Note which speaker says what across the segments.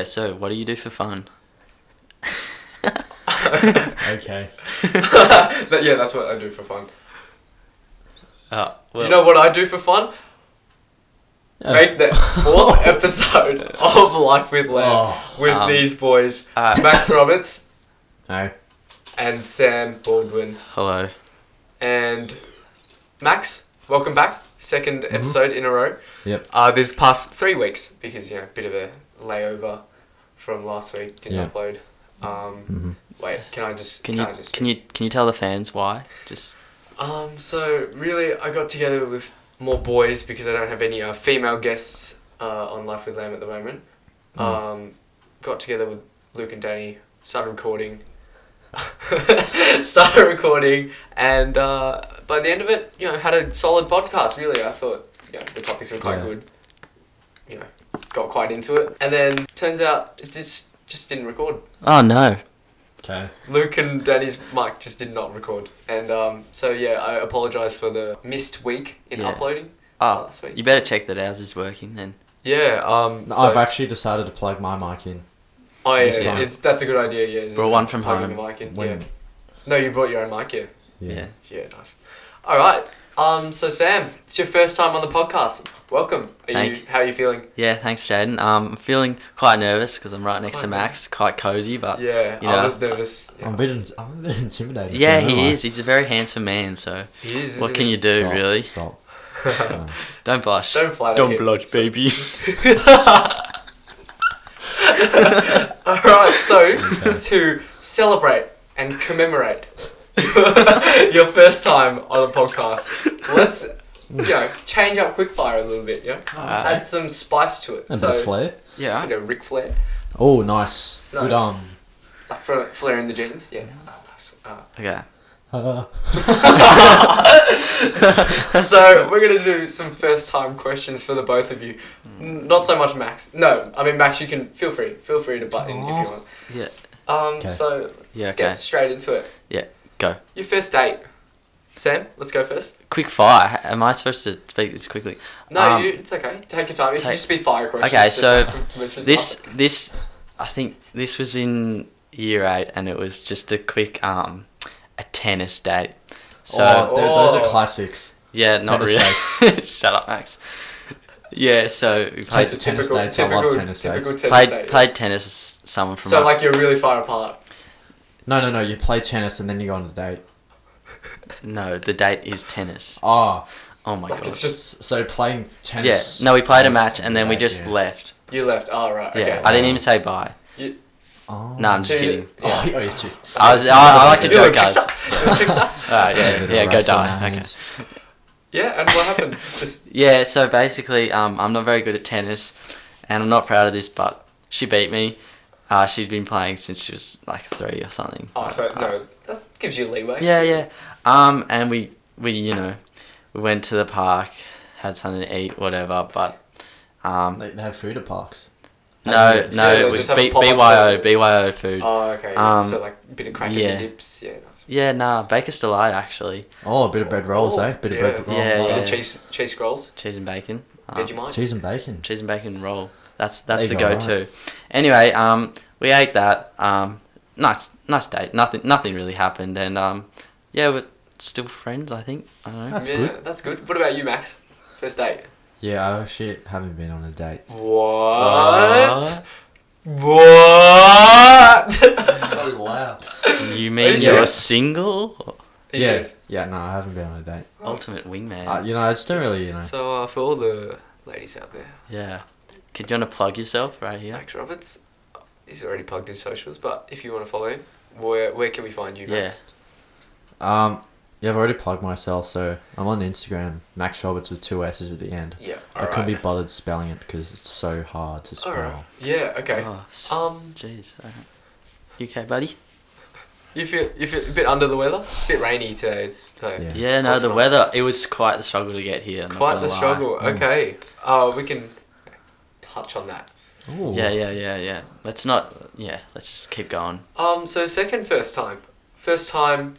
Speaker 1: Yeah, So, what do you do for fun?
Speaker 2: Okay.
Speaker 3: That- yeah, that's what I do for fun.
Speaker 1: Uh, well,
Speaker 3: you know what I do for fun?
Speaker 1: uh,
Speaker 3: Make the fourth episode of Life with Lamb
Speaker 2: Oh,
Speaker 3: with
Speaker 1: um,
Speaker 3: these boys,
Speaker 1: uh,
Speaker 3: Max Roberts
Speaker 2: no.
Speaker 3: and Sam Baldwin.
Speaker 1: Hello.
Speaker 3: And Max, welcome back. 2nd
Speaker 1: Mm-hmm.
Speaker 3: episode in a row.
Speaker 2: Yep.
Speaker 3: Uh, this past three weeks, because, you know, bit of a layover from last week, didn't
Speaker 2: Yeah.
Speaker 3: upload. Um,
Speaker 2: Mhm.
Speaker 3: Wait, can I just.
Speaker 1: Can
Speaker 3: Can,
Speaker 1: you
Speaker 3: I just.
Speaker 1: can you can you tell the fans why? Just
Speaker 3: Um, so really, I got together with more boys because I don't have any uh, female guests uh, on Life with Lamb at the moment. Um, got together with Luke and Danny, started recording, started recording, and uh, by the end of it, you know, had a solid podcast. Really, I thought, you know, the topics were quite
Speaker 2: Yeah.
Speaker 3: good. You know, got quite into it, and then turns out it just just didn't record.
Speaker 1: oh no.
Speaker 2: Okay.
Speaker 3: Luke and Danny's mic just did not record, and um, so yeah, I apologize for the missed week in
Speaker 1: Yeah.
Speaker 3: uploading
Speaker 1: Oh,
Speaker 3: last week.
Speaker 1: you better check that ours is working then.
Speaker 3: Yeah, um,
Speaker 2: No,
Speaker 3: so-
Speaker 2: I've actually decided to plug my mic in.
Speaker 3: oh yeah,
Speaker 2: this time.
Speaker 3: it's, that's a good idea. Yeah, is
Speaker 1: Brought
Speaker 3: it
Speaker 1: one from
Speaker 3: plugging
Speaker 1: home.
Speaker 3: The mic in.
Speaker 2: When,
Speaker 3: Yeah. No, you brought your own mic. Yeah,
Speaker 1: Yeah.
Speaker 3: yeah, nice. All right. Um, so Sam, it's your first time on the podcast. Welcome. Are
Speaker 1: Thank
Speaker 3: you? How are you feeling?
Speaker 1: Yeah. Thanks, Jaden. Um, I'm feeling quite nervous because I'm right next to
Speaker 3: Quite
Speaker 1: Max. Quite cozy, but
Speaker 3: Yeah,
Speaker 1: Uh, you
Speaker 3: I
Speaker 1: know,
Speaker 3: was nervous.
Speaker 2: I'm a bit, in- I'm a bit intimidated.
Speaker 1: yeah,
Speaker 2: so am
Speaker 1: he
Speaker 2: I.
Speaker 1: is. He's a very handsome man. So
Speaker 3: He is.
Speaker 1: what
Speaker 3: isn't
Speaker 1: can
Speaker 3: he?
Speaker 1: you do,
Speaker 2: Stop,
Speaker 1: really?
Speaker 2: Stop. No.
Speaker 1: Don't blush.
Speaker 3: Don't flatter him. So-
Speaker 1: baby.
Speaker 3: All right, so to celebrate and commemorate your first time on a podcast, let's
Speaker 1: Hmm.
Speaker 3: you know change up quickfire a little bit. Yeah,
Speaker 1: Alright.
Speaker 3: add some spice to it.
Speaker 2: And
Speaker 3: so
Speaker 2: a flare.
Speaker 1: Uh, yeah.
Speaker 3: you know, Ric Flair,
Speaker 2: Oh, nice.
Speaker 3: No.
Speaker 2: Good um.
Speaker 3: like Flair, Flair in the jeans. Yeah. Oh, nice. Uh,
Speaker 1: Okay.
Speaker 2: Uh,
Speaker 3: so we're gonna do some first time questions for the both of you.
Speaker 1: Hmm.
Speaker 3: N- Not so much Max. No, I mean Max. You can feel free. Feel free to butt in if you
Speaker 1: Oh,
Speaker 3: want.
Speaker 1: Yeah.
Speaker 3: Um.
Speaker 2: 'Kay.
Speaker 3: So
Speaker 1: Yeah.
Speaker 3: let's
Speaker 1: okay.
Speaker 3: get straight into it.
Speaker 1: Yeah. Go.
Speaker 3: Your first date. Sam, let's go first.
Speaker 1: Quick fire. Am I supposed to speak this quickly?
Speaker 3: No,
Speaker 1: Um,
Speaker 3: you, it's okay. Take your time. It
Speaker 1: take-
Speaker 3: can just be fire questions.
Speaker 1: Okay,
Speaker 3: just
Speaker 1: so
Speaker 3: like we mentioned.
Speaker 1: This this I think this was in year eight and it was just a quick um a tennis date. So
Speaker 2: oh, th- those are
Speaker 3: Oh.
Speaker 2: classics.
Speaker 1: yeah, not
Speaker 2: tennis
Speaker 1: really. Shut up, Max. Yeah, so we
Speaker 3: Just
Speaker 1: played
Speaker 3: a
Speaker 2: Played tennis dates, I love tennis
Speaker 3: typical
Speaker 2: dates.
Speaker 3: tennis
Speaker 1: played
Speaker 3: date.
Speaker 1: played tennis with someone from
Speaker 3: so
Speaker 1: my-
Speaker 3: like you're really far apart.
Speaker 2: No, no, no. You play tennis and then you go on a date.
Speaker 1: no, the date is tennis.
Speaker 2: Oh,
Speaker 1: Oh my
Speaker 3: Like
Speaker 1: god.
Speaker 3: it's just
Speaker 2: so playing
Speaker 1: Yeah.
Speaker 2: tennis.
Speaker 1: No, we played a
Speaker 2: tennis
Speaker 1: match and then we
Speaker 2: date,
Speaker 1: just
Speaker 2: yeah.
Speaker 1: left.
Speaker 3: you left. Oh right.
Speaker 1: Yeah.
Speaker 3: Okay.
Speaker 1: I didn't even say bye.
Speaker 2: Oh.
Speaker 1: No, I'm just
Speaker 3: So you-
Speaker 1: kidding.
Speaker 2: Oh, oh, you two.
Speaker 1: I was I, I like to
Speaker 3: You little
Speaker 1: joke guys.
Speaker 3: trickster. You little trickster.
Speaker 1: Alright, yeah, yeah, go
Speaker 2: Rascal
Speaker 1: die. Okay.
Speaker 2: Names.
Speaker 3: yeah. And what happened? Just
Speaker 1: Yeah, so basically, um, I'm not very good at tennis, and I'm not proud of this, but she beat me. Uh, she'd been playing since she was like three or something.
Speaker 3: oh, so no, that gives you leeway.
Speaker 1: Uh, Yeah, yeah. Um, and we, we, you know, we went to the park, had something to eat, whatever. But um,
Speaker 2: They, they have food at parks.
Speaker 1: no, no,
Speaker 3: Yeah,
Speaker 1: it was
Speaker 3: just have
Speaker 1: B-
Speaker 3: a pop-up
Speaker 1: BYO,
Speaker 3: shop.
Speaker 1: BYO food.
Speaker 3: Oh okay. yeah.
Speaker 1: Um,
Speaker 3: so like a bit of crackers
Speaker 1: yeah.
Speaker 3: and dips. Yeah. Nice.
Speaker 1: Yeah, nah, Baker's delight actually,
Speaker 2: Oh, a bit of bread rolls, eh? Bit of
Speaker 3: Yeah.
Speaker 2: bread roll.
Speaker 1: Yeah,
Speaker 3: Like
Speaker 2: like
Speaker 3: the cheese cheese scrolls.
Speaker 1: cheese and bacon. Um,
Speaker 3: Vegemite.
Speaker 2: Cheese and bacon.
Speaker 1: cheese and bacon roll. That's that's
Speaker 2: There
Speaker 1: the
Speaker 2: you
Speaker 1: go
Speaker 2: go,
Speaker 1: to. Anyway, um, we ate that. Um, nice nice date. Nothing nothing really happened, and um, yeah, we're still friends. I think. I don't know.
Speaker 2: That's
Speaker 3: yeah,
Speaker 2: good.
Speaker 3: that's good. What about you, Max? First date.
Speaker 2: Yeah, I actually haven't been on a date.
Speaker 3: What? What?
Speaker 2: so loud.
Speaker 1: you mean
Speaker 3: Yes.
Speaker 1: you're single?
Speaker 3: He
Speaker 2: yeah,
Speaker 3: says.
Speaker 2: yeah, no, I haven't been on a date.
Speaker 1: Ultimate wingman.
Speaker 2: Uh, you know, I just don't really, you know.
Speaker 3: So uh, for all the ladies out there,
Speaker 1: yeah. Could you want to plug yourself right here?
Speaker 3: Max Roberts, he's already plugged his socials, but if you want to follow him, where where can we find you, Max?
Speaker 2: Um, yeah, I've already plugged myself, so I'm on Instagram. Max Roberts with two S's at the end.
Speaker 3: Yeah.
Speaker 2: I
Speaker 3: All right.
Speaker 2: couldn't be bothered spelling it because it's so hard to spell.
Speaker 3: All right. Yeah. Okay.
Speaker 1: Oh, s-
Speaker 3: Um,
Speaker 1: jeez. alright. UK buddy.
Speaker 3: you feel you feel a bit under the weather. It's a bit rainy today, s- so
Speaker 2: Yeah.
Speaker 1: Yeah, no,
Speaker 3: What's
Speaker 1: the
Speaker 3: wrong?
Speaker 1: weather. It was quite the struggle to get here. I'm not
Speaker 3: quite
Speaker 1: gonna
Speaker 3: the
Speaker 1: lie.
Speaker 3: struggle.
Speaker 2: Mm.
Speaker 3: Okay. Uh, we can touch on that.
Speaker 2: Ooh.
Speaker 1: Yeah, yeah, yeah, yeah. Let's not. Yeah, let's just keep going.
Speaker 3: Um. So second first time, first time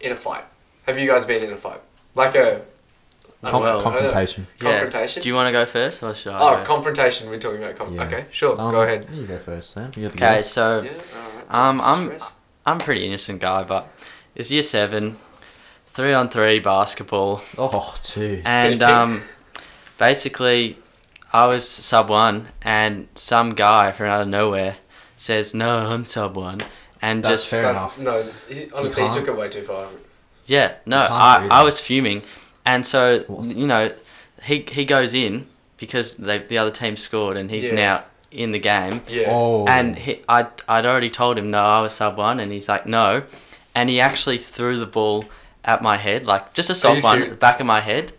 Speaker 3: in a fight. Have you guys been in a fight? Like a
Speaker 2: Con-
Speaker 1: well, uh,
Speaker 2: confrontation.
Speaker 3: Confrontation?
Speaker 1: Do you want to go first or should I?
Speaker 3: Oh,
Speaker 1: go?
Speaker 3: confrontation. We're talking about conf-
Speaker 2: Yeah.
Speaker 3: Okay, sure.
Speaker 2: Um,
Speaker 3: go ahead.
Speaker 2: You go first, Sam. You got the
Speaker 1: okay,
Speaker 2: guess.
Speaker 1: so
Speaker 3: Yeah, alright.
Speaker 1: um, I'm-
Speaker 3: Stress.
Speaker 1: I'm a pretty innocent guy, but it's year seven, three on three basketball,
Speaker 2: Oh, gee.
Speaker 1: and um, basically, I was sub one, and some guy from out of nowhere says, "No, I'm sub one," and
Speaker 2: That's
Speaker 1: just
Speaker 2: fair
Speaker 3: That's-
Speaker 2: enough.
Speaker 3: No, he- honestly, you
Speaker 2: can't.
Speaker 3: took it way too far.
Speaker 1: Yeah, no,
Speaker 2: You can't
Speaker 1: I,
Speaker 2: do
Speaker 1: I
Speaker 2: that.
Speaker 1: was fuming, and so
Speaker 2: Awesome.
Speaker 1: you know, he he goes in because they, the other team scored, and he's
Speaker 3: Yeah.
Speaker 1: now in the game.
Speaker 3: Yeah.
Speaker 2: Oh.
Speaker 1: And he, I I'd already told him no, I was sub one, and he's like no, and he actually threw the ball at my head, like just a soft
Speaker 3: you
Speaker 1: one,
Speaker 3: serious?
Speaker 1: at the back of my head,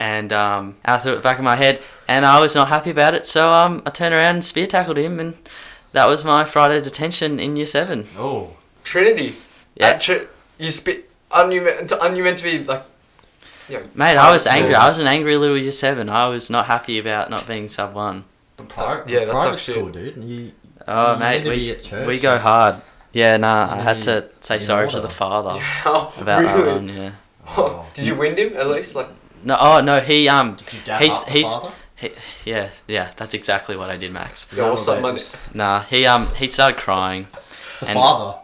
Speaker 1: and um, I threw it at the back of my head, and I was not happy about it, so um, I turned around and spear tackled him, and that was my Friday detention in year seven.
Speaker 2: Oh.
Speaker 3: Trinity.
Speaker 1: Yeah.
Speaker 3: At Tri- you spit. Aren't you, meant to, aren't you meant to be like. You know,
Speaker 1: Mate, I
Speaker 3: Oh,
Speaker 1: was
Speaker 3: so-
Speaker 1: angry. I was an angry little year seven. I was not happy about not being sub one.
Speaker 2: But private,
Speaker 3: yeah, that's
Speaker 2: private
Speaker 3: actually-
Speaker 2: school, dude. You,
Speaker 1: Oh,
Speaker 2: You
Speaker 1: mate,
Speaker 2: need to be at
Speaker 1: we,
Speaker 2: church
Speaker 1: we
Speaker 2: and-
Speaker 1: go hard. Yeah, nah, I
Speaker 2: You
Speaker 1: had
Speaker 2: need-
Speaker 1: to say
Speaker 2: you need
Speaker 1: sorry to
Speaker 2: order.
Speaker 1: the father
Speaker 3: Oh,
Speaker 1: about um, that
Speaker 3: really?
Speaker 1: one. Yeah.
Speaker 2: Oh.
Speaker 3: Did you wind him at least? Like,
Speaker 1: No, oh no, he um,
Speaker 2: Did you dab
Speaker 1: He's-
Speaker 2: up the
Speaker 1: he's-
Speaker 2: father?
Speaker 1: he, yeah, yeah, that's exactly what I did, Max.
Speaker 3: yo, what's up,
Speaker 2: None
Speaker 3: money?
Speaker 2: of
Speaker 1: Nah, he um, he started crying.
Speaker 2: The
Speaker 1: and-
Speaker 2: father.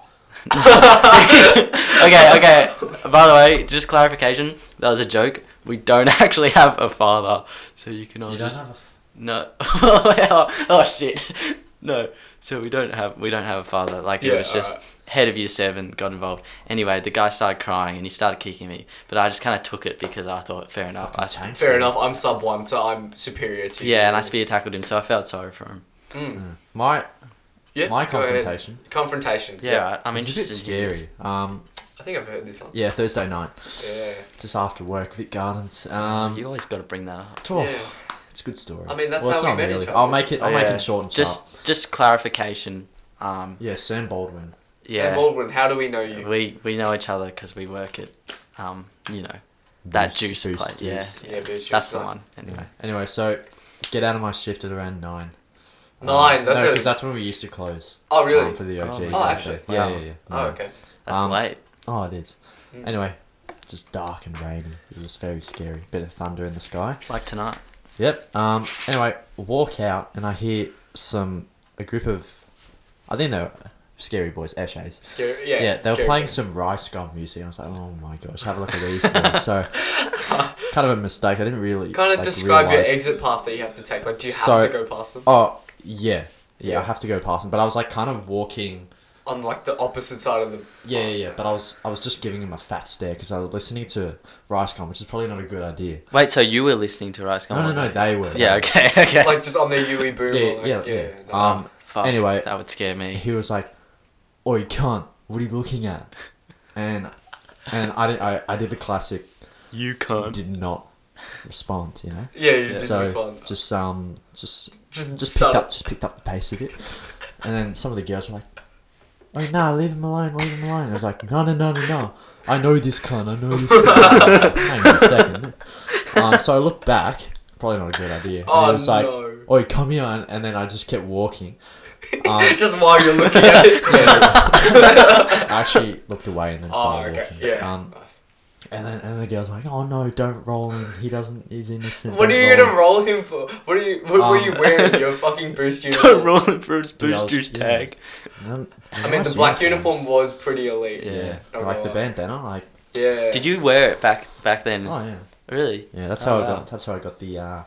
Speaker 1: okay, okay. By the way, just clarification. That was a joke. We don't actually have a father, so you can all
Speaker 2: You don't
Speaker 1: just
Speaker 2: have a
Speaker 1: No. oh, oh shit. No. So we don't have we don't have a father. Like
Speaker 3: Yeah,
Speaker 1: it was just
Speaker 3: alright.
Speaker 1: head of year seven got involved. Anyway, the guy started crying and he started kicking me, but I just kind of took it because I thought fair enough. I sp-
Speaker 2: tank.
Speaker 3: Fair enough, I'm sub one, so I'm superior to you.
Speaker 1: yeah, and I spear tackled him, so I felt sorry for him.
Speaker 3: Mm.
Speaker 2: My
Speaker 3: Yeah,
Speaker 2: my
Speaker 3: go ahead.
Speaker 2: confrontation.
Speaker 3: Confrontation.
Speaker 1: Yeah, I, I'm
Speaker 2: It's a bit
Speaker 1: interested. in
Speaker 2: scary. Um,
Speaker 3: I think I've heard this one.
Speaker 2: yeah, Thursday night,
Speaker 3: Yeah.
Speaker 2: just after work, Vic Gardens.
Speaker 1: yours.
Speaker 2: Um,
Speaker 1: You always got to bring that up.
Speaker 2: oh,
Speaker 3: Yeah.
Speaker 2: it's a good story.
Speaker 3: I mean, that's
Speaker 2: well,
Speaker 3: how
Speaker 2: it's
Speaker 3: we
Speaker 2: not
Speaker 3: met each
Speaker 2: really.
Speaker 3: other.
Speaker 2: I'll make it. I'll
Speaker 1: Oh,
Speaker 2: make
Speaker 1: yeah.
Speaker 2: it short and sharp.
Speaker 1: Just just clarification. Um,
Speaker 2: Yeah, Sam Baldwin.
Speaker 3: Sam
Speaker 1: yeah,
Speaker 3: Baldwin, how do we know you?
Speaker 1: we we know each other because we work at, um, you know, that
Speaker 2: Boost,
Speaker 1: juice
Speaker 2: boost,
Speaker 1: place. Yeah,
Speaker 2: juice.
Speaker 3: Yeah, Boost
Speaker 1: that's
Speaker 3: Juice,
Speaker 1: the
Speaker 3: nice.
Speaker 1: one. Anyway,
Speaker 2: Anyway, so get out of my shift at around nine. Um,
Speaker 3: Nine, that's
Speaker 2: no,
Speaker 3: it.
Speaker 2: because that's when we used to close.
Speaker 3: Oh, really?
Speaker 2: um, for the
Speaker 1: Oh,
Speaker 2: OGs.
Speaker 1: nice. Oh,
Speaker 2: actually.
Speaker 3: actually,
Speaker 2: Yeah,
Speaker 1: wow.
Speaker 2: yeah, yeah.
Speaker 3: oh,
Speaker 2: No.
Speaker 3: okay.
Speaker 1: that's
Speaker 2: Um,
Speaker 1: late.
Speaker 2: Oh, it is.
Speaker 3: Mm.
Speaker 2: Anyway, just dark and rainy. It was very scary. Bit of thunder in the sky.
Speaker 1: Like tonight.
Speaker 2: Yep. Um. Anyway, walk out and I hear some a group of, I think they were scary boys, Eshays.
Speaker 3: Scary. Yeah,
Speaker 2: Yeah, they were
Speaker 3: scary.
Speaker 2: playing some Rice Gum music. and I was like, oh my gosh, have a look at these boys. So, kind of a mistake. I didn't really
Speaker 3: Kind of
Speaker 2: like,
Speaker 3: describe
Speaker 2: realise-
Speaker 3: your exit path that you have to take. Like, do you have
Speaker 2: So-
Speaker 3: to go past them?
Speaker 2: Oh yeah, yeah.
Speaker 3: Yeah.
Speaker 2: I have to go past them, but I was like kind of walking.
Speaker 3: On like the opposite side of the.
Speaker 2: Yeah, yeah, yeah. But I was I was just giving him a fat stare because I was listening to Rice Gum, which is probably not a good idea.
Speaker 1: Wait, so you were listening to Rice
Speaker 2: No, no,
Speaker 1: Gumbo?
Speaker 2: no. They were.
Speaker 1: Yeah,
Speaker 2: they-
Speaker 1: Oh, okay, okay.
Speaker 3: Like just on the UE boom. or,
Speaker 2: Yeah,
Speaker 3: like,
Speaker 2: yeah, yeah.
Speaker 3: that's-
Speaker 2: Um,
Speaker 1: Fuck,
Speaker 2: anyway.
Speaker 1: that would scare me.
Speaker 2: he was like, "Oh, you can't. What are you looking at?" And and I did, I, I did the classic.
Speaker 1: You can't.
Speaker 2: Did not respond. You know.
Speaker 3: yeah, you didn't
Speaker 2: So
Speaker 3: respond.
Speaker 2: just um just
Speaker 3: Just,
Speaker 2: just
Speaker 3: start
Speaker 2: picked up just picked up the pace a bit, and then some of the girls were like, "Oh no, leave him alone, leave him alone." I was like, "No, no, no, no, no! I know this cunt, I know this." Cunt. Hang on a second. Um, so I looked back. Probably not a good idea. and
Speaker 3: Oh
Speaker 2: it was like,
Speaker 3: no!
Speaker 2: "Oi, come here!" And, and then I just kept walking. Um,
Speaker 3: just while you're looking at it.
Speaker 2: I actually looked away and then
Speaker 3: Oh,
Speaker 2: started
Speaker 3: okay.
Speaker 2: walking.
Speaker 3: Yeah.
Speaker 2: Um,
Speaker 3: Nice.
Speaker 2: and then and the girls were like, "Oh no, don't roll him. He doesn't. He's innocent."
Speaker 3: What
Speaker 2: don't
Speaker 3: are you gonna
Speaker 2: him."
Speaker 3: roll him for? What are you? What were you
Speaker 2: Um,
Speaker 3: wearing? Your fucking boost uniform.
Speaker 1: Don't roll him for his
Speaker 2: Yeah, I
Speaker 1: boost
Speaker 2: was-
Speaker 1: juice
Speaker 2: yeah.
Speaker 1: tag.
Speaker 2: And then-
Speaker 3: I mean,
Speaker 2: nice
Speaker 3: the black
Speaker 2: uniforms.
Speaker 3: uniform was pretty elite.
Speaker 1: Yeah.
Speaker 2: Yeah,
Speaker 3: Don't
Speaker 2: like the
Speaker 3: lie.
Speaker 2: bandana. Like,
Speaker 3: Yeah.
Speaker 1: Did you wear it back back then?
Speaker 2: oh yeah,
Speaker 1: Really?
Speaker 2: yeah. That's
Speaker 1: Oh,
Speaker 2: how I
Speaker 1: wow.
Speaker 2: got. That's how I got the uh,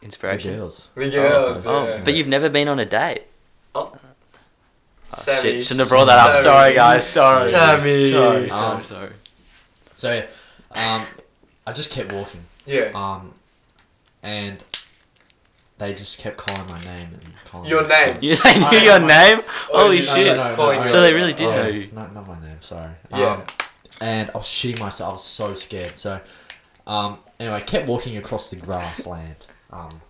Speaker 2: the
Speaker 1: Inspiration.
Speaker 2: girls.
Speaker 3: The girls.
Speaker 2: Oh,
Speaker 3: yeah.
Speaker 1: Oh, but you've never been on a date.
Speaker 2: Oh,
Speaker 3: Sammy.
Speaker 1: Shit, shouldn't have brought that up.
Speaker 3: Sammy.
Speaker 1: Sorry, guys. Sorry.
Speaker 3: Sammy.
Speaker 1: Sorry, sorry,
Speaker 2: Um,
Speaker 1: sorry.
Speaker 2: So, yeah, um, I just kept walking,
Speaker 3: Yeah.
Speaker 2: um, and they just kept calling my name and calling
Speaker 3: Your
Speaker 2: my-
Speaker 3: name?
Speaker 1: You, they knew
Speaker 2: I-
Speaker 1: your
Speaker 2: I-
Speaker 1: name? Holy
Speaker 3: no,
Speaker 2: No, no,
Speaker 1: shit.
Speaker 2: no, no,
Speaker 3: Calling
Speaker 2: no,
Speaker 1: So they really did
Speaker 2: oh,
Speaker 1: know you.
Speaker 2: No, not my name. Sorry.
Speaker 3: Yeah.
Speaker 2: Um, and I was shitting myself. I was so scared. So, um, anyway, I kept walking across the grassland. Um,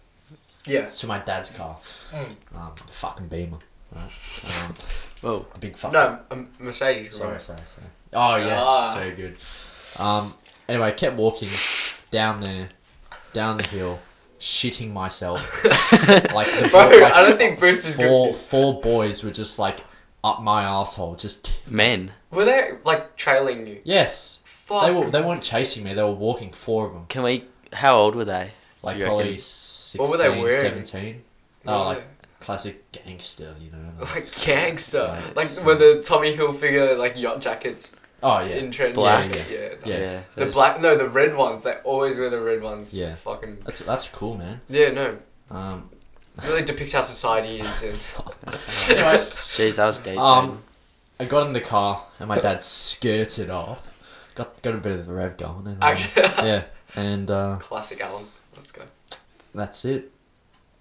Speaker 3: Yeah.
Speaker 2: to my dad's car.
Speaker 3: Mm.
Speaker 2: Um, the fucking Beamer. Right? Um,
Speaker 1: Whoa.
Speaker 2: the big fucking.
Speaker 3: No, um, Mercedes.
Speaker 2: Sorry,
Speaker 3: Sorry.
Speaker 2: sorry, sorry. Oh yes,
Speaker 3: Ah.
Speaker 2: so good. Um, anyway, I kept walking down there, down the hill, shitting myself. like the
Speaker 3: Bro,
Speaker 2: bo- like,
Speaker 3: I don't think Bruce is
Speaker 2: four
Speaker 3: good.
Speaker 2: four boys were just like up my asshole. Just
Speaker 1: Men.
Speaker 3: Were they like trailing you?
Speaker 2: yes,
Speaker 3: fuck.
Speaker 2: They were they weren't chasing me. They were walking four of them.
Speaker 1: Can we? How old were they?
Speaker 2: Like
Speaker 1: You
Speaker 2: probably
Speaker 1: reckon?
Speaker 2: 16,
Speaker 3: What were they wearing?
Speaker 2: 17.
Speaker 3: What
Speaker 2: Oh,
Speaker 3: were
Speaker 2: like classic gangster, you know.
Speaker 3: they-
Speaker 2: like-
Speaker 3: like gangster.
Speaker 2: Right,
Speaker 3: Like
Speaker 2: so-
Speaker 3: were the Tommy Hilfiger like yacht jackets
Speaker 2: oh yeah.
Speaker 3: in trend?
Speaker 1: Black.
Speaker 3: Yeah. yeah, no.
Speaker 2: Yeah.
Speaker 3: The
Speaker 2: Those-
Speaker 3: black, no, the red ones. They always wear the red ones.
Speaker 2: Yeah.
Speaker 3: Fucking.
Speaker 2: That's that's cool, man.
Speaker 3: Yeah, no.
Speaker 2: Um,
Speaker 3: Really depicts how society is. And...
Speaker 2: anyways,
Speaker 1: Jeez, I was deep.
Speaker 2: um, I got in the car and my dad skirted off. Got got a bit of the rev going and um,
Speaker 3: Actually,
Speaker 2: yeah, and uh,
Speaker 3: classic Alan. Let's go.
Speaker 2: that's it.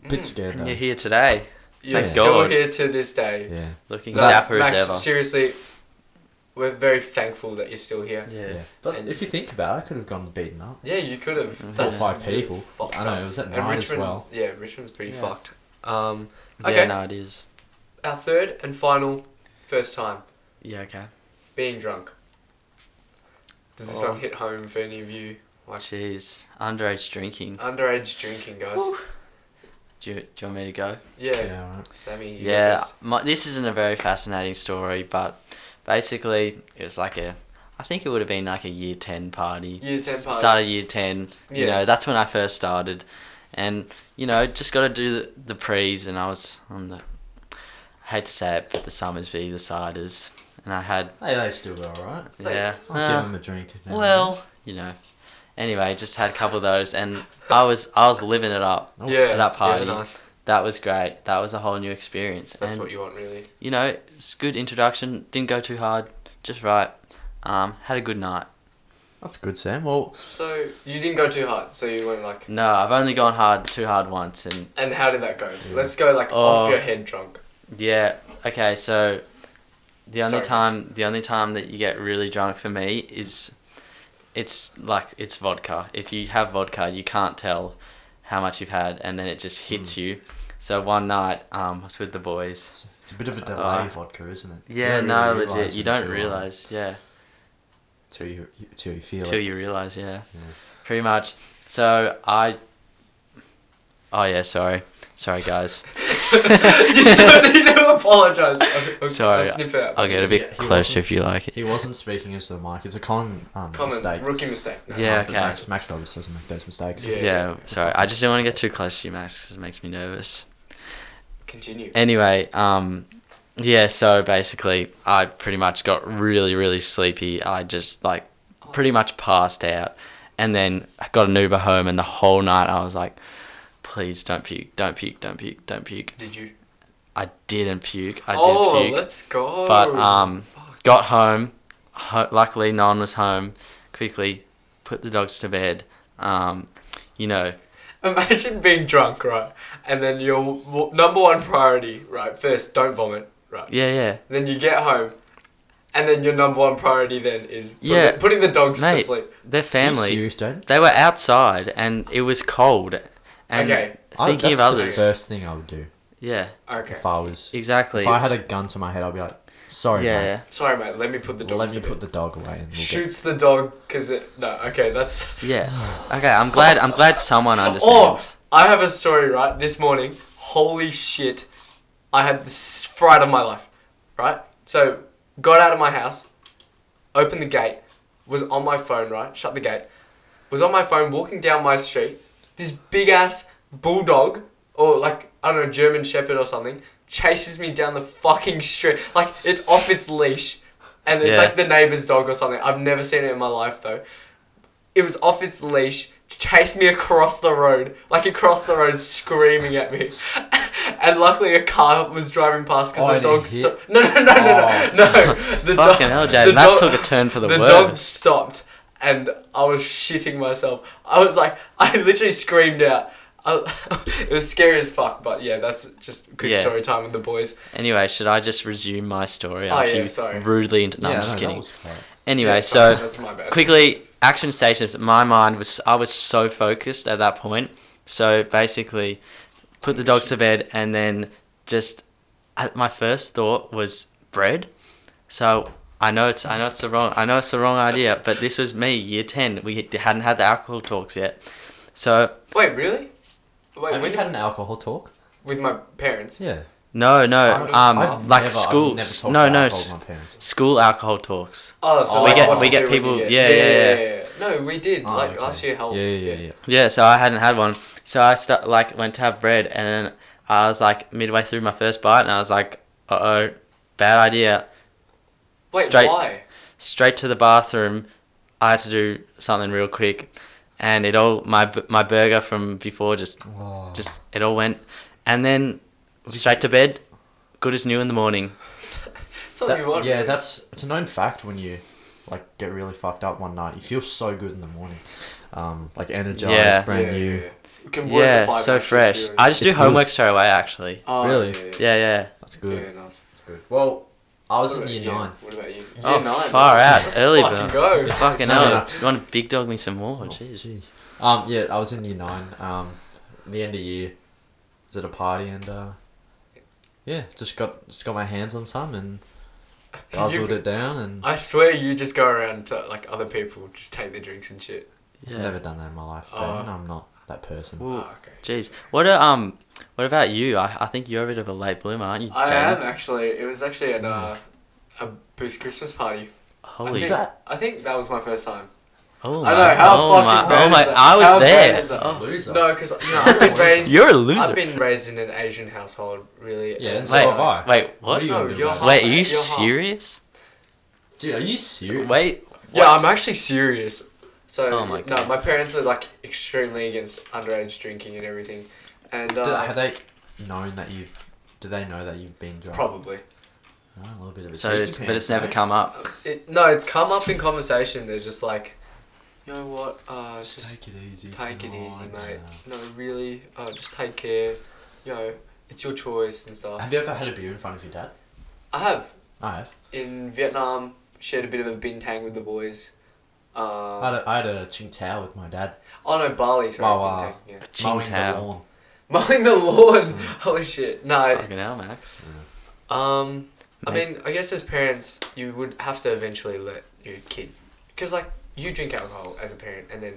Speaker 3: Mm,
Speaker 2: Bit scared
Speaker 1: and you're
Speaker 2: though.
Speaker 1: here today,
Speaker 3: You're
Speaker 2: Thank
Speaker 3: still
Speaker 1: God.
Speaker 3: here to this day.
Speaker 2: Yeah.
Speaker 1: looking
Speaker 3: But
Speaker 1: dapper
Speaker 3: Max,
Speaker 1: as ever.
Speaker 3: seriously, we're very thankful that you're still here.
Speaker 1: Yeah.
Speaker 2: Yeah. But
Speaker 3: And-
Speaker 2: if you think about it, I could have gone beaten up.
Speaker 3: Yeah, you could have.
Speaker 1: Mhm.
Speaker 2: Four or
Speaker 3: That's
Speaker 2: five
Speaker 3: really
Speaker 2: people.
Speaker 3: fucked
Speaker 2: I know,
Speaker 3: up.
Speaker 2: it was at
Speaker 3: And
Speaker 2: night as
Speaker 3: Richmond's,
Speaker 2: well.
Speaker 3: Yeah, Richmond's pretty
Speaker 2: Yeah.
Speaker 3: fucked. Um,
Speaker 1: Yeah,
Speaker 3: Okay.
Speaker 1: no, it is.
Speaker 3: our third and final first time
Speaker 1: Yeah, okay.
Speaker 3: being drunk. Does this
Speaker 1: Oh.
Speaker 3: one hit home for any of you? Like
Speaker 1: Jeez, underage drinking.
Speaker 3: underage drinking, guys.
Speaker 1: Do you, do you want me to go?
Speaker 3: yeah.
Speaker 2: Yeah, right.
Speaker 3: Sammy. you go
Speaker 1: Yeah,
Speaker 3: first.
Speaker 1: my, this isn't a very fascinating story, but basically it was like a, I think it would have been like a year ten party.
Speaker 3: Year 10
Speaker 1: S-
Speaker 3: party.
Speaker 1: Started year ten. You
Speaker 3: Yeah.
Speaker 1: know, that's when I first started, and you know, just got to do the, the prees, and I was on the, I hate to say it, but the Summersby, the ciders, and I had
Speaker 2: Hey, they still go alright.
Speaker 3: Like,
Speaker 1: yeah.
Speaker 2: I'll
Speaker 1: uh,
Speaker 2: give him a drink. now and um,
Speaker 1: well, you know. Anyway, just had a couple of those, and I was I was living it up.
Speaker 2: then. Oh,
Speaker 3: Yeah.
Speaker 1: that party.
Speaker 3: Yeah, nice.
Speaker 1: That was great. That was a whole new experience.
Speaker 3: That's
Speaker 1: and
Speaker 3: what you want, really.
Speaker 1: you know, it's good introduction. Didn't go too hard, just right. Um, had a good night.
Speaker 2: That's good, Sam. Well,
Speaker 3: So you didn't go too hard. So you went like.
Speaker 1: No, I've only gone hard too hard once, and
Speaker 3: And how did that go? Let's go like off
Speaker 1: Oh.
Speaker 3: your head drunk.
Speaker 1: yeah, okay. So the only
Speaker 3: Sorry,
Speaker 1: time the only time that you get really drunk for me is it's like it's vodka. If you have vodka, you can't tell how much you've had, and then it just hits you. So one night, um, I was with the boys.
Speaker 2: it's it's a bit of a delay
Speaker 1: Uh,
Speaker 2: vodka, isn't it? You
Speaker 1: Yeah,
Speaker 2: don't
Speaker 1: no,
Speaker 2: really realise
Speaker 1: legit. You
Speaker 2: until
Speaker 1: don't realize, yeah.
Speaker 2: Till you, you, till you feel
Speaker 1: Till
Speaker 2: it.
Speaker 1: you realise, yeah.
Speaker 2: Yeah.
Speaker 1: Pretty much. So I. Oh yeah, sorry, sorry guys.
Speaker 3: you don't need to apologize. I'll, I'll,
Speaker 1: Sorry,
Speaker 3: I'll snip it out.
Speaker 1: I'll get a bit
Speaker 2: Yeah, he
Speaker 1: closer if you like it.
Speaker 2: He wasn't speaking into the mic. It's a common, um,
Speaker 3: Common
Speaker 2: mistake.
Speaker 3: rookie mistake. No.
Speaker 1: Yeah,
Speaker 2: Um, but
Speaker 1: okay.
Speaker 2: Max, Max Roberts doesn't make those mistakes.
Speaker 3: Yeah.
Speaker 1: Yeah, sorry. I just didn't want to get too close to you, Max, 'cause it makes me nervous.
Speaker 3: Continue.
Speaker 1: Anyway, um, yeah. So basically, I pretty much got really, really sleepy. I just like pretty much passed out, and then I got an Uber home, and the whole night I was like, "Please don't puke, don't puke, don't puke, don't puke."
Speaker 3: Did you?
Speaker 1: I didn't puke. I
Speaker 3: oh,
Speaker 1: did puke.
Speaker 3: let's go.
Speaker 1: But
Speaker 2: Oh,
Speaker 1: um,
Speaker 3: Fuck.
Speaker 1: got home. Ho- luckily, no one was home. Quickly put the dogs to bed. Um, you know,
Speaker 3: imagine being drunk, right? And then your w- number one priority, right? First, don't vomit, right?
Speaker 1: yeah, yeah,
Speaker 3: Then you get home, and then your number one priority then is put-
Speaker 1: Yeah.
Speaker 3: putting the dogs to
Speaker 1: Mate.
Speaker 3: sleep.
Speaker 1: their
Speaker 2: Are you
Speaker 1: family.
Speaker 2: serious, Jaden?
Speaker 1: They were outside and it was cold. And
Speaker 3: Okay.
Speaker 2: I-
Speaker 1: thinking of
Speaker 2: that's the
Speaker 1: others.
Speaker 2: first thing I would do
Speaker 1: Yeah,
Speaker 3: Okay.
Speaker 2: if I was.
Speaker 1: exactly.
Speaker 2: If I had a gun to my head, I'd be like, sorry,
Speaker 1: yeah,
Speaker 2: mate.
Speaker 1: yeah.
Speaker 3: Sorry, mate. Let me put the dogs.
Speaker 2: Let me
Speaker 3: to
Speaker 2: put
Speaker 3: bed.
Speaker 2: the dog away and we'll get
Speaker 3: Shoots the dog because it. No. Okay, that's.
Speaker 1: yeah. Okay, I'm glad. I'm glad someone
Speaker 3: Oh,
Speaker 1: understands.
Speaker 3: I have a story, right? This morning, holy shit, I had the s- fright of my life, right? So, got out of my house, opened the gate, was on my phone, right? Shut the gate, was on my phone, walking down my street. This big ass bulldog, or like, I don't know, German Shepherd or something, chases me down the fucking street. Like, it's off its leash, and it's
Speaker 1: Yeah.
Speaker 3: like the neighbor's dog or something. I've never seen it in my life, though it was off its leash, chased me across the road, like across the road, screaming at me. and luckily, a car was driving past because
Speaker 2: Oh,
Speaker 3: the
Speaker 2: and it
Speaker 3: dog
Speaker 2: hit? Oh.
Speaker 3: stopped. No, no, no, no, no, no. The
Speaker 1: Fucking hell, Jaden, that
Speaker 3: dog-
Speaker 1: took a turn for the
Speaker 3: The
Speaker 1: worse.
Speaker 3: dog stopped, and I was shitting myself. I was like, I literally screamed out. I, it was scary as fuck, but yeah, that's just quick
Speaker 1: Yeah.
Speaker 3: story time with the boys.
Speaker 1: Anyway, should I just resume my story?
Speaker 3: Oh,
Speaker 1: after
Speaker 3: yeah,
Speaker 1: you
Speaker 3: sorry.
Speaker 1: Rudely. Inter- no,
Speaker 2: Yeah,
Speaker 1: I'm just
Speaker 2: no, that
Speaker 1: kidding.
Speaker 2: was fine.
Speaker 1: Anyway,
Speaker 3: Yeah,
Speaker 1: so
Speaker 3: that's my bad.
Speaker 1: quickly action stations my mind was i was so focused at that point so basically put the dogs to bed and then just I- my first thought was bread so i know it's i know it's the wrong i know it's the wrong idea but this was me year 10 we hadn't had the alcohol talks yet so
Speaker 3: Wait, really? Wait,
Speaker 2: Have
Speaker 3: when
Speaker 2: you had an alcohol talk?
Speaker 3: with my parents?
Speaker 2: Yeah.
Speaker 1: No,
Speaker 2: I
Speaker 1: no.
Speaker 2: don't-
Speaker 1: Um,
Speaker 2: I've
Speaker 1: like
Speaker 2: never- I've
Speaker 1: school.
Speaker 2: never
Speaker 1: s-
Speaker 2: talked
Speaker 1: No,
Speaker 2: about
Speaker 1: no.
Speaker 2: alcohol
Speaker 1: s-
Speaker 2: with my parents.
Speaker 1: School alcohol talks.
Speaker 3: Oh, so
Speaker 2: Oh,
Speaker 3: like
Speaker 2: we get-
Speaker 3: what
Speaker 1: we
Speaker 3: to
Speaker 1: get
Speaker 3: do when you
Speaker 1: people-
Speaker 3: get-
Speaker 1: yeah, yeah,
Speaker 3: No, we did.
Speaker 2: Oh,
Speaker 3: like
Speaker 2: okay.
Speaker 3: last year, hell.
Speaker 2: Yeah, yeah, yeah.
Speaker 1: Yeah, so I hadn't had one. So I st- like went to have bread, and then I was like midway through my first bite, and I was like, "Uh oh, bad idea."
Speaker 3: Wait,
Speaker 1: Straight-
Speaker 3: why?
Speaker 1: Straight to the bathroom. I had to do something real quick, and it all my b- my burger from before just
Speaker 2: Oh.
Speaker 1: just it all went, and then straight to bed. Good as new in the morning.
Speaker 3: That's what
Speaker 2: That-
Speaker 3: you want.
Speaker 2: yeah, that's it's a known fact when you like get really fucked up one night, you feel so good in the morning, um, like energized,
Speaker 1: Yeah.
Speaker 2: brand
Speaker 3: yeah,
Speaker 2: new.
Speaker 3: Yeah, yeah. We can work the
Speaker 1: Yeah,
Speaker 3: five
Speaker 1: so
Speaker 3: hours
Speaker 1: fresh.
Speaker 3: doing-
Speaker 1: I just do
Speaker 2: It's good.
Speaker 1: homework straight away, actually.
Speaker 3: Oh,
Speaker 2: Really?
Speaker 3: Yeah.
Speaker 1: Yeah, yeah.
Speaker 2: That's
Speaker 3: yeah.
Speaker 2: good.
Speaker 3: Yeah, nice.
Speaker 2: That's good. Well, I was
Speaker 3: What
Speaker 2: in
Speaker 3: about
Speaker 2: year
Speaker 3: you?
Speaker 2: nine.
Speaker 3: What about you? Year
Speaker 1: Oh,
Speaker 3: nine.
Speaker 1: far out,
Speaker 3: Let's
Speaker 1: early,
Speaker 3: fucking
Speaker 1: bro.
Speaker 3: go.
Speaker 1: Fucking
Speaker 2: No,
Speaker 1: hell.
Speaker 2: no.
Speaker 1: You want to big dog me some more? Oh, Jeez.
Speaker 2: Oh, gee. Um, yeah, I was in year nine. Um, at the end of year, was at a party and uh, yeah, just got just got my hands on some and guzzled it down and
Speaker 3: I swear you just go around to like other people, just take their drinks and shit.
Speaker 1: Yeah.
Speaker 2: never done that in my life.
Speaker 3: Oh.
Speaker 2: Damon. I'm not that person.
Speaker 1: Ooh.
Speaker 3: Oh, okay.
Speaker 1: Jeez, what a, um, what about you? I, I think you're a bit of a late bloomer, aren't you?
Speaker 3: I am
Speaker 1: Jaden?
Speaker 3: actually. It was actually at uh, a Boost Christmas party. I
Speaker 1: Holy,
Speaker 3: think,
Speaker 2: Is that-
Speaker 3: I think that was my first time.
Speaker 1: oh my,
Speaker 3: I know, how
Speaker 1: oh my,
Speaker 3: fucking bad
Speaker 1: oh
Speaker 3: is
Speaker 1: my,
Speaker 3: that?
Speaker 1: I was
Speaker 3: How bad
Speaker 1: there.
Speaker 3: is that?
Speaker 1: Oh.
Speaker 2: Loser.
Speaker 3: No, because you know, I've been raised.
Speaker 1: You're a loser.
Speaker 3: I've been raised in an Asian household, really.
Speaker 2: Yeah, and
Speaker 3: and
Speaker 2: so
Speaker 1: Wait,
Speaker 2: have I.
Speaker 1: Wait, what?
Speaker 2: What are you
Speaker 3: No,
Speaker 2: gonna do?
Speaker 3: you're
Speaker 2: about it?
Speaker 3: half-
Speaker 1: Wait, are you
Speaker 3: You're half.
Speaker 1: serious?
Speaker 2: Dude, are you serious?
Speaker 1: Wait,
Speaker 3: Yeah,
Speaker 1: what?
Speaker 3: I'm actually serious. So
Speaker 1: Oh my
Speaker 3: no,
Speaker 1: God.
Speaker 3: my parents are like extremely against underage drinking and everything, and
Speaker 2: Did-
Speaker 3: uh,
Speaker 2: have they known that you've? Do they know that you've been drunk?
Speaker 3: probably.
Speaker 2: Oh, a little bit of a
Speaker 1: So
Speaker 2: cheeky
Speaker 1: it's, but
Speaker 2: pants,
Speaker 1: it's never
Speaker 2: eh?
Speaker 1: come up.
Speaker 3: It, no, it's come up in conversation. They're just like, you know what? Uh,
Speaker 2: Just
Speaker 3: just
Speaker 2: take it easy.
Speaker 3: Take it easy,
Speaker 2: tonight,
Speaker 3: mate.
Speaker 2: uh,
Speaker 3: No, really. Uh, just take care. You know, it's your choice and stuff.
Speaker 2: Have you ever had a beer in front of your dad?
Speaker 3: I have
Speaker 2: I have.
Speaker 3: in Vietnam shared a bit of a bintang with the boys.
Speaker 2: I had
Speaker 3: Uh,
Speaker 2: a, I had a ching tao with my dad.
Speaker 3: oh no, Bali. Sorry,
Speaker 2: Wow, wow.
Speaker 3: bintang, yeah.
Speaker 1: Ching
Speaker 2: mowing
Speaker 1: Tao.
Speaker 2: the lawn.
Speaker 3: Mowing the lawn.
Speaker 1: Mm.
Speaker 3: Holy shit. No.
Speaker 1: Fucking hell, Max.
Speaker 3: Um,
Speaker 1: Mate.
Speaker 3: I mean, I guess as parents, you would have to eventually let your kid, because like you drink alcohol as a parent, and then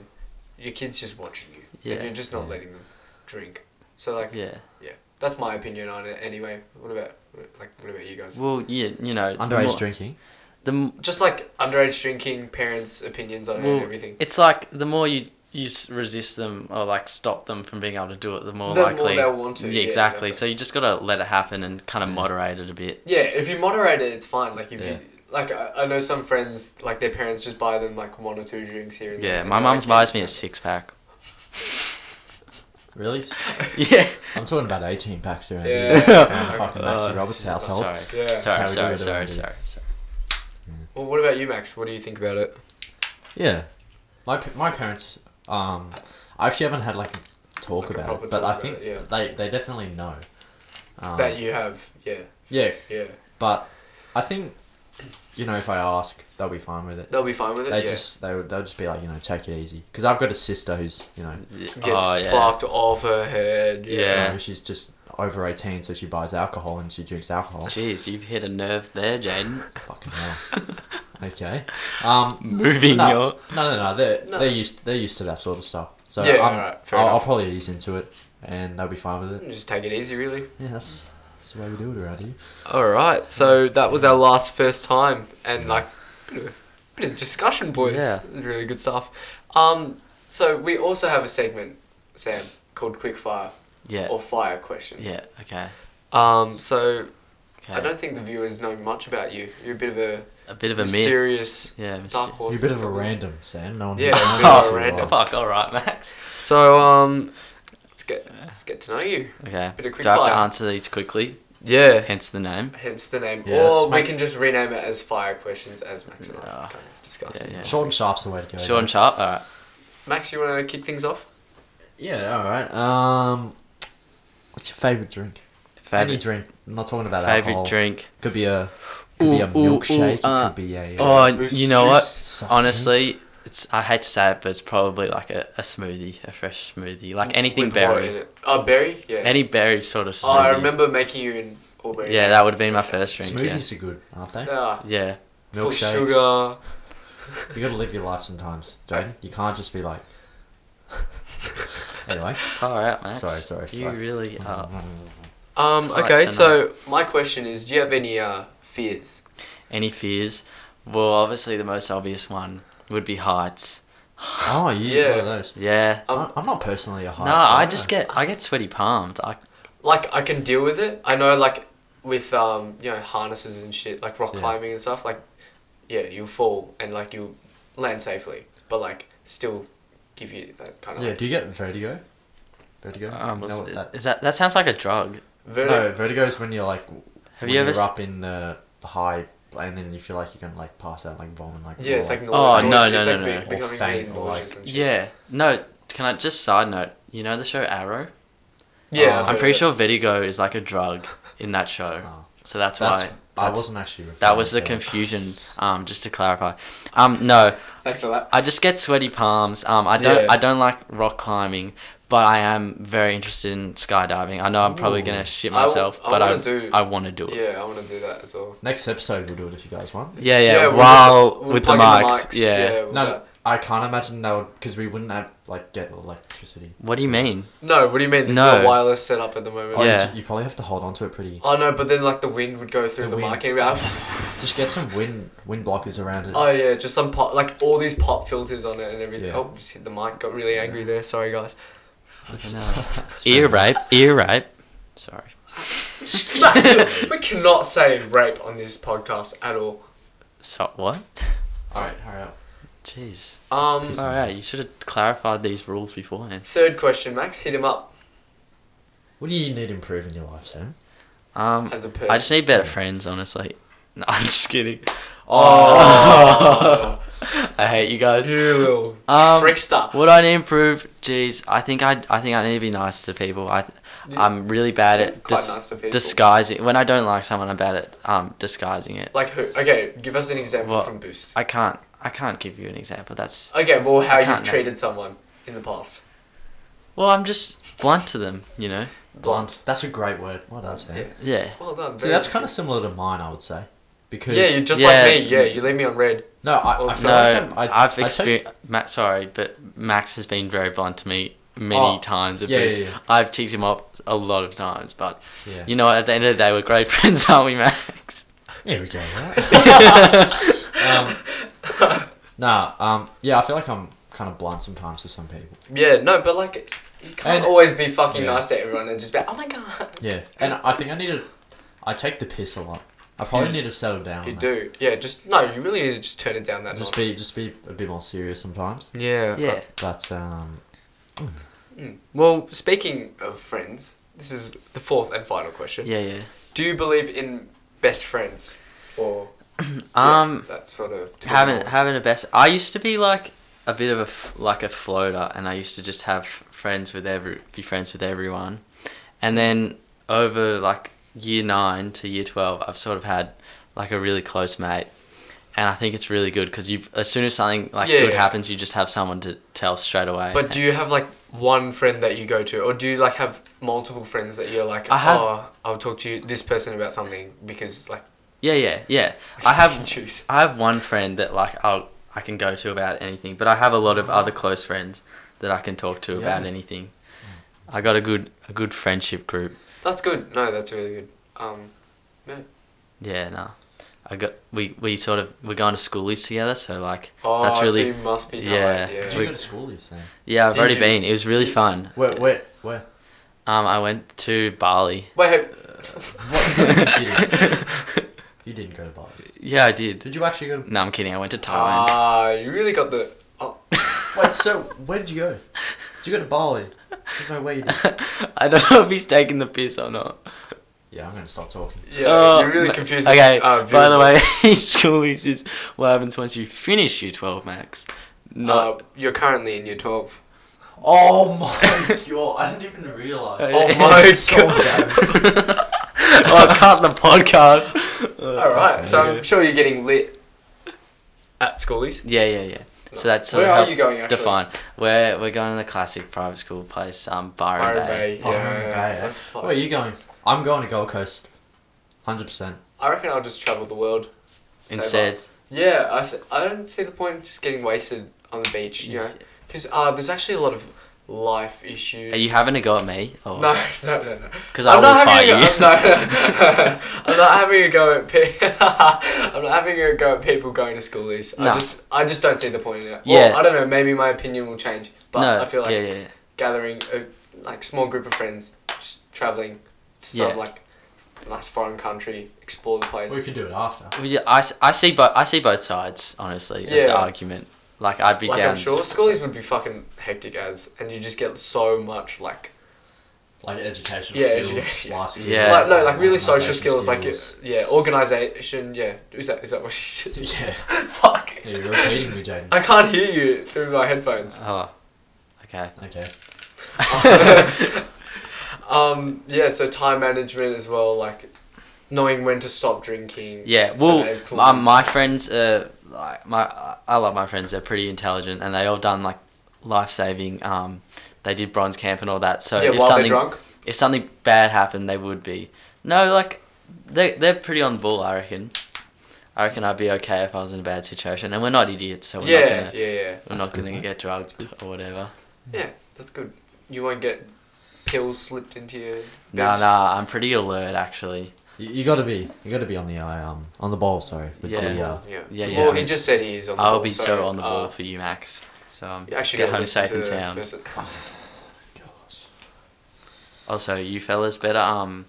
Speaker 3: your kid's just watching you.
Speaker 1: Yeah.
Speaker 3: And you're just not
Speaker 2: Yeah.
Speaker 3: letting them drink. So like,
Speaker 1: Yeah.
Speaker 3: That's my opinion on it. Anyway, what about like what about you guys?
Speaker 1: Well, yeah, you know, the
Speaker 2: Underage
Speaker 1: more-
Speaker 2: drinking.
Speaker 1: The m-
Speaker 3: Just like underage drinking, parents' opinions on it
Speaker 1: Well,
Speaker 3: and everything.
Speaker 1: it's like the more you you s- resist them or like stop them from being able to do it, the more
Speaker 3: The more
Speaker 1: likely
Speaker 3: they'll want to,
Speaker 1: Yeah,
Speaker 3: yeah,
Speaker 1: exactly.
Speaker 3: exactly.
Speaker 1: So you just gotta let it happen and kind of moderate it a bit.
Speaker 3: Yeah, if you moderate it, it's fine. Like if
Speaker 2: Yeah.
Speaker 3: you like, I, I know some friends like their parents just buy them like one or two drinks here. And there,
Speaker 1: Yeah,
Speaker 3: and
Speaker 1: my
Speaker 3: they're
Speaker 1: mum's
Speaker 3: like,
Speaker 1: buys me a six pack.
Speaker 2: Really?
Speaker 1: yeah.
Speaker 2: I'm talking about 18 packs around
Speaker 3: Yeah.
Speaker 2: here. around fucking Maxie
Speaker 1: Uh,
Speaker 2: Oh, Roberts' household.
Speaker 1: Sorry.
Speaker 3: Yeah.
Speaker 1: Sorry,
Speaker 2: how we do
Speaker 1: sorry,
Speaker 2: it
Speaker 1: sorry,
Speaker 2: around here.
Speaker 1: sorry, sorry.
Speaker 3: Well, what about you, Max? What do you think about it?
Speaker 2: Yeah. My, pa- my parents, um, I actually haven't had like a talk
Speaker 3: Like a
Speaker 2: about
Speaker 3: proper
Speaker 2: it, but
Speaker 3: talk
Speaker 2: I
Speaker 3: about
Speaker 2: think
Speaker 3: it, yeah.
Speaker 2: they, they definitely know. Um,
Speaker 3: that you have, yeah,
Speaker 2: yeah,
Speaker 3: yeah,
Speaker 2: but I think, you know, if I ask, they'll be fine with it.
Speaker 3: they'll be fine with it.
Speaker 2: They
Speaker 3: yeah.
Speaker 2: just they would they'll just be like you know take it easy because I've got a sister who's you know
Speaker 3: gets
Speaker 1: oh yeah.
Speaker 3: fucked off her head.
Speaker 2: you
Speaker 1: Yeah.
Speaker 2: know, she's just over eighteen so she buys alcohol and she drinks alcohol.
Speaker 1: Jeez, you've hit a nerve there, Jaden.
Speaker 2: Fucking hell. Okay. Um,
Speaker 1: Moving
Speaker 2: no,
Speaker 1: your
Speaker 2: no, no, no. They're
Speaker 3: No.
Speaker 2: they're used they're used to that sort of stuff. So
Speaker 3: Yeah,
Speaker 2: um,
Speaker 3: alright, fair
Speaker 2: I'll, I'll
Speaker 3: enough.
Speaker 2: probably ease into it and they'll be fine with it.
Speaker 3: Just take it easy,
Speaker 1: Mm.
Speaker 3: really.
Speaker 2: Yeah, that's that's the way we do it around here.
Speaker 3: All right, so that was our last first time, and like bit of, bit of discussion, boys.
Speaker 1: Yeah.
Speaker 3: This is really good stuff. Um, so we also have a segment, Sam, called Quick Fire
Speaker 1: yeah
Speaker 3: or Fire Questions.
Speaker 1: yeah okay
Speaker 3: Um, so
Speaker 1: okay
Speaker 3: I don't think the viewers know much about you. You're a bit of a,
Speaker 1: a bit of a myth.
Speaker 3: mysterious
Speaker 1: Yeah.
Speaker 3: dark
Speaker 1: Myster-
Speaker 3: horse.
Speaker 2: You're a bit
Speaker 3: that's
Speaker 2: of a
Speaker 3: got-
Speaker 2: random, Sam. No one.
Speaker 3: Yeah,
Speaker 2: no one
Speaker 3: bit of
Speaker 2: knows
Speaker 3: a
Speaker 2: who you
Speaker 3: random.
Speaker 2: are.
Speaker 1: Fuck. All right, Max.
Speaker 3: So um, let's get let's get to know you.
Speaker 1: Okay.
Speaker 3: Bit of quick
Speaker 1: Do I have to
Speaker 3: fire.
Speaker 1: answer these quickly?
Speaker 3: Yeah.
Speaker 1: Hence the name.
Speaker 3: Hence the name,
Speaker 2: Yeah,
Speaker 3: or
Speaker 2: that's
Speaker 3: we
Speaker 2: fine.
Speaker 3: can just rename it as Fire Questions, as Max and I
Speaker 1: Yeah.
Speaker 3: kind of discussed.
Speaker 1: Yeah, yeah.
Speaker 2: Short and sharp's the way to go.
Speaker 1: Short and sharp. All right.
Speaker 3: Max, you want to kick things off?
Speaker 2: Yeah. All right. Um, what's your favorite drink? Any
Speaker 1: Favorite
Speaker 2: drink. I'm not talking about
Speaker 1: favorite
Speaker 2: alcohol.
Speaker 1: drink.
Speaker 2: Could be a could be a
Speaker 1: Ooh, ooh, ooh,
Speaker 2: milkshake.
Speaker 1: uh,
Speaker 2: it could be a.
Speaker 1: Oh,
Speaker 3: Boost
Speaker 1: you know what?
Speaker 3: juice.
Speaker 2: soft
Speaker 1: Honestly, it's I hate to say it, but it's probably like a, a smoothie, a fresh smoothie, like anything
Speaker 3: With what in
Speaker 1: berry,
Speaker 3: it? Oh, berry? Yeah.
Speaker 1: any berry sort of
Speaker 3: oh, I
Speaker 1: smoothie.
Speaker 3: remember making you in all berry.
Speaker 1: yeah, that would have been my first
Speaker 2: drink.
Speaker 1: drink.
Speaker 2: Smoothies are good, aren't they?
Speaker 3: Ah,
Speaker 1: Yeah.
Speaker 3: full
Speaker 2: Milkshakes.
Speaker 3: sugar. Um,
Speaker 2: You gotta live your life sometimes, Jaden. You can't just be like. anyway,
Speaker 1: yeah. All right, Max.
Speaker 2: Sorry, Mm-hmm. sorry,
Speaker 1: You
Speaker 2: sorry.
Speaker 1: Uh, really are.
Speaker 3: Um,
Speaker 1: Tight
Speaker 3: okay,
Speaker 1: tonight.
Speaker 3: so my question is, do you have any uh, fears?
Speaker 1: Any fears? Well, obviously the most obvious one would be heights.
Speaker 2: Oh, you yeah.
Speaker 3: Yeah.
Speaker 2: one of those.
Speaker 1: Yeah.
Speaker 3: Um,
Speaker 2: I- I'm not personally a high.
Speaker 1: No, I just get I get sweaty palms. I
Speaker 3: Like, I can deal with it. I know, like, with um, you know, harnesses and shit, like rock
Speaker 2: Yeah.
Speaker 3: climbing and stuff. Like, yeah, you fall and like you land safely, but like still give you that kind of
Speaker 2: Yeah,
Speaker 3: like,
Speaker 2: do you get vertigo? Vertigo?
Speaker 1: um,
Speaker 2: You know what that-
Speaker 1: is that that sounds like a drug.
Speaker 3: vertigo.
Speaker 2: No, vertigo is when you're like.
Speaker 1: Have
Speaker 2: when
Speaker 1: you ever?
Speaker 2: You're
Speaker 1: s-
Speaker 2: up in the high, and then you feel like you're gonna like pass out, like vomit, like.
Speaker 3: Yeah, it's like
Speaker 2: roll.
Speaker 1: Oh, no,
Speaker 3: it's
Speaker 1: no,
Speaker 3: like
Speaker 1: no,
Speaker 3: be-
Speaker 1: no.
Speaker 2: Or
Speaker 3: becoming
Speaker 2: faint
Speaker 3: really
Speaker 2: or, like-
Speaker 3: nauseous and shit.
Speaker 1: Yeah. No. Can I just side note? You know the show Arrow.
Speaker 3: yeah. I've
Speaker 2: Oh.
Speaker 1: I'm
Speaker 3: heard
Speaker 1: pretty
Speaker 3: of
Speaker 1: sure Vertigo is like a drug in that show.
Speaker 2: Oh.
Speaker 1: So that's,
Speaker 2: That's,
Speaker 1: why
Speaker 2: I
Speaker 1: that's-
Speaker 2: wasn't actually.
Speaker 1: that
Speaker 2: referring
Speaker 1: was the
Speaker 2: to-
Speaker 1: confusion. Um, just to clarify. Um, no,
Speaker 3: it. Thanks for that.
Speaker 1: I just get sweaty palms. Um, I don't
Speaker 3: Yeah.
Speaker 1: I don't like rock climbing, but I am very interested in skydiving. I know I'm probably
Speaker 2: Ooh.
Speaker 1: gonna shit
Speaker 3: I w-
Speaker 1: myself,
Speaker 3: I
Speaker 1: but I
Speaker 3: wanna do-
Speaker 1: I want to do it.
Speaker 3: Yeah, I want to do that as well.
Speaker 2: Next episode, we'll do it if you guys want.
Speaker 1: Yeah, yeah.
Speaker 3: we'll
Speaker 1: while
Speaker 3: just- we'll
Speaker 1: with the
Speaker 3: plug in
Speaker 1: mics, yeah.
Speaker 3: we'll
Speaker 2: No,
Speaker 3: do that.
Speaker 2: I can't imagine that would because we wouldn't have like get electricity.
Speaker 1: What do you mean?
Speaker 3: No, what do you mean? This is a
Speaker 1: No.
Speaker 3: wireless setup at the moment.
Speaker 2: Oh, you
Speaker 1: Yeah.
Speaker 2: ju- you, probably have to hold on to it pretty.
Speaker 3: Oh no, but then like the wind would go through
Speaker 2: The
Speaker 3: the,
Speaker 2: wind.
Speaker 3: mic and it'd be like,
Speaker 2: Just get some wind wind blockers around it.
Speaker 3: Oh yeah, just some pop, like all these pop filters on it and everything.
Speaker 2: Yeah.
Speaker 3: Oh, just hit the mic. Got really angry there. Sorry guys.
Speaker 1: Fucking hell. ear rape, ear rape. Sorry.
Speaker 3: we cannot say rape on this podcast at all.
Speaker 1: So what?
Speaker 2: All right, hurry up.
Speaker 1: Jeez.
Speaker 3: Um,
Speaker 1: All right, you should have clarified these rules beforehand.
Speaker 3: third question, Max. Hit him up
Speaker 2: What do you need to improve in your life, Sam?
Speaker 1: Um,
Speaker 3: as a person.
Speaker 1: I just need better friends, honestly. No, I'm just kidding.
Speaker 3: Oh,
Speaker 1: I hate you guys.
Speaker 3: you little
Speaker 1: Oh. Um,
Speaker 3: trickster.
Speaker 1: What I need to improve, jeez, I think I, I think I need to be nice to people. I,
Speaker 3: Yeah.
Speaker 1: I'm really bad at
Speaker 3: Quite
Speaker 1: dis-
Speaker 3: nice to people.
Speaker 1: disguising. When I don't like someone, I'm bad at um disguising it.
Speaker 3: Like who? Okay, give us an example
Speaker 1: What?
Speaker 3: from Boost.
Speaker 1: I can't, I can't give you an example. That's
Speaker 3: Okay, well, how
Speaker 1: I
Speaker 3: you've
Speaker 1: can't know.
Speaker 3: treated someone in the past.
Speaker 1: well, I'm just blunt to them, you know.
Speaker 2: Blunt. That's a great word. Well done, Sam.
Speaker 3: Yeah.
Speaker 1: Yeah,
Speaker 3: Well done.
Speaker 2: See, that's kind of similar to mine, I would say, because
Speaker 3: Yeah, you're just
Speaker 1: Yeah.
Speaker 3: like me. Yeah, you leave me on red.
Speaker 2: no, I,
Speaker 3: Well
Speaker 2: I
Speaker 1: no,
Speaker 2: feel like I'm- I,
Speaker 1: I've
Speaker 2: I take-
Speaker 1: experienced. Ma- sorry, but Max has been very blunt to me many
Speaker 2: Oh,
Speaker 1: times. at
Speaker 2: yeah, yeah,
Speaker 1: least.
Speaker 2: yeah.
Speaker 1: I've cheeked him up a lot of times, but
Speaker 2: Yeah.
Speaker 1: you know, what, at the end of the day, we're great friends, aren't we, Max?
Speaker 2: There we go. Right? um, nah, um, yeah, I feel like I'm kind of blunt sometimes to some people.
Speaker 3: Yeah, no, but like, you can't
Speaker 2: And-
Speaker 3: always be fucking
Speaker 2: Yeah.
Speaker 3: nice to everyone and just be like, oh my god.
Speaker 2: Yeah, and I think I need to. I take the piss a lot. I probably need to settle down.
Speaker 3: You
Speaker 2: on that.
Speaker 3: do. Yeah, just, no, you really need to just turn it down that
Speaker 2: Just
Speaker 3: notch.
Speaker 2: be, just be a bit more serious sometimes.
Speaker 3: Yeah.
Speaker 1: Yeah.
Speaker 2: But um,
Speaker 3: Hmm. Well, speaking of friends, this is the fourth and final question.
Speaker 1: Yeah, yeah.
Speaker 3: Do you believe in best friends or yeah,
Speaker 1: Um,
Speaker 3: that sort of
Speaker 1: having
Speaker 3: terminology?
Speaker 1: having a best. I used to be like a bit of a f- like a floater, and I used to just have friends with every be friends with everyone, and then over like year nine to year twelve, I've sort of had like a really close mate, and I think it's really good because you as soon as something like
Speaker 3: Yeah,
Speaker 1: good
Speaker 3: yeah.
Speaker 1: happens, you just have someone to tell straight away.
Speaker 3: But do you have like one friend that you go to, or do you like have multiple friends that you're like,
Speaker 1: I have-
Speaker 3: oh, I'll talk to you, this person about something because like
Speaker 1: yeah, yeah, yeah. I have
Speaker 3: can choose.
Speaker 1: I have one friend that like I'll I can go to about anything, but I have a lot of other close friends that I can talk to about
Speaker 2: Yeah.
Speaker 1: anything. I got a good a good friendship group.
Speaker 3: That's good. No, that's really good. Um, yeah.
Speaker 1: Yeah, no. I got we we sort of we're going to schoolies together, so like
Speaker 3: Oh,
Speaker 1: that's
Speaker 3: so
Speaker 1: really
Speaker 3: you must be
Speaker 1: yeah.
Speaker 3: tired. Yeah.
Speaker 2: did you go to school these days?
Speaker 1: yeah. I've
Speaker 3: Did
Speaker 1: already
Speaker 3: you-
Speaker 1: been. It was really fun.
Speaker 2: Where, where, where?
Speaker 1: Um, I went to Bali.
Speaker 3: Wait, hey,
Speaker 2: What? you, didn't, you didn't go to Bali.
Speaker 1: Yeah, I did.
Speaker 2: Did you actually go to?
Speaker 1: No, I'm kidding. I went to Thailand.
Speaker 3: ah, you really got the. Oh,
Speaker 2: Wait, so where did you go? Did you go to Bali? There's no way you did.
Speaker 1: I don't know if he's taking the piss or not.
Speaker 2: Yeah, I'm gonna stop talking.
Speaker 3: yeah,
Speaker 1: Oh,
Speaker 3: you're really
Speaker 1: ma-
Speaker 3: confused.
Speaker 1: Okay,
Speaker 3: uh,
Speaker 1: by the
Speaker 3: viewers.
Speaker 1: way, schoolies is what happens once you finish year twelve, Max. Not
Speaker 3: uh, you're currently in year twelve.
Speaker 2: Oh my god! I didn't even realize.
Speaker 3: Oh
Speaker 1: Yeah.
Speaker 3: my
Speaker 2: so
Speaker 3: god!
Speaker 2: bad.
Speaker 1: oh, cut the podcast.
Speaker 3: All right, so
Speaker 1: Uh, Okay.
Speaker 3: I'm sure you're getting lit at schoolies.
Speaker 1: Yeah, yeah, yeah. So that's sort
Speaker 3: where
Speaker 1: of
Speaker 3: are
Speaker 1: how-
Speaker 3: you going actually?
Speaker 1: Define. We're we're going to the classic private school place, um, Byron, Bay.
Speaker 3: Byron Bay.
Speaker 2: Byron
Speaker 3: yeah,
Speaker 2: Bay, eh?
Speaker 3: that's fine.
Speaker 2: Where are you going? I'm going to Gold Coast. Hundred percent.
Speaker 3: I reckon I'll just travel the world. Save
Speaker 1: Instead,
Speaker 3: up. Yeah, I, th- I don't see the point in just getting wasted on the beach, you know? Because uh, there's actually a lot of life issues.
Speaker 1: Are you having a go at me? Or...
Speaker 3: No, no, no, no.
Speaker 1: Because I will fight
Speaker 3: having a
Speaker 1: you.
Speaker 3: go. I'm, no, I'm not having a go at pe- I'm not having a go at people going to school. These I
Speaker 1: No.
Speaker 3: just I just don't see the point in it.
Speaker 1: Yeah.
Speaker 3: Well, I don't know. Maybe my opinion will change, but
Speaker 1: no,
Speaker 3: I feel like
Speaker 1: yeah, yeah, yeah.
Speaker 3: gathering a like small group of friends, just traveling to some
Speaker 1: Yeah.
Speaker 3: like nice foreign country, explore the place.
Speaker 2: We could do it after.
Speaker 1: Well, yeah, I, s- I see both. I see both sides, honestly, of
Speaker 3: Yeah.
Speaker 1: the argument. Like I'd be
Speaker 3: like
Speaker 1: down.
Speaker 3: I'm sure schoolies would be fucking hectic as, and you just get so much like
Speaker 2: Like educational
Speaker 3: Yeah,
Speaker 2: skills,
Speaker 3: educa- yeah.
Speaker 2: life skills.
Speaker 1: Yeah.
Speaker 3: like, no like really social
Speaker 2: organisation
Speaker 3: skills, like yeah organization yeah is that is that what she
Speaker 2: yeah.
Speaker 3: fuck
Speaker 2: yeah, you're repeating me, Jaden.
Speaker 3: I can't hear you through my headphones.
Speaker 1: Oh, okay.
Speaker 2: Okay.
Speaker 3: um, yeah, so time management as well, like knowing when to stop drinking.
Speaker 1: Yeah,
Speaker 3: So
Speaker 1: well,
Speaker 3: that it
Speaker 1: my,
Speaker 3: fully-
Speaker 1: my friends are like my. I love my friends. They're pretty intelligent, and they all done like life saving. Um, they did bronze camp and all that. So
Speaker 3: yeah,
Speaker 1: if
Speaker 3: while they're
Speaker 1: something
Speaker 3: drunk.
Speaker 1: if something bad happened, they would be. No, like they they're pretty on the ball. I reckon. I reckon I'd be okay if I was in a bad situation, and we're not idiots, so we're
Speaker 3: Yeah,
Speaker 1: not gonna
Speaker 3: yeah, yeah.
Speaker 1: we're
Speaker 2: That's
Speaker 1: not
Speaker 2: good,
Speaker 1: gonna
Speaker 2: mate.
Speaker 1: get drugged or whatever.
Speaker 3: Yeah, that's good. You won't get pills slipped into your.
Speaker 1: No, no, I'm pretty alert actually.
Speaker 2: You, you gotta be, you gotta be on the eye, um, on the ball. Sorry, with
Speaker 1: Yeah.
Speaker 2: the uh,
Speaker 3: Yeah.
Speaker 1: Yeah, yeah.
Speaker 3: Well, he just said he is on the
Speaker 1: I'll
Speaker 3: ball,
Speaker 1: be so,
Speaker 3: so
Speaker 1: on the
Speaker 3: uh,
Speaker 1: ball for you, Max. So um,
Speaker 3: You actually
Speaker 1: get
Speaker 3: gotta
Speaker 1: home
Speaker 3: listen
Speaker 1: safe
Speaker 3: to
Speaker 1: and
Speaker 3: the
Speaker 1: sound.
Speaker 3: person.
Speaker 2: gosh.
Speaker 1: Also, you fellas better um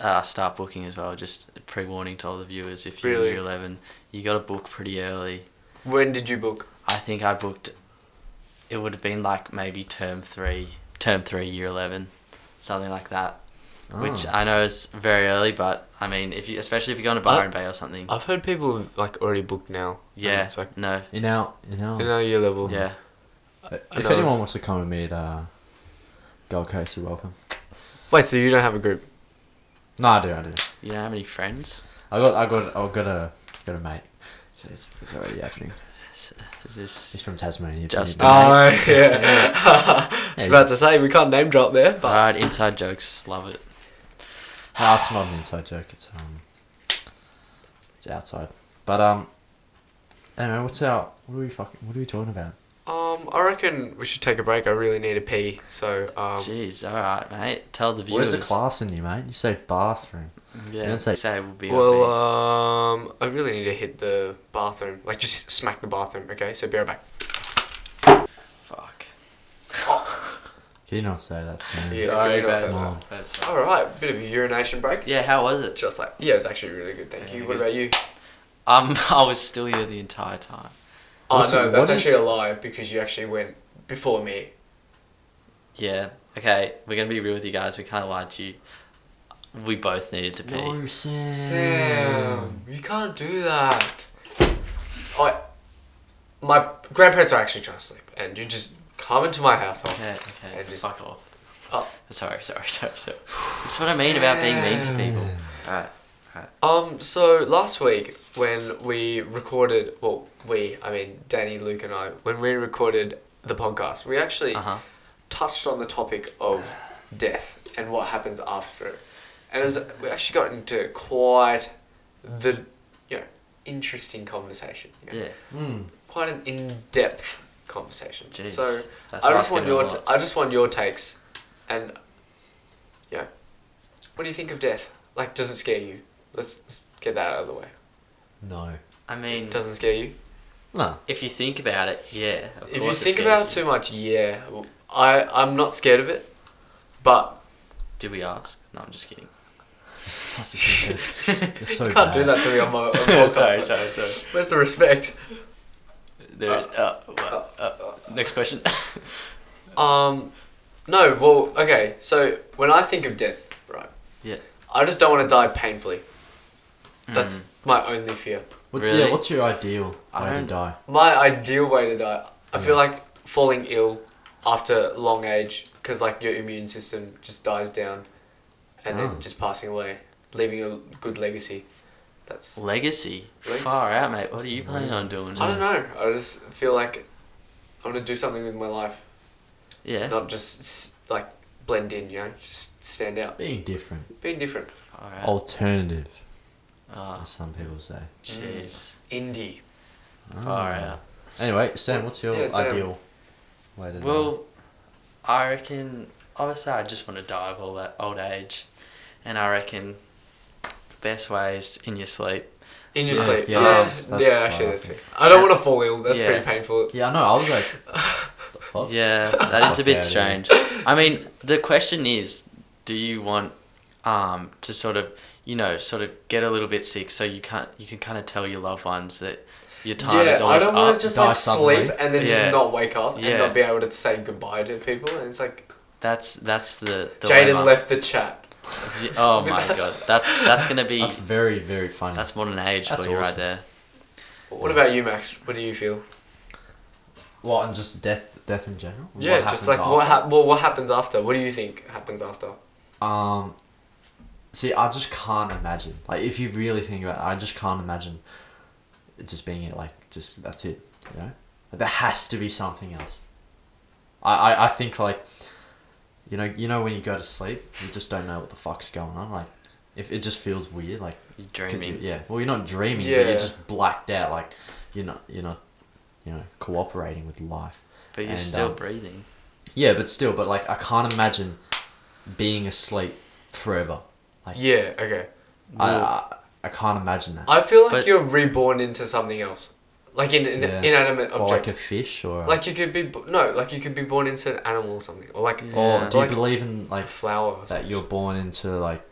Speaker 1: uh, start booking as well. Just pre warning to all the viewers if you're in
Speaker 3: Really?
Speaker 1: year eleven, you got to book pretty early.
Speaker 3: When did you book?
Speaker 1: I think I booked. It would have been like maybe term three, term three, year eleven, something like that. Which
Speaker 2: Oh.
Speaker 1: I know is very early, but I mean, if you especially if you're going to
Speaker 3: Uh,
Speaker 1: Byron Bay or something,
Speaker 3: I've heard people have, like already booked now.
Speaker 1: yeah,
Speaker 3: It's like
Speaker 1: no,
Speaker 2: in our, in our,
Speaker 3: in our year level.
Speaker 1: yeah.
Speaker 2: if
Speaker 3: know.
Speaker 2: anyone wants to come with me at uh, Gold Coast, you're welcome.
Speaker 3: Wait, so you don't have a group?
Speaker 2: No, I do, I do.
Speaker 1: You don't have any friends?
Speaker 2: I got, I got, I got a, got a mate. So it's, it's already happening.
Speaker 1: Is
Speaker 2: He's
Speaker 1: this
Speaker 2: from Tasmania. if you
Speaker 1: Justin.
Speaker 2: need to-
Speaker 1: Oh,
Speaker 3: yeah. I was about to say we can't name drop there, but
Speaker 1: alright? Inside jokes, love it.
Speaker 2: Ah, it's not an inside joke. It's um, it's outside. But um, anyway, what's our? What are we fucking? What are we talking about?
Speaker 3: um, I reckon we should take a break. I really need a pee, so um,
Speaker 1: Jeez, all right, mate. Tell the
Speaker 2: Where's
Speaker 1: viewers.
Speaker 2: the class in you, mate? You say bathroom.
Speaker 1: Yeah,
Speaker 2: You don't say-
Speaker 1: say we'll be.
Speaker 3: well, um, I really need to hit the bathroom. Like, just smack the bathroom, okay? So be right back. uh,
Speaker 1: fuck.
Speaker 2: Can you not say that? Sam?
Speaker 3: Yeah. Sorry,
Speaker 1: that's
Speaker 3: that's
Speaker 2: all.
Speaker 1: that's all.
Speaker 3: All right, bit of a urination break.
Speaker 1: Yeah, how was it?
Speaker 3: Just like yeah, it's actually really good. Thank
Speaker 1: Yeah,
Speaker 3: you.
Speaker 1: good.
Speaker 3: What about you?
Speaker 1: Um, I was still here the entire time.
Speaker 3: Oh
Speaker 2: What's-
Speaker 3: no, that's
Speaker 2: what
Speaker 3: actually
Speaker 2: is-
Speaker 3: a lie because you actually went before me.
Speaker 1: Yeah. Okay, we're gonna be real with you guys. We kind of lied to you. We both needed to pee.
Speaker 2: No, Sam.
Speaker 3: Sam, you can't do that. I, my grandparents are actually trying to sleep, and you just come into my household.
Speaker 1: Okay, okay.
Speaker 3: I just-
Speaker 1: Fuck off.
Speaker 3: Oh.
Speaker 1: Sorry, sorry, sorry, sorry. That's what I mean about being mean to people. Alright.
Speaker 3: Um, so last week when we recorded, well, we, I mean, Danny, Luke, and I, when we recorded the podcast, we actually
Speaker 1: Uh huh.
Speaker 3: touched on the topic of death and what happens after it. And it was, we actually got into quite the, you know, interesting conversation. you know,
Speaker 1: Yeah.
Speaker 2: Mm.
Speaker 3: Quite an in-depth conversation.
Speaker 1: Jeez.
Speaker 3: So
Speaker 1: That's
Speaker 3: I just
Speaker 1: asking
Speaker 3: want
Speaker 1: a
Speaker 3: your,
Speaker 1: lot.
Speaker 3: t- I just want your takes, and yeah, what do you think of death? Like, does it scare you? Let's, let's get that out of the way.
Speaker 2: No.
Speaker 1: I mean,
Speaker 3: Doesn't scare you.
Speaker 2: No.
Speaker 1: if you think about it, yeah. Of
Speaker 3: If you
Speaker 1: course
Speaker 3: think
Speaker 1: scares
Speaker 3: about it
Speaker 1: you.
Speaker 3: too much, yeah, I I'm not scared of it, but
Speaker 1: Did we ask? No, I'm just kidding.
Speaker 2: You're so
Speaker 3: you can't do
Speaker 2: bad.
Speaker 3: that to me on my on my podcast.
Speaker 1: sorry, sorry.
Speaker 3: Where's the respect?
Speaker 1: There
Speaker 3: Uh,
Speaker 1: is. Uh, well, uh, next question.
Speaker 3: Um, no. Well, okay. So when I think of death, right?
Speaker 1: Yeah.
Speaker 3: I just don't want to die painfully.
Speaker 1: Hmm.
Speaker 3: That's
Speaker 1: Mm-hmm.
Speaker 3: my only fear.
Speaker 2: What,
Speaker 1: Really?
Speaker 2: Yeah. What's your ideal
Speaker 1: I
Speaker 2: way to
Speaker 1: don't-
Speaker 2: die?
Speaker 3: My ideal way to die, I feel
Speaker 2: Yeah.
Speaker 1: Mm.
Speaker 3: like falling ill after long age, because like your immune system just dies down, and
Speaker 2: Oh.
Speaker 3: then just passing away, leaving a good legacy. That's
Speaker 1: Legacy.
Speaker 3: Legacy.
Speaker 1: Far out, mate. What are you planning on doing?
Speaker 3: I don't know. I just feel like I want to do something with my life,
Speaker 1: Yeah.
Speaker 3: not just s- like blend in. You know, just stand out,
Speaker 2: Being different,
Speaker 3: being different.
Speaker 1: Far out.
Speaker 2: alternative,
Speaker 1: Oh,
Speaker 2: as some people say.
Speaker 1: jeez.
Speaker 3: Indie.
Speaker 1: Far out.
Speaker 2: Anyway, Sam, what's your
Speaker 3: Yeah, Sam.
Speaker 2: ideal way to die?
Speaker 1: Well, I reckon, obviously, I just want to die of all that old age, and I reckon best way is in your sleep.
Speaker 3: In your
Speaker 2: Yeah,
Speaker 3: sleep.
Speaker 2: yeah,
Speaker 3: Yeah,
Speaker 2: that's-
Speaker 3: yeah,
Speaker 2: that's
Speaker 3: actually,
Speaker 2: what I
Speaker 3: that's
Speaker 2: think.
Speaker 3: fair. I don't want to fall ill. That's
Speaker 1: Yeah.
Speaker 3: pretty painful.
Speaker 2: Yeah, I know. I was like, the fuck?
Speaker 1: Yeah, that is a bit
Speaker 2: Okay, yeah.
Speaker 1: strange. I mean, the question is, do you want um to sort of you know sort of get a little bit sick so you can't you can kind of tell your loved ones that your time is
Speaker 3: yeah, I
Speaker 1: always
Speaker 3: don't
Speaker 1: up.
Speaker 3: want to just
Speaker 2: die
Speaker 3: like
Speaker 2: suddenly.
Speaker 3: sleep and then just
Speaker 1: Yeah.
Speaker 3: not wake up
Speaker 1: Yeah.
Speaker 3: and not be able to say goodbye to people. And it's like
Speaker 1: That's that's the. the
Speaker 3: Jaden left the chat.
Speaker 1: Oh my god, that's that's gonna be
Speaker 2: That's very, very funny.
Speaker 1: that's modern age
Speaker 2: That's
Speaker 1: for you right
Speaker 2: awesome.
Speaker 1: there.
Speaker 3: What about you, Max? What do you feel?
Speaker 2: What and just death, death in general. What
Speaker 3: yeah, just
Speaker 2: happens
Speaker 3: like what
Speaker 2: after?
Speaker 3: hap well, what happens after? What do you think happens after?
Speaker 2: Um, see, I just can't imagine. Like, if you really think about it, I just can't imagine it just being it. Like, just that's it. You know, Like, there has to be something else. I, I, I think like, you know, you know when you go to sleep, you just don't know what the fuck's going on. Like, if it just feels weird, like,
Speaker 1: You're
Speaker 2: 'cause you-
Speaker 1: dreaming.
Speaker 2: yeah. Well, you're not dreaming, but
Speaker 3: Yeah.
Speaker 2: you're just blacked out. Like, you're not, you're not, you know, cooperating with life.
Speaker 1: But you're
Speaker 2: And,
Speaker 1: still
Speaker 2: um,
Speaker 1: breathing.
Speaker 2: Yeah, but still, but like, I can't imagine being asleep forever. Like,
Speaker 3: Yeah. Okay.
Speaker 2: I,
Speaker 1: Well-
Speaker 2: I, I can't imagine that.
Speaker 3: I feel like
Speaker 1: But-
Speaker 3: you're reborn into something else, like in an
Speaker 2: Yeah.
Speaker 3: inanimate
Speaker 2: or like
Speaker 3: object.
Speaker 2: a
Speaker 3: Like,
Speaker 2: fish, or a-
Speaker 3: you could be bo- no, like you could be born into an animal or something, or like
Speaker 1: Yeah.
Speaker 2: or do you
Speaker 3: like-
Speaker 2: believe in
Speaker 3: a
Speaker 2: like
Speaker 3: flower. Or
Speaker 2: that
Speaker 3: something.
Speaker 2: you're born into like,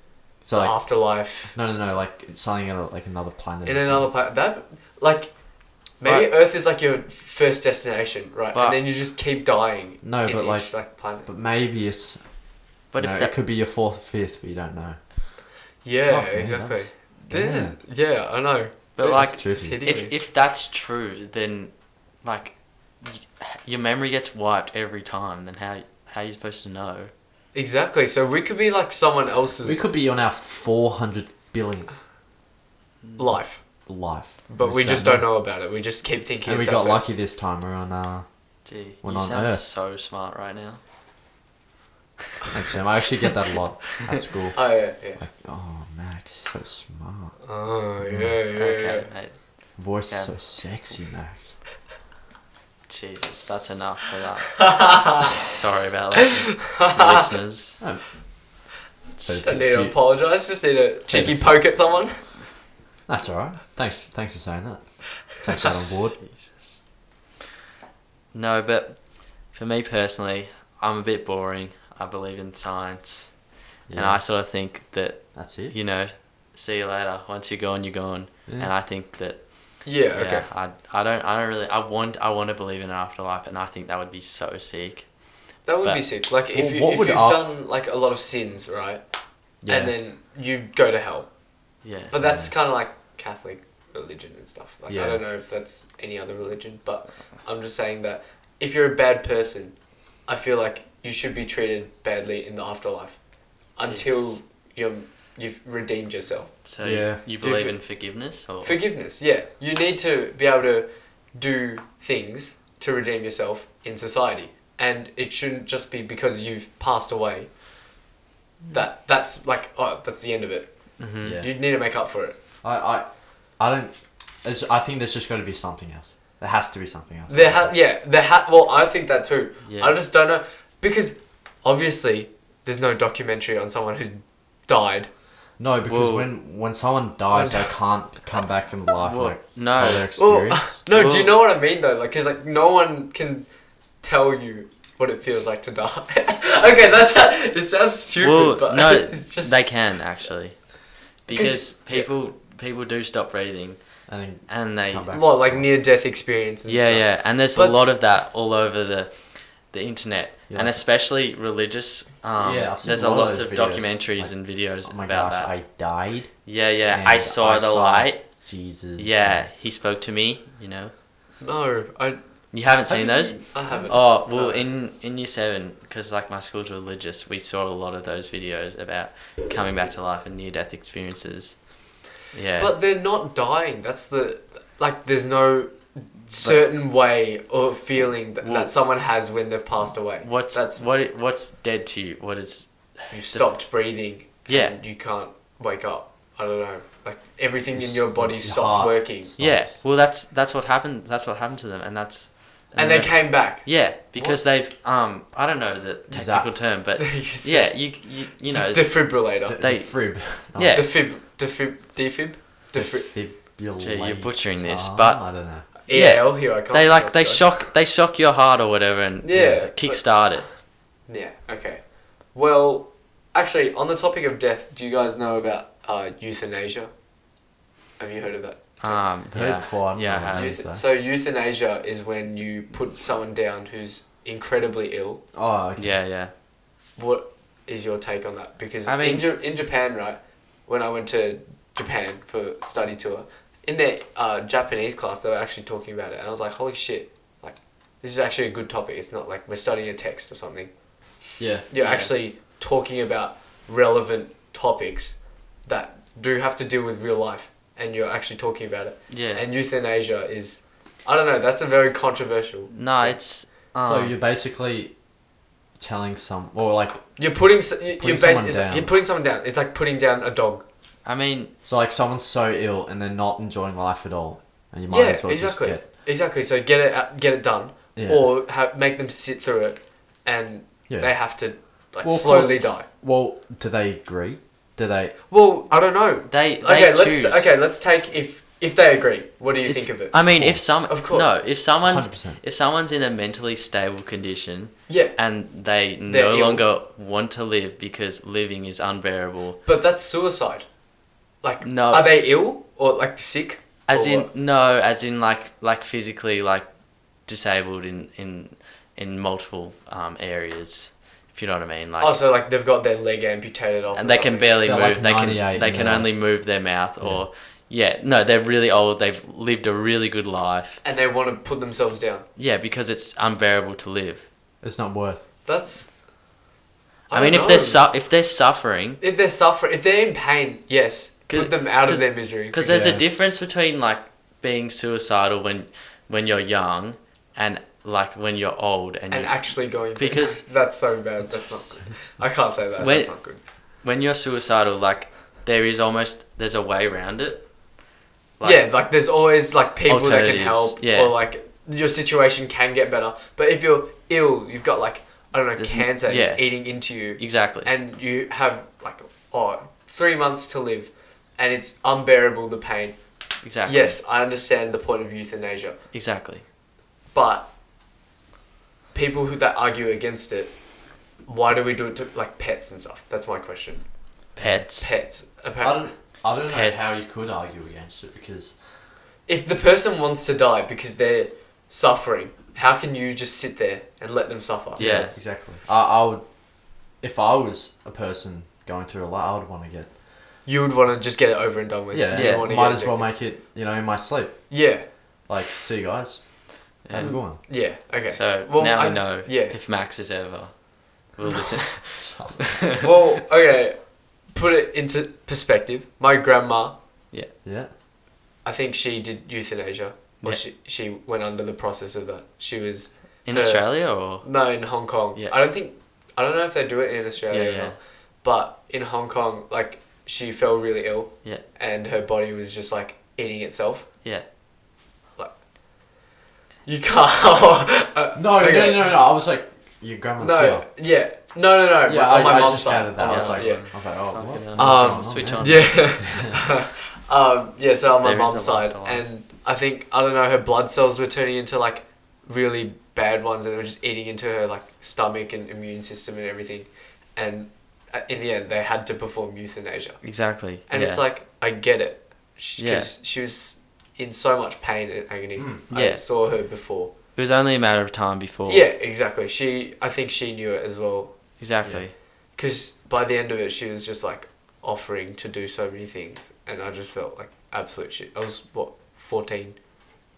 Speaker 2: so like
Speaker 3: afterlife
Speaker 2: no no no like it's something on, like another planet.
Speaker 3: Ah. in
Speaker 2: or
Speaker 3: another planet. That like maybe Earth is like your first destination, right?
Speaker 1: But-
Speaker 3: and then you just keep dying.
Speaker 2: No,
Speaker 3: in
Speaker 2: but, like-
Speaker 3: each, like planet.
Speaker 2: something. But maybe it's.
Speaker 1: But
Speaker 2: you
Speaker 1: if
Speaker 2: know, it
Speaker 1: that
Speaker 2: could be your fourth, or fifth, but you don't know.
Speaker 3: Yeah,
Speaker 2: Fuck, man,
Speaker 3: exactly.
Speaker 2: that's-
Speaker 3: This
Speaker 2: yeah.
Speaker 3: is yeah, I know.
Speaker 1: But,
Speaker 3: This
Speaker 1: like,
Speaker 3: is just
Speaker 2: Trippy.
Speaker 3: hitting me.
Speaker 1: if if that's true, then like y- your memory gets wiped every time. Then how how are you supposed to know?
Speaker 3: exactly. So we could be like someone else's
Speaker 2: We could be on our four hundred billionth
Speaker 3: life,
Speaker 2: life,
Speaker 3: but we just
Speaker 2: know.
Speaker 3: don't know about it. We just keep thinking.
Speaker 2: And we
Speaker 3: it's
Speaker 2: got
Speaker 3: our
Speaker 2: lucky
Speaker 3: first.
Speaker 2: this time. We're on. Uh,
Speaker 1: Mm, Gee,
Speaker 2: Well,
Speaker 1: you
Speaker 2: on
Speaker 1: sound
Speaker 2: Earth.
Speaker 1: so smart right now.
Speaker 2: thanks, Sam. I actually get that a lot at school.
Speaker 3: Oh yeah, yeah.
Speaker 2: Like, oh, Max, you're so smart.
Speaker 3: Oh yeah, yeah.
Speaker 1: Mm, Okay,
Speaker 3: yeah.
Speaker 1: mate.
Speaker 2: Voice
Speaker 1: Yeah.
Speaker 2: is so sexy, Max.
Speaker 1: Jesus, that's enough for that. Sorry about that, listeners.
Speaker 2: Oh. But
Speaker 3: Don't need to
Speaker 2: you-
Speaker 3: apologise. Just need a cheeky poke at someone.
Speaker 2: That's all right. Thanks, thanks for saying that. Take that on board.
Speaker 1: No, but for me personally, I'm a bit boring. I believe in science, and
Speaker 2: Yeah,
Speaker 1: I sort of think that
Speaker 2: that's it.
Speaker 1: you know, see you later. Once you're gone, you're gone.
Speaker 2: Yeah.
Speaker 1: And I think that
Speaker 3: Yeah.
Speaker 1: Yeah,
Speaker 3: Okay.
Speaker 1: I, I don't I don't really I want I want to believe in an afterlife and I think that would be so sick.
Speaker 3: That would
Speaker 1: But-
Speaker 3: be sick. Like if
Speaker 2: Well,
Speaker 3: you
Speaker 2: what
Speaker 3: if
Speaker 2: would
Speaker 3: you've
Speaker 2: our-
Speaker 3: done like a lot of sins, right?
Speaker 2: Yeah.
Speaker 3: And then you go to hell.
Speaker 1: Yeah.
Speaker 3: But that's kind of like Catholic religion and stuff. Like I
Speaker 2: Yeah.
Speaker 3: don't know if that's any other religion, but I'm just saying that if you're a bad person, I feel like you should be treated badly in the afterlife until
Speaker 1: Yes.
Speaker 3: you're you've redeemed yourself.
Speaker 1: So
Speaker 2: Yeah.
Speaker 1: you, you
Speaker 3: Do you
Speaker 1: believe
Speaker 3: fe-
Speaker 1: in forgiveness or
Speaker 3: Forgiveness, yeah. You need to be able to do things to redeem yourself in society. And it shouldn't just be because you've passed away. That that's like oh that's the end of it.
Speaker 1: Mhm.
Speaker 2: Yeah.
Speaker 3: You need to make up for it.
Speaker 2: I, I, I don't. It's, I think there's just got to be something else. There has to be something else.
Speaker 3: There ha- yeah, there ha- well I think that too.
Speaker 1: Yeah.
Speaker 3: I just don't know because obviously there's no documentary on someone who's died.
Speaker 2: No, because
Speaker 1: Whoa.
Speaker 2: when when someone dies, they can't come back in life.
Speaker 1: Whoa.
Speaker 2: Like,
Speaker 1: No.
Speaker 2: Tell their
Speaker 3: Well,
Speaker 2: experience.
Speaker 3: no, do
Speaker 1: Well-
Speaker 3: you know what I mean though? Like, cause like no one can tell you what it feels like to die. okay, that's it sounds stupid,
Speaker 1: Well,
Speaker 3: but
Speaker 1: no,
Speaker 3: it's just
Speaker 1: they can actually. Because
Speaker 3: yeah.
Speaker 1: people people do stop breathing
Speaker 2: I think.
Speaker 1: and they
Speaker 2: Come back.
Speaker 3: more like near death experience. And
Speaker 1: Yeah,
Speaker 2: uh,
Speaker 3: stuff.
Speaker 1: yeah. And there's
Speaker 3: But-
Speaker 1: a lot of that all over the the internet.
Speaker 2: Yeah.
Speaker 1: And especially religious um
Speaker 2: Yeah, I've seen
Speaker 1: there's a
Speaker 2: a lot of
Speaker 1: lot of
Speaker 2: those videos.
Speaker 1: documentaries
Speaker 2: Like,
Speaker 1: and videos
Speaker 2: Oh my
Speaker 1: about
Speaker 2: gosh,
Speaker 1: that.
Speaker 2: I died.
Speaker 1: yeah, yeah.
Speaker 2: and
Speaker 1: I saw the light.
Speaker 2: Jesus.
Speaker 1: Yeah, he spoke to me, you know.
Speaker 3: No, I
Speaker 1: You haven't seen
Speaker 2: Have you- Uh,
Speaker 1: those?
Speaker 3: I haven't.
Speaker 1: Oh well,
Speaker 3: No.
Speaker 1: in in year seven, because like my school's religious, we saw a lot of those videos about coming back to life and near death experiences. Yeah,
Speaker 3: But they're not dying. That's the like. There's no certain way or feeling that,
Speaker 1: Well-
Speaker 3: that someone has when they've passed away.
Speaker 1: what's
Speaker 3: that's
Speaker 1: what what's dead to you? What is
Speaker 3: you've stopped breathing.
Speaker 1: Yeah.
Speaker 3: and you can't wake up. I don't know. Like everything in
Speaker 2: It's-
Speaker 3: your body
Speaker 2: your
Speaker 3: stops
Speaker 2: heart
Speaker 3: working.
Speaker 2: stops.
Speaker 1: yeah? Well, that's that's what happened. That's what happened to them, and that's
Speaker 3: and they came back.
Speaker 1: Yeah, because they've um I don't know the technical
Speaker 2: Zap.
Speaker 1: term, but
Speaker 3: He's-
Speaker 1: Uh, yeah, you you, you know
Speaker 3: defibrillator.
Speaker 1: They-
Speaker 2: Defib.
Speaker 1: Yeah.
Speaker 3: Defib, defib, defib, defib.
Speaker 2: Defibrillator.
Speaker 1: Gee, you're butchering this, but-
Speaker 2: I don't know.
Speaker 1: Yeah.
Speaker 3: EL, E here I come.
Speaker 1: they like
Speaker 3: That's
Speaker 1: they
Speaker 3: right.
Speaker 1: shock they shock your heart or whatever and
Speaker 3: Yeah, but-
Speaker 1: kickstart it.
Speaker 3: Yeah. Okay. Well, actually, on the topic of death, do you guys know about uh, euthanasia? Have you heard of that?
Speaker 1: Um,
Speaker 2: Heard
Speaker 1: yeah,
Speaker 2: before, I'm
Speaker 1: yeah, I
Speaker 2: not
Speaker 1: have.
Speaker 2: Um,
Speaker 3: Euth-
Speaker 2: so-
Speaker 3: so. euthanasia is when you put someone down who's incredibly ill.
Speaker 2: Oh, okay.
Speaker 1: yeah, yeah.
Speaker 3: What is your take on that? Because
Speaker 1: I mean-
Speaker 3: in, ja- in Japan, right, when I went to Japan for study tour, in their uh, Japanese class, they were actually talking about it, and I was like, holy shit, like this is actually a good topic. It's not like we're studying a text or something.
Speaker 2: Yeah.
Speaker 3: you're actually talking about relevant topics that do have to deal with real life and you're actually talking about it
Speaker 1: Yeah.
Speaker 3: and euthanasia is i don't know that's a very controversial
Speaker 1: No,
Speaker 3: thing.
Speaker 1: it's um,
Speaker 2: so you're basically telling some, or like,
Speaker 3: you're putting, s- you-
Speaker 2: Putting
Speaker 3: you're, bas-
Speaker 2: someone
Speaker 3: it's like-
Speaker 2: down.
Speaker 3: you're putting someone down it's like putting down a dog
Speaker 1: I mean,
Speaker 2: so like someone's so ill and they're not enjoying life at all, and you might
Speaker 3: yeah
Speaker 2: as well
Speaker 3: exactly
Speaker 2: just get.
Speaker 3: exactly so get it out- get it done
Speaker 2: Yeah.
Speaker 3: or ha- make them sit through it and
Speaker 2: Yeah.
Speaker 3: they have to like
Speaker 2: Well, of course-
Speaker 3: slowly die
Speaker 2: Well, do they agree? Do they?
Speaker 3: well i don't know
Speaker 1: they they
Speaker 3: okay let's
Speaker 1: choose.
Speaker 3: okay let's take if if they agree what do you
Speaker 2: It's-
Speaker 3: think of it
Speaker 1: I mean, if
Speaker 2: course.
Speaker 1: some
Speaker 3: Of course.
Speaker 1: no, if someone's
Speaker 2: 100%.
Speaker 1: if someone's in a mentally stable condition
Speaker 3: yeah
Speaker 1: and they
Speaker 3: They're
Speaker 1: no
Speaker 3: ill.
Speaker 1: longer want to live because living is unbearable,
Speaker 3: But that's suicide. Like,
Speaker 1: No,
Speaker 3: are
Speaker 1: it's-
Speaker 3: they ill or like sick?
Speaker 1: as
Speaker 3: or
Speaker 1: in
Speaker 3: what?
Speaker 1: no, as in like like physically like disabled in in in multiple um, areas. If you know what I mean, like
Speaker 3: oh, so like they've got their leg amputated off,
Speaker 1: and
Speaker 3: or
Speaker 1: they can
Speaker 3: something.
Speaker 1: barely
Speaker 2: They're
Speaker 1: move. they
Speaker 2: like 98
Speaker 1: can they
Speaker 2: and
Speaker 1: can
Speaker 2: they're
Speaker 1: only move their mouth or yeah. No, they're really old. They've lived a really good life.
Speaker 3: and they want to put themselves down.
Speaker 1: Yeah, because it's unbearable to live.
Speaker 2: It's not worth.
Speaker 3: That's.
Speaker 1: I, mean,
Speaker 3: don't
Speaker 1: if they're
Speaker 3: know.
Speaker 1: su- if they're suffering,
Speaker 3: if they're suffering, if they're in pain, yes,
Speaker 1: 'Cause-
Speaker 3: put them out of
Speaker 1: 'cause-
Speaker 3: their misery.
Speaker 1: because there's
Speaker 2: Yeah.
Speaker 1: a difference between like being suicidal when when you're young and like when you're old and,
Speaker 3: and
Speaker 1: you-
Speaker 3: actually going through-
Speaker 1: Mm. Because-
Speaker 3: that's so bad. That's not. I can't say that.
Speaker 1: When-
Speaker 3: that's not good.
Speaker 1: when you're suicidal, like there is almost there's a way around it.
Speaker 3: yeah, like there's always like people that can
Speaker 1: Alternatives,
Speaker 3: help,
Speaker 1: yeah.
Speaker 3: or like your situation can get better. But if you're ill, you've got like I don't know
Speaker 1: There's-
Speaker 3: cancer. and
Speaker 1: yeah.
Speaker 3: It's eating into you.
Speaker 1: exactly.
Speaker 3: and you have like oh three months to live and it's unbearable the pain
Speaker 1: exactly.
Speaker 3: yes i understand the point of euthanasia
Speaker 1: Exactly.
Speaker 3: but people who that argue against it why do we do it to like pets and stuff that's my question
Speaker 1: Pets.
Speaker 3: pets
Speaker 2: I
Speaker 3: apparently
Speaker 2: don't. I don't know how
Speaker 1: Pets.
Speaker 2: you could argue against it because
Speaker 3: if the person wants to die because they're suffering how can you just sit there and let them suffer
Speaker 1: Yeah.
Speaker 2: exactly. I, I would, if I was a person going through a lot, I would want to get.
Speaker 3: you would want to just get it over and done with
Speaker 2: Yeah,
Speaker 3: You
Speaker 1: yeah,
Speaker 3: don't wanna
Speaker 2: might
Speaker 3: get
Speaker 2: as
Speaker 3: it-
Speaker 2: well make it. You know, in my sleep.
Speaker 3: yeah
Speaker 2: Like, see you guys. Have a
Speaker 1: Yeah.
Speaker 2: good one.
Speaker 3: yeah okay
Speaker 1: So
Speaker 3: Well,
Speaker 1: now
Speaker 3: I-
Speaker 1: we know
Speaker 3: yeah. Uh.
Speaker 1: if Max is ever. We'll listen.
Speaker 3: well okay put it into perspective my grandma
Speaker 2: Yeah.
Speaker 3: I think she did euthanasia. Or
Speaker 1: Yeah.
Speaker 3: she, she went under the process of that. She was
Speaker 1: In
Speaker 3: Uh,
Speaker 1: Australia or?
Speaker 3: no in Hong Kong.
Speaker 1: Yeah.
Speaker 3: I don't think I don't know if they do it in Australia
Speaker 1: Yeah,
Speaker 3: or
Speaker 1: yeah.
Speaker 3: not. But in Hong Kong, like she fell really ill.
Speaker 1: Yeah.
Speaker 3: And her body was just like eating itself.
Speaker 1: Yeah.
Speaker 3: You can't
Speaker 2: No,
Speaker 3: Okay.
Speaker 2: no, no, no, no. I was like, your grandma's
Speaker 3: No.
Speaker 2: here.
Speaker 3: Yeah. No no no.
Speaker 2: Yeah,
Speaker 3: my,
Speaker 2: I,
Speaker 3: on my
Speaker 2: I
Speaker 3: mom's
Speaker 2: just
Speaker 3: side.
Speaker 2: added
Speaker 3: On
Speaker 2: that.
Speaker 3: my
Speaker 2: I was
Speaker 3: side,
Speaker 2: like,
Speaker 3: yeah.
Speaker 2: I was like, oh, what?
Speaker 1: Fucking hell.
Speaker 3: Um,
Speaker 2: What's going
Speaker 1: switch
Speaker 2: man?
Speaker 1: on.
Speaker 3: Yeah. um, yeah, so on my
Speaker 1: There is a
Speaker 3: mom's
Speaker 1: lot
Speaker 3: side.
Speaker 1: to life.
Speaker 3: And I think, I don't know, her blood cells were turning into like really bad ones and they were just eating into her like stomach and immune system and everything. And uh, in the end, they had to perform euthanasia.
Speaker 1: Exactly.
Speaker 3: And
Speaker 1: yeah.
Speaker 3: it's like, I get it. She,
Speaker 1: Yeah.
Speaker 3: 'cause she was in so much pain and agony. I
Speaker 2: Mm.
Speaker 1: Yeah.
Speaker 3: saw her before.
Speaker 1: it was only a matter of time before.
Speaker 3: Yeah, exactly. She, I think she knew it as well.
Speaker 1: Exactly.
Speaker 3: because by the end of it, she was just like offering to do so many things, and I just felt like absolute shit. I was what fourteen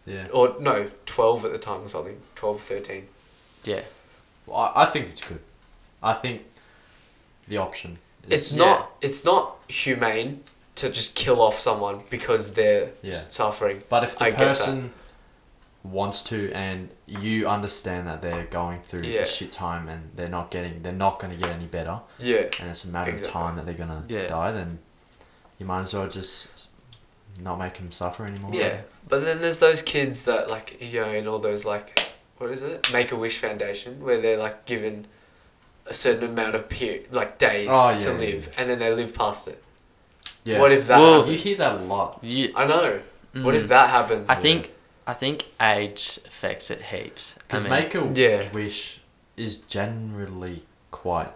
Speaker 2: Yeah.
Speaker 3: or no twelve at the time or something, 12, 13.
Speaker 1: Yeah.
Speaker 2: Well, I, I think it's good. I think the option.
Speaker 3: It's
Speaker 1: Yeah.
Speaker 3: not it's not humane to just kill off someone because they're
Speaker 2: Yeah.
Speaker 3: suffering.
Speaker 2: But if the
Speaker 3: I get that.
Speaker 2: person wants to, and you understand that they're going through
Speaker 3: Yeah.
Speaker 2: a shit time, and they're not getting, they're not going to get any better,
Speaker 3: Yeah,
Speaker 2: and it's a matter
Speaker 3: Exactly.
Speaker 2: of time that they're going to
Speaker 1: Yeah.
Speaker 2: die, then you might as well just not make them suffer anymore.
Speaker 3: yeah. But then there's those kids that like you know in all those like what is it? Make a Wish Foundation, where they're like given a certain amount of period, like days
Speaker 2: Oh, yeah,
Speaker 3: to
Speaker 2: yeah,
Speaker 3: live,
Speaker 2: yeah.
Speaker 3: and then they live past it.
Speaker 2: Yeah.
Speaker 3: What if that?
Speaker 1: Well,
Speaker 3: happens?
Speaker 2: you hear that a lot?
Speaker 1: You,
Speaker 3: I know. What
Speaker 1: Mm.
Speaker 3: if that happens?
Speaker 1: I think I think age affects it heaps. I
Speaker 2: Because
Speaker 1: mean,
Speaker 2: Make a
Speaker 3: yeah.
Speaker 2: Wish is generally quite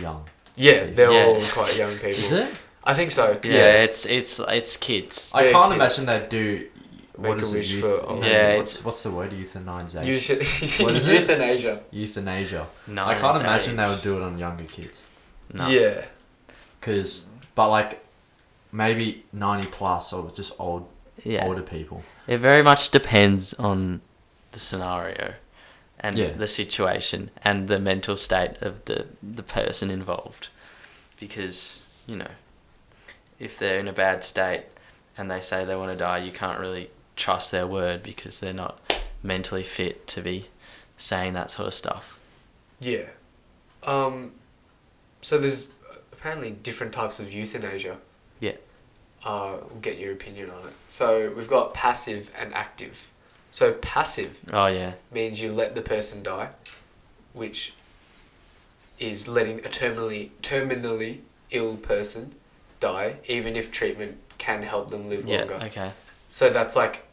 Speaker 2: young.
Speaker 3: yeah, they're
Speaker 1: Yeah.
Speaker 3: all quite young people.
Speaker 2: Is it?
Speaker 3: I think so.
Speaker 1: yeah, it's it's it's kids.
Speaker 2: I
Speaker 3: Yeah,
Speaker 2: can't
Speaker 3: kids.
Speaker 2: imagine they do. What
Speaker 3: Make a
Speaker 2: is
Speaker 3: Wish
Speaker 2: it?
Speaker 3: for
Speaker 2: Euth-
Speaker 3: old
Speaker 2: no,
Speaker 1: Yeah,
Speaker 2: what's, what's the word? Euthanization.
Speaker 3: You should
Speaker 2: What is it?
Speaker 3: euthanasia.
Speaker 2: Euthanasia.
Speaker 1: No,
Speaker 2: I can't
Speaker 1: it's
Speaker 2: imagine
Speaker 1: age.
Speaker 2: they would do it on younger kids.
Speaker 1: No.
Speaker 3: Yeah.
Speaker 2: Cause, but like, maybe ninety plus or just old
Speaker 1: Yeah.
Speaker 2: older people.
Speaker 1: It very much depends on the scenario and
Speaker 2: Yeah.
Speaker 1: the situation and the mental state of the, the person involved. Because, you know, if they're in a bad state and they say they want to die, you can't really trust their word because they're not mentally fit to be saying that sort of stuff.
Speaker 3: Yeah. Um, so there's apparently different types of euthanasia.
Speaker 1: Yeah.
Speaker 3: Uh, we'll get your opinion on it. So we've got passive and active. So passive
Speaker 1: Oh, yeah.
Speaker 3: means you let the person die, which is letting a terminally terminally ill person die, even if treatment can help them live
Speaker 1: Yeah,
Speaker 3: longer.
Speaker 1: okay.
Speaker 3: So that's like,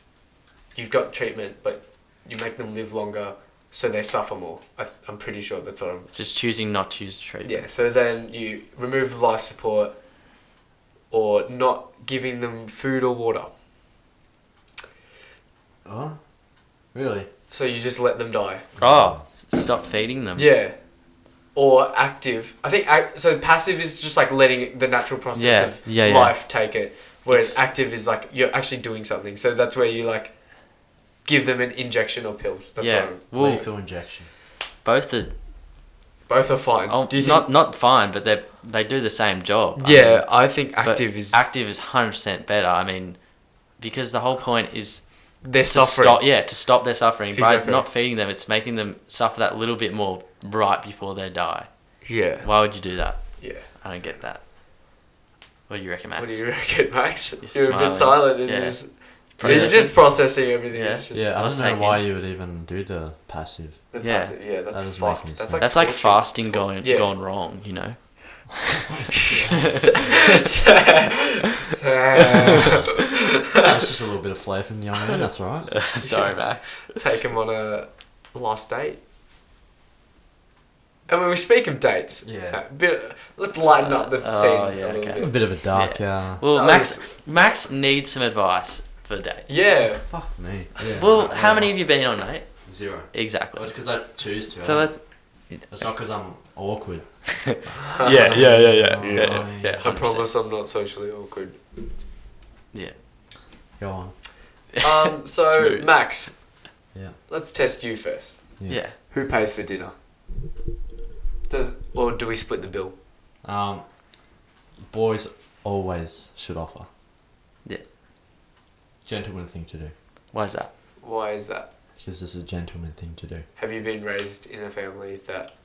Speaker 3: you've got treatment, but you make them live longer, so they suffer more. I, I'm pretty sure that's what I'm
Speaker 1: It's just choosing not to use treatment.
Speaker 3: yeah, so then you remove life support or not giving them food or water.
Speaker 2: Oh, really?
Speaker 3: So you just let them die.
Speaker 1: Oh, stop feeding them.
Speaker 3: Yeah. Or active. I think ac- so passive is just like letting the natural process
Speaker 1: Yeah,
Speaker 3: of
Speaker 1: yeah, yeah.
Speaker 3: life take it. Whereas
Speaker 1: It's-
Speaker 3: active is like you're actually doing something. So that's where you like give them an injection or pills. That's
Speaker 1: Yeah.
Speaker 3: what I'm-
Speaker 1: Well,
Speaker 2: Lethal injection.
Speaker 1: both are
Speaker 3: both are fine.
Speaker 1: Oh,
Speaker 3: Uh, Do you
Speaker 1: not
Speaker 3: think
Speaker 1: not fine, but they they do the same job. I
Speaker 3: Yeah,
Speaker 1: mean,
Speaker 3: I think
Speaker 1: but
Speaker 3: active is
Speaker 1: active is hundred percent better. I mean, because the whole point is
Speaker 3: they're
Speaker 1: to
Speaker 3: suffering.
Speaker 1: stop. Yeah, to stop their suffering by
Speaker 3: Exactly.
Speaker 1: not feeding them. It's making them suffer that little bit more right before they die.
Speaker 3: Yeah.
Speaker 1: Why would you do that?
Speaker 3: Yeah.
Speaker 1: I don't get that. What do you reckon, Max?
Speaker 3: What do you reckon, Max?
Speaker 1: You're
Speaker 3: You're, a bit
Speaker 1: smiling.
Speaker 3: silent in
Speaker 1: Yeah.
Speaker 3: this.
Speaker 1: Processing.
Speaker 3: You're just processing everything.
Speaker 1: Yeah.
Speaker 3: It's just
Speaker 2: yeah, I
Speaker 1: let's
Speaker 2: don't know
Speaker 1: take
Speaker 2: why you would even do the passive.
Speaker 3: The
Speaker 1: Yeah.
Speaker 3: passive, yeah, that's
Speaker 2: That doesn't make any
Speaker 3: fucked. That's
Speaker 2: sense.
Speaker 3: like,
Speaker 1: That's like
Speaker 3: torture.
Speaker 1: fasting going
Speaker 3: Yeah.
Speaker 1: gone wrong. You know.
Speaker 3: Sad. Sad.
Speaker 2: That's just a little bit of flair from the young man. That's all right.
Speaker 1: Sorry, Max.
Speaker 3: Take him on a last date. And when we speak of dates,
Speaker 2: Yeah.
Speaker 3: a bit, let's lighten up the
Speaker 1: Uh,
Speaker 3: scene
Speaker 1: oh, yeah,
Speaker 3: a little
Speaker 1: okay.
Speaker 2: A
Speaker 3: bit.
Speaker 2: bit of a dark. Uh,
Speaker 1: Well,
Speaker 3: That
Speaker 1: Max Max needs some advice for dates.
Speaker 3: Yeah,
Speaker 2: fuck me. Yeah.
Speaker 1: Well, how many have you been on, mate?
Speaker 2: Zero.
Speaker 1: Exactly.
Speaker 2: because I choose to. eh?
Speaker 1: So let's.
Speaker 2: It's not because I'm awkward.
Speaker 3: Uh,
Speaker 1: Yeah, yeah, yeah, yeah,
Speaker 2: yeah, yeah, yeah.
Speaker 3: I promise I'm not socially awkward.
Speaker 1: Yeah.
Speaker 2: Go on.
Speaker 3: Um, so
Speaker 1: Smooth.
Speaker 3: Max,
Speaker 2: Yeah.
Speaker 3: let's test you first.
Speaker 1: Yeah.
Speaker 3: Who pays for dinner? Does or do we split the bill?
Speaker 2: Um, boys always should offer.
Speaker 1: Yeah.
Speaker 2: Gentleman thing to do.
Speaker 1: Why is that?
Speaker 3: Why is that?
Speaker 2: Because this is a gentleman thing to do.
Speaker 3: Have you been raised in a family that?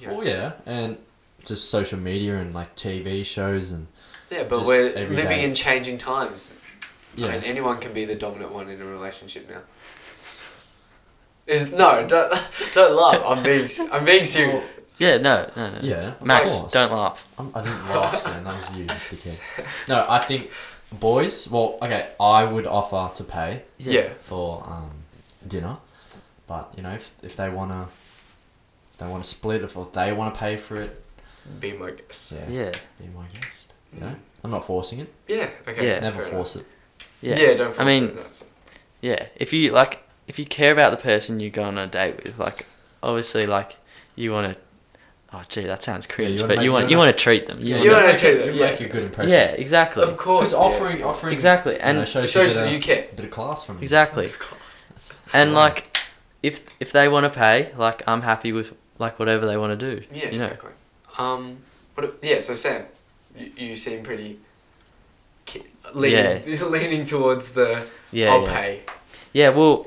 Speaker 3: you know-
Speaker 2: Oh yeah, and just social media and like TV shows and
Speaker 3: Yeah, but
Speaker 2: Just
Speaker 3: we're
Speaker 2: every
Speaker 3: living
Speaker 2: day.
Speaker 3: in changing times.
Speaker 2: yeah.
Speaker 3: I mean, anyone can be the dominant one in a relationship now. Is no, don't don't laugh. I'm being s- I'm being serious.
Speaker 1: Yeah, no, no, no.
Speaker 2: Yeah, of
Speaker 1: Max,
Speaker 2: course.
Speaker 1: don't laugh.
Speaker 2: I'm, I didn't laugh, Sam. That was you, dickhead. No, I think boys. Well, okay, I would offer to pay
Speaker 3: Yeah. yeah.
Speaker 2: for um, dinner, but you know, if, if they wanna, if they wanna split, if they wanna pay for it,
Speaker 3: Be my guest.
Speaker 2: yeah,
Speaker 1: Yeah.
Speaker 2: be my guest.
Speaker 3: Mm.
Speaker 2: You know, I'm not forcing it.
Speaker 3: Yeah. Okay.
Speaker 1: Yeah.
Speaker 2: Never
Speaker 3: fair
Speaker 2: force it.
Speaker 1: Yeah.
Speaker 3: enough. Yeah. Don't force
Speaker 1: I mean,
Speaker 3: it. That's,
Speaker 1: yeah. If you like, if you care about the person you go on a date with, like, obviously, like, you want to. Oh, gee, that sounds cringe,
Speaker 2: wanna
Speaker 1: but
Speaker 2: make-
Speaker 1: you
Speaker 2: you
Speaker 1: want
Speaker 2: wanna-
Speaker 1: you want to treat them.
Speaker 2: Yeah,
Speaker 1: wanna-
Speaker 3: You
Speaker 2: make-
Speaker 3: wanna treat them,
Speaker 2: you
Speaker 3: yeah.
Speaker 2: make a good impression.
Speaker 1: yeah, exactly,
Speaker 3: of course.
Speaker 2: Because offering, offering,
Speaker 1: exactly,
Speaker 2: you know,
Speaker 1: and
Speaker 3: yeah. It
Speaker 2: shows,
Speaker 3: shows
Speaker 2: you
Speaker 3: that you
Speaker 2: bit,
Speaker 3: care.
Speaker 2: of, bit of class from you.
Speaker 1: exactly, and like, if if they want to pay, like, I'm happy with like whatever they want to do.
Speaker 3: Yeah.
Speaker 1: you know,
Speaker 3: Exactly. Um. What? a- Yeah. So Sam, you, you seem pretty. Ki- leaning, leaning towards the
Speaker 1: yeah,
Speaker 3: I'll
Speaker 1: yeah.
Speaker 3: pay.
Speaker 1: yeah. Well,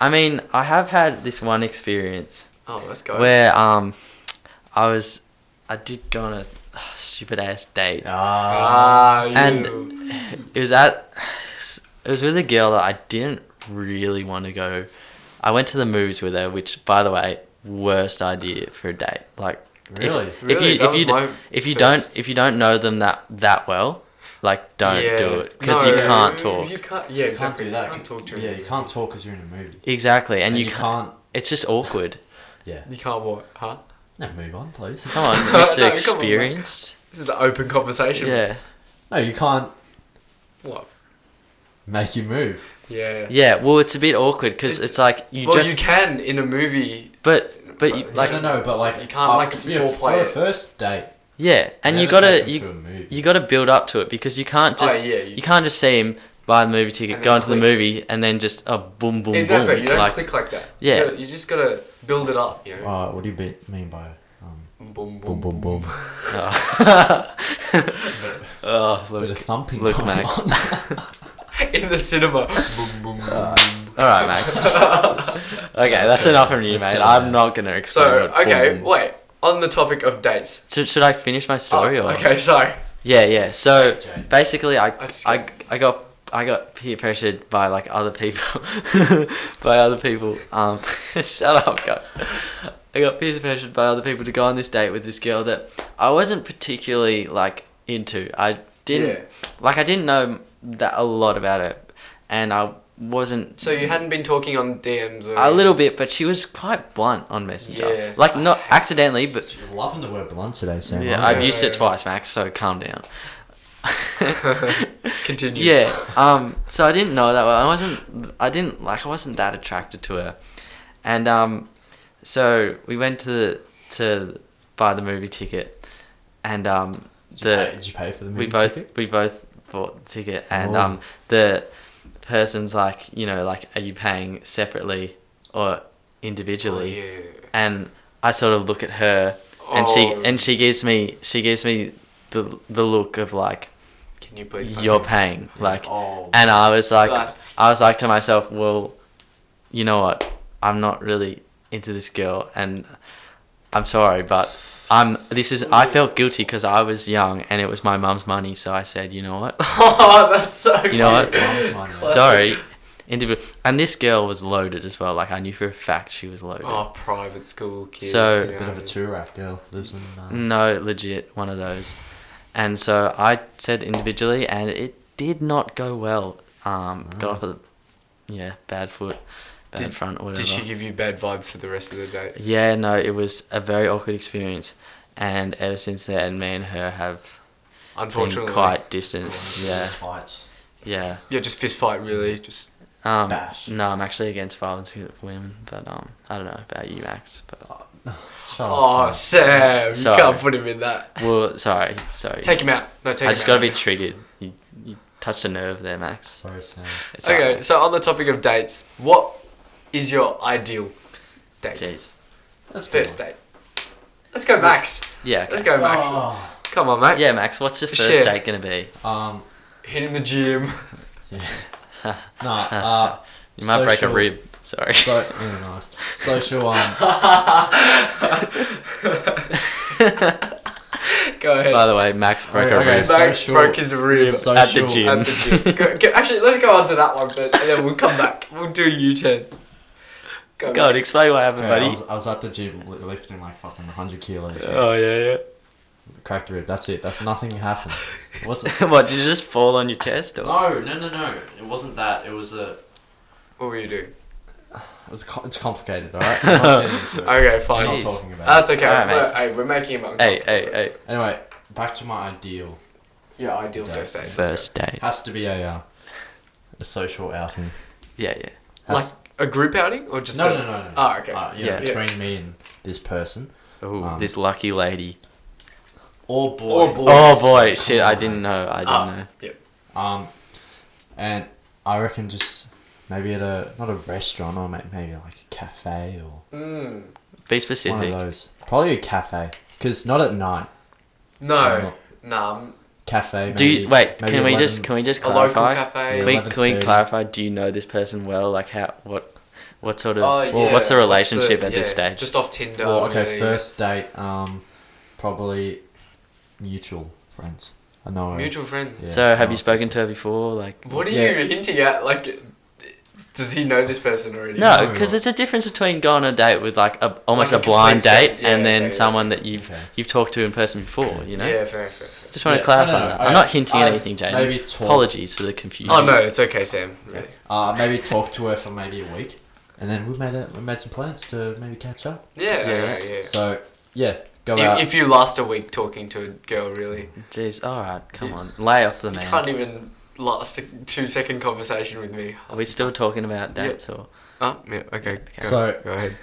Speaker 1: I mean, I have had this one experience
Speaker 3: Oh, let's go.
Speaker 1: where um, I was, I did go on a ah, stupid ass date.
Speaker 2: Ah,
Speaker 3: Ah,
Speaker 1: And-
Speaker 3: you.
Speaker 1: It was at, it was with a girl that I didn't really want to go I went to the movies with her, which, by the way, worst idea for a date. Like, if-
Speaker 2: Really?
Speaker 1: If,
Speaker 3: Really?
Speaker 1: you
Speaker 3: That
Speaker 1: if
Speaker 3: was
Speaker 1: you
Speaker 3: my
Speaker 1: d- if you
Speaker 3: first-
Speaker 1: don't if you don't know them that that well, like don't
Speaker 3: Yeah.
Speaker 1: do it because
Speaker 3: No,
Speaker 1: you can't talk.
Speaker 3: You can't. Yeah,
Speaker 2: You can't
Speaker 3: exactly.
Speaker 2: do that.
Speaker 3: You can't talk to.
Speaker 2: yeah,
Speaker 3: him.
Speaker 2: you can't talk because you're in a movie.
Speaker 1: Exactly, and,
Speaker 2: And
Speaker 1: you,
Speaker 2: you
Speaker 1: can't,
Speaker 2: can't-
Speaker 1: It's just awkward.
Speaker 2: Yeah.
Speaker 3: You can't walk, huh?
Speaker 2: Now move on, please.
Speaker 1: Come on,
Speaker 3: No,
Speaker 1: Mr.
Speaker 3: come on,
Speaker 1: experienced.
Speaker 3: This is an open conversation.
Speaker 1: yeah,
Speaker 2: No, you can't
Speaker 3: What?
Speaker 2: make you move.
Speaker 3: Yeah.
Speaker 1: yeah. Well, it's a bit awkward because
Speaker 3: It's-
Speaker 1: it's, like you
Speaker 3: well,
Speaker 1: just
Speaker 3: you can in a movie.
Speaker 1: but but you,
Speaker 3: But-
Speaker 1: like
Speaker 2: no, no, but like
Speaker 3: you can't, like, foreplay
Speaker 2: Uh, for a
Speaker 3: it.
Speaker 2: first date.
Speaker 1: yeah, and you
Speaker 2: never take
Speaker 1: gotta
Speaker 2: them
Speaker 1: you
Speaker 2: to a movie.
Speaker 1: you gotta build up to it because you can't
Speaker 3: Oh,
Speaker 1: just
Speaker 3: yeah, you-
Speaker 1: you, can't just see him buy the movie ticket,
Speaker 3: And
Speaker 1: go
Speaker 3: then
Speaker 1: into the
Speaker 3: click.
Speaker 1: movie, and then just a boom boom
Speaker 3: exactly.
Speaker 1: boom.
Speaker 3: you don't
Speaker 1: like,
Speaker 3: click like that.
Speaker 1: Yeah.
Speaker 3: You, gotta- you just gotta build it up. You know.
Speaker 2: Uh, what do you be, mean by um,
Speaker 3: boom,
Speaker 2: boom, boom, boom?
Speaker 1: oh. Oh,
Speaker 2: Bit
Speaker 1: look.
Speaker 2: of thumping.
Speaker 1: Look,
Speaker 2: going
Speaker 1: Max.
Speaker 2: on.
Speaker 3: In the cinema. boom, boom, boom.
Speaker 1: All right, Max. Okay, that's,
Speaker 2: it.
Speaker 1: enough from you,
Speaker 2: That's
Speaker 1: mate.
Speaker 2: it,
Speaker 1: I'm
Speaker 2: man.
Speaker 1: not gonna explain.
Speaker 3: So
Speaker 1: what boom
Speaker 3: okay,
Speaker 1: boom-
Speaker 3: wait. On the topic of dates.
Speaker 1: So, should I finish my story
Speaker 3: Oh,
Speaker 1: or?
Speaker 3: okay, sorry.
Speaker 1: Yeah, yeah. So
Speaker 2: Jane.
Speaker 1: basically, I
Speaker 3: I just-
Speaker 1: I, I got I got peer pressured by like other people, by other people. Um, shut up, guys. I got peer pressured by other people to go on this date with this girl that I wasn't particularly like into. I didn't like. I didn't know that a lot about her, and I wasn't.
Speaker 3: So you hadn't been talking on DMs. Or
Speaker 1: A little bit, but she was quite blunt on Messenger.
Speaker 3: Yeah.
Speaker 1: Like not accidentally, but
Speaker 2: You're loving the word blunt today, Sam.
Speaker 1: yeah,
Speaker 2: aren't
Speaker 1: I've
Speaker 2: you?
Speaker 1: used it twice, Max. So calm down.
Speaker 3: Continue.
Speaker 1: Yeah. Um. So I didn't know that well. I wasn't. I didn't like. I wasn't that attracted to her, and um, so we went to to buy the movie ticket, and um,
Speaker 2: Did you pay-
Speaker 1: the
Speaker 2: did you pay for the movie
Speaker 1: we both
Speaker 2: ticket?
Speaker 1: we both bought the ticket, and
Speaker 2: Oh.
Speaker 1: um, the person's like, you know, like, are you paying separately or
Speaker 3: Oh,
Speaker 1: individually?
Speaker 3: yeah.
Speaker 1: and I sort of look at her, and she
Speaker 3: Oh.
Speaker 1: and she gives me she gives me the the look of like
Speaker 3: Can you please? punch
Speaker 1: you're
Speaker 3: me?
Speaker 1: paying like,
Speaker 3: Oh.
Speaker 1: and I was like
Speaker 3: That's-
Speaker 1: I was like to myself, well, you know what, I'm not really into this girl, and I'm sorry, but I'm this is I felt guilty because I was young and it was my mum's money, so I said, you know what,
Speaker 3: oh, that's so.
Speaker 1: You know what?
Speaker 3: cute.
Speaker 2: Mum's money.
Speaker 3: Classic.
Speaker 1: sorry. Individual. And this girl was loaded as well. Like I knew for a fact she was loaded.
Speaker 3: Oh, private school kids.
Speaker 1: So-
Speaker 3: you
Speaker 1: A
Speaker 2: A bit of
Speaker 3: know.
Speaker 2: a two rack girl lives in. Uh,
Speaker 1: No, legit, one of those. And so I said individually, and it did not go well. Um,
Speaker 2: Oh.
Speaker 1: Got off of the, yeah, bad foot, bad
Speaker 3: Ah. Did-
Speaker 1: front, whatever.
Speaker 3: Did she give you bad vibes for the rest of the day?
Speaker 1: yeah, no, it was a very awkward experience. And ever since then, me and her have been
Speaker 3: Unfortunately.
Speaker 1: quite distant. Yeah,
Speaker 2: Fights.
Speaker 1: yeah.
Speaker 3: Yeah, just fist fight, really. Just.
Speaker 1: Um,
Speaker 2: Bash.
Speaker 1: No, I'm actually against violence against women, but um, I don't know about you, Max. But
Speaker 2: Shut
Speaker 3: Oh,
Speaker 2: up, Sam.
Speaker 3: Sam, you
Speaker 1: Sorry.
Speaker 3: can't put him in that.
Speaker 1: well, sorry, sorry.
Speaker 3: Take him out. No, take
Speaker 1: I
Speaker 3: him
Speaker 1: just
Speaker 3: out.
Speaker 1: gotta be triggered. You, you touched a nerve there, Max.
Speaker 2: Sorry, Sam.
Speaker 1: It's alright,
Speaker 3: Okay,
Speaker 1: Max.
Speaker 3: so on the topic of dates, what is your ideal date?
Speaker 1: Jeez.
Speaker 2: That's
Speaker 3: First date. Let's go, Max.
Speaker 1: Yeah.
Speaker 3: Let's
Speaker 1: okay.
Speaker 3: go, Max.
Speaker 2: Oh.
Speaker 3: Come on, Max.
Speaker 1: Yeah, Max, what's your first
Speaker 3: Shit.
Speaker 1: date gonna be?
Speaker 2: um.
Speaker 3: Hitting the gym.
Speaker 2: No. Uh.
Speaker 1: You might break a
Speaker 2: social-
Speaker 1: rib. Sorry.
Speaker 2: So yeah, nice. Social. Um.
Speaker 3: Go ahead.
Speaker 1: By the way, Max broke a
Speaker 2: Okay,
Speaker 1: rib
Speaker 3: Max
Speaker 2: social-
Speaker 3: broke his rib.
Speaker 2: social,
Speaker 1: at the gym.
Speaker 3: At the gym. Go, go- actually, let's go on to that one first, and then we'll come back. We'll do U turn. Go,
Speaker 1: God,
Speaker 3: Max.
Speaker 1: explain what happened,
Speaker 2: Okay, I,
Speaker 1: buddy.
Speaker 2: was, I was at the gym li- lifting like fucking 100 kilos.
Speaker 1: Oh yeah,
Speaker 2: Cracked the rib. That's it. That's nothing happened. What's it?
Speaker 1: yeah. what? Did you just fall on your chest? Or?
Speaker 2: No, no, no, no. It wasn't that. It was a.
Speaker 3: What will you do?
Speaker 2: It was co- it's complicated, alright? I'm not getting into it.
Speaker 3: Okay,
Speaker 2: I'm
Speaker 3: fine.
Speaker 2: not
Speaker 1: Jeez.
Speaker 2: talking about
Speaker 3: That's okay.
Speaker 1: Alright,
Speaker 3: we're,
Speaker 1: mate.
Speaker 3: hey, we're making him uncomfortable.
Speaker 1: Hey, hey, hey.
Speaker 2: it. Anyway, back to my ideal.
Speaker 3: Yeah, ideal
Speaker 2: Okay.
Speaker 3: first date.
Speaker 1: First date.
Speaker 2: Has to be a, uh, a social outing.
Speaker 1: Yeah, yeah.
Speaker 3: Like
Speaker 2: Has-
Speaker 3: a group outing or just
Speaker 2: no,
Speaker 3: a-
Speaker 2: no, no, no.
Speaker 3: Oh, okay.
Speaker 2: Uh, yeah,
Speaker 1: Yeah.
Speaker 2: between me and this person.
Speaker 1: Ooh,
Speaker 2: Um,
Speaker 1: this lucky lady.
Speaker 2: Or boy.
Speaker 3: Or boy.
Speaker 1: Oh boy, shit! I didn't know. I didn't
Speaker 3: Ah,
Speaker 1: know.
Speaker 3: yeah.
Speaker 2: Um, and I reckon just maybe at a not a restaurant or ma- maybe like a cafe or
Speaker 3: Mm.
Speaker 1: Be
Speaker 2: one of
Speaker 1: specific.
Speaker 2: those. Probably a cafe because not at night. I'm
Speaker 3: No,
Speaker 2: not-
Speaker 3: nah, mm,
Speaker 2: Cafe.
Speaker 1: Do you,
Speaker 2: maybe-
Speaker 1: wait?
Speaker 2: maybe
Speaker 1: Can we
Speaker 2: 11
Speaker 1: just can we just
Speaker 3: a local
Speaker 1: clarify?
Speaker 3: cafe.
Speaker 1: Can we,
Speaker 2: Yeah.
Speaker 1: can we
Speaker 2: 11:30.
Speaker 1: clarify? Do you know this person well? Like how? What? What sort of?
Speaker 3: Oh,
Speaker 1: well,
Speaker 3: yeah,
Speaker 1: What's the relationship at this
Speaker 3: yeah,
Speaker 1: stage?
Speaker 3: Just off Tinder.
Speaker 2: Well,
Speaker 3: or
Speaker 2: okay,
Speaker 3: anything.
Speaker 2: first date. Um, probably mutual friends. I know. her.
Speaker 3: Mutual friends.
Speaker 2: Yeah.
Speaker 1: so have
Speaker 2: no,
Speaker 1: you spoken to her before? Like
Speaker 3: What are
Speaker 2: Yeah.
Speaker 3: you hinting at? Like, Does he know this person already?
Speaker 1: No,
Speaker 2: No.
Speaker 1: because there's a difference between going on a date with like a almost a
Speaker 3: Like a
Speaker 1: blind
Speaker 3: complacent-
Speaker 1: date
Speaker 3: yeah,
Speaker 1: and then
Speaker 3: yeah, yeah.
Speaker 1: someone that you've
Speaker 2: Okay.
Speaker 1: you've talked to in person before. You know,
Speaker 3: Yeah, fair, fair, fair.
Speaker 1: just want to
Speaker 2: Yeah.
Speaker 1: clarify
Speaker 2: No, no, no,
Speaker 1: that.
Speaker 2: I-
Speaker 1: I'm not hinting at
Speaker 2: I've
Speaker 1: anything, James.
Speaker 2: Maybe talk.
Speaker 1: Apologies for the confusion.
Speaker 3: Oh no, it's okay, Sam.
Speaker 2: Okay. Uh, maybe talk to her for maybe a week, and then we made a, we made some plans to maybe catch up.
Speaker 3: Yeah,
Speaker 1: Yeah.
Speaker 3: yeah, yeah.
Speaker 2: So yeah, go out.
Speaker 3: If, if you last a week talking to a girl, really,
Speaker 1: Jeez, all right, come on, lay off the
Speaker 3: you
Speaker 1: man.
Speaker 3: can't even last a two-second conversation with me.
Speaker 1: Are we still talking about dates or?
Speaker 3: Oh, yeah. Okay. go-
Speaker 2: So-
Speaker 3: go ahead.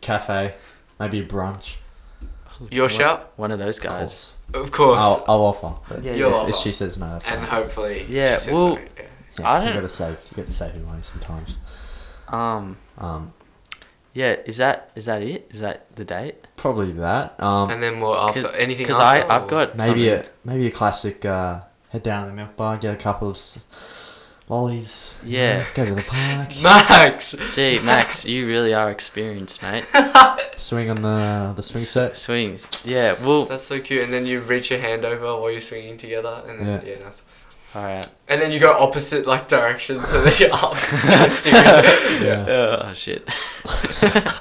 Speaker 2: Cafe, maybe brunch.
Speaker 3: Your
Speaker 1: One-
Speaker 3: shout?
Speaker 1: One of those
Speaker 2: Of
Speaker 1: guys.
Speaker 2: course.
Speaker 3: Of course.
Speaker 1: Oh.
Speaker 2: I'll, I'll offer. But
Speaker 1: Yeah,
Speaker 2: yeah,
Speaker 1: You'll
Speaker 2: if,
Speaker 3: offer.
Speaker 2: if she says no, that's
Speaker 3: and
Speaker 2: fine.
Speaker 3: hopefully,
Speaker 1: Yeah,
Speaker 3: She says
Speaker 1: well-
Speaker 3: no, yeah.
Speaker 2: Yeah,
Speaker 1: I don't-
Speaker 2: you gotta save. You gotta save your money sometimes.
Speaker 1: Um,
Speaker 2: Um,
Speaker 1: yeah, is that is that it? Is that the date?
Speaker 2: probably that. Um,
Speaker 3: And then well after anything
Speaker 1: Because I
Speaker 3: after.
Speaker 1: I've
Speaker 3: or-
Speaker 1: got
Speaker 2: maybe
Speaker 1: something.
Speaker 2: a maybe a classic. Uh, head down to the milk bar, get a couple of s- lollies. you
Speaker 1: Yeah.
Speaker 2: know, Go to the park.
Speaker 3: Max.
Speaker 1: Gee, Max, you really are experienced, mate.
Speaker 2: swing on the the swing set.
Speaker 1: Swings. Yeah. Well.
Speaker 3: That's so cute. And then you reach your hand over while you're swinging together, and then yeah, nice.
Speaker 1: All right.
Speaker 3: And then you go opposite like directions so that your arms still steering.
Speaker 2: Yeah.
Speaker 1: Oh shit.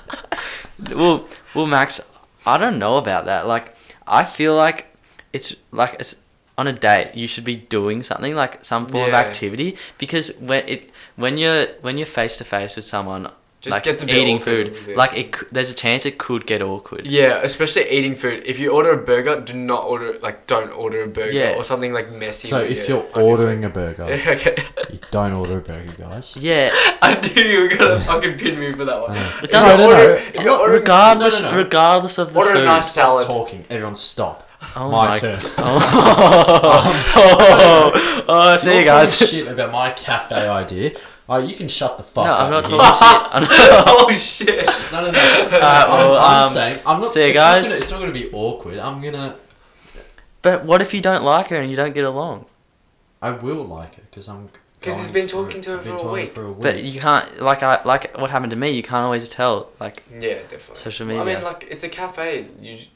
Speaker 1: well, well, Max, I don't know about that. Like, I feel like it's like it's on a date. You should be doing something like some form of
Speaker 3: Yeah.
Speaker 1: activity because when it when you're when you're face to face with someone,
Speaker 3: Just
Speaker 1: like
Speaker 3: gets a bit
Speaker 1: eating
Speaker 3: awkward,
Speaker 1: food,
Speaker 3: yeah.
Speaker 1: like it, c- there's a chance it could get awkward.
Speaker 3: Yeah, especially eating food. If you order a burger, do not order like don't order a burger
Speaker 1: Yeah.
Speaker 3: or something like messy.
Speaker 2: So
Speaker 3: with
Speaker 2: if
Speaker 3: your-
Speaker 2: you're
Speaker 3: on your
Speaker 2: ordering
Speaker 3: food.
Speaker 2: a burger,
Speaker 3: okay,
Speaker 2: you don't order a burger, guys.
Speaker 1: Yeah.
Speaker 3: I knew you were gonna fucking pin me for that one.
Speaker 2: Yeah.
Speaker 3: If
Speaker 1: No,
Speaker 3: you're
Speaker 2: no, no.
Speaker 3: ordering- if
Speaker 2: I'm
Speaker 3: you're ordering-
Speaker 1: Regardless,
Speaker 2: No, no, no.
Speaker 1: regardless of the
Speaker 3: Order a
Speaker 1: food.
Speaker 3: nice-
Speaker 2: Stop
Speaker 3: Salad.
Speaker 2: talking. Everyone stop.
Speaker 1: Oh
Speaker 2: my,
Speaker 1: my
Speaker 2: turn.
Speaker 1: Oh, oh, oh, oh, see you
Speaker 2: You're talking
Speaker 1: guys.
Speaker 2: shit about my cafe idea. Oh, you can shut the fuck
Speaker 1: No,
Speaker 2: up.
Speaker 1: I'm not
Speaker 2: you.
Speaker 1: talking shit. I'm not-
Speaker 3: oh shit!
Speaker 2: No, no, no.
Speaker 1: Alright, Uh, well,
Speaker 2: I'm, I'm
Speaker 1: um,
Speaker 2: saying I'm not.
Speaker 1: see you
Speaker 2: it's not
Speaker 1: guys.
Speaker 2: gonna- it's not going to be awkward. I'm gonna.
Speaker 1: But what if you don't like her and you don't get along?
Speaker 2: I will like it because I'm.
Speaker 3: 'Cause he's
Speaker 2: going
Speaker 3: been
Speaker 2: through-
Speaker 3: talking to her
Speaker 2: I've been
Speaker 3: for a
Speaker 2: talking
Speaker 3: week.
Speaker 2: For a week.
Speaker 1: But you can't like I like what happened to me. You can't always tell. Like
Speaker 3: Yeah, definitely.
Speaker 1: Social
Speaker 3: Well, I
Speaker 1: media.
Speaker 3: mean, like it's a cafe. You j-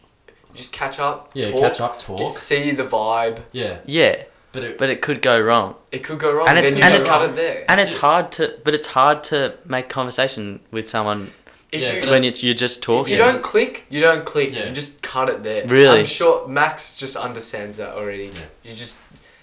Speaker 3: you just catch up.
Speaker 2: yeah,
Speaker 3: talk,
Speaker 2: catch up, talk.
Speaker 3: get- see the vibe.
Speaker 2: Yeah,
Speaker 1: yeah,
Speaker 2: but it,
Speaker 1: but it could go wrong,
Speaker 3: It could go wrong.
Speaker 1: And
Speaker 3: And,
Speaker 1: it's-
Speaker 3: then you
Speaker 1: and
Speaker 3: just
Speaker 1: it's-
Speaker 3: cut it there.
Speaker 1: and
Speaker 2: That's
Speaker 1: it's
Speaker 2: it.
Speaker 1: hard to. But it's hard to make conversation with someone
Speaker 3: If
Speaker 2: Yeah,
Speaker 3: you,
Speaker 2: but
Speaker 1: when you, you're just
Speaker 3: if
Speaker 1: talking.
Speaker 3: you don't click, you don't click.
Speaker 2: Yeah.
Speaker 3: You just cut it there.
Speaker 1: Really?
Speaker 3: I'm sure Max just understands that already.
Speaker 2: Yeah.
Speaker 3: You just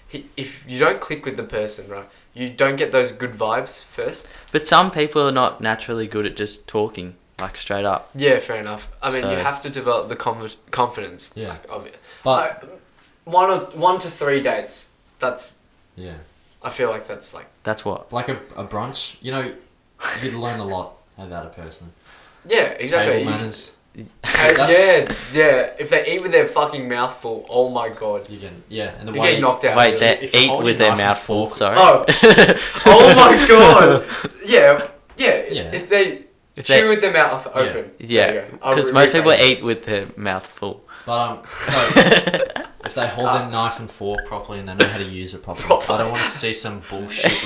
Speaker 3: he, if you don't click with the person, right? You don't get those good vibes first.
Speaker 1: But some people are not naturally good at just talking like straight up.
Speaker 3: Yeah, fair enough. I mean,
Speaker 1: So-
Speaker 3: you have to develop the conf- confidence.
Speaker 2: Yeah.
Speaker 3: like, of it.
Speaker 2: but
Speaker 3: I- one or one to three dates. That's
Speaker 2: yeah,
Speaker 3: I feel like that's like
Speaker 1: That's what.
Speaker 2: like a, a brunch. You know, you'd learn a lot about a person.
Speaker 3: yeah exactly.
Speaker 2: Table
Speaker 3: You-
Speaker 2: manners.
Speaker 3: Hey,
Speaker 2: That's-
Speaker 3: yeah, yeah. If they eat with their fucking mouthful, oh my god,
Speaker 2: You can, yeah, and the
Speaker 3: you
Speaker 2: way
Speaker 3: get knocked out.
Speaker 1: Wait,
Speaker 3: really.
Speaker 1: they
Speaker 2: if you
Speaker 1: eat
Speaker 2: hold
Speaker 1: with
Speaker 2: your
Speaker 1: their
Speaker 2: knife and
Speaker 1: mouth full.
Speaker 2: fork-
Speaker 1: Sorry.
Speaker 3: Oh. oh my god. Yeah, yeah.
Speaker 2: Yeah.
Speaker 3: If they
Speaker 1: If
Speaker 3: chew
Speaker 1: they-
Speaker 3: with their mouth open.
Speaker 1: yeah,
Speaker 3: There you go. I'll
Speaker 1: because
Speaker 3: rephrase.
Speaker 1: most people eat with their mouth full.
Speaker 2: But um, no, if they hold their knife and fork properly and they know how to use it properly, I don't want to see some bullshit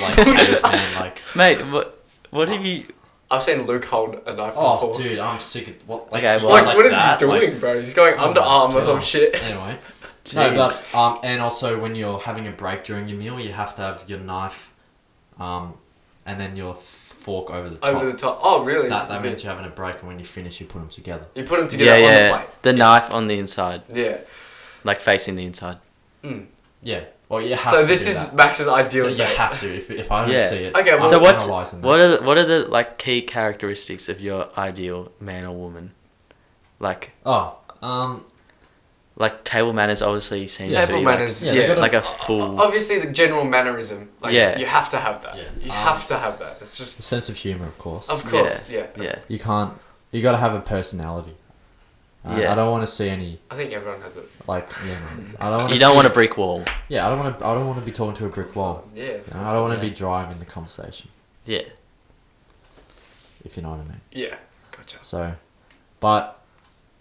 Speaker 2: like this, man. Like,
Speaker 1: Mate, what? What have you?
Speaker 3: I've seen Luke hold a knife
Speaker 2: oh,
Speaker 3: before.
Speaker 2: dude, I'm sick of what. Like,
Speaker 1: Okay,
Speaker 2: he
Speaker 1: well-
Speaker 3: Like,
Speaker 2: goes
Speaker 3: what is
Speaker 2: that,
Speaker 3: he doing,
Speaker 2: like-
Speaker 3: bro? He's going
Speaker 2: Oh
Speaker 3: under
Speaker 2: my
Speaker 3: underarm or some
Speaker 2: God.
Speaker 3: shit.
Speaker 2: anyway,
Speaker 1: Jeez.
Speaker 2: no, but um, and also when you're having a break during your meal, you have to have your knife, um, and then your fork over the top.
Speaker 3: Over the top. Oh, really?
Speaker 2: That that means you're having a break, and when you finish, you put them together.
Speaker 3: You put them
Speaker 1: yeah,
Speaker 3: together
Speaker 1: yeah.
Speaker 3: on
Speaker 1: the knife on the inside,
Speaker 3: the plate. Yeah.
Speaker 1: like facing the inside.
Speaker 2: Yeah, well, you have
Speaker 3: So
Speaker 2: to
Speaker 3: this
Speaker 2: do
Speaker 3: is
Speaker 2: that.
Speaker 3: Max's ideal
Speaker 2: you
Speaker 3: date.
Speaker 2: have to. If, if I don't
Speaker 1: Yeah.
Speaker 2: see it,
Speaker 3: Okay,
Speaker 2: I'm
Speaker 3: well-
Speaker 1: So what's
Speaker 2: analysing that.
Speaker 1: what are the, what are the like key characteristics of your ideal man or woman? Like
Speaker 2: Oh, um,
Speaker 1: like table manners obviously seems
Speaker 2: Yeah.
Speaker 1: to be
Speaker 3: Table
Speaker 1: like-
Speaker 3: manners.
Speaker 2: yeah,
Speaker 3: Yeah.
Speaker 2: they gotta- Oh,
Speaker 1: like, a
Speaker 3: O-
Speaker 1: full.
Speaker 3: Obviously, the general mannerism. Like,
Speaker 1: Yeah.
Speaker 3: You have to have that.
Speaker 2: Yeah.
Speaker 3: You
Speaker 2: Um,
Speaker 3: have to have that. It's just.
Speaker 2: sense of humor, of course.
Speaker 3: Of course. Yeah.
Speaker 1: Yeah,
Speaker 2: oh. You can't. You got to have a personality. Uh,
Speaker 1: Yeah.
Speaker 2: I don't want to see any
Speaker 3: I think everyone has it.
Speaker 2: like. You know, I don't want.
Speaker 1: you don't want a brick wall.
Speaker 2: Yeah, I don't want to. I don't want to be talking to a brick wall.
Speaker 3: Yeah.
Speaker 2: You know, I don't want to
Speaker 1: Yeah.
Speaker 2: be driving the conversation,
Speaker 1: Yeah,
Speaker 2: if you know what I mean.
Speaker 3: Yeah. Gotcha.
Speaker 2: So, but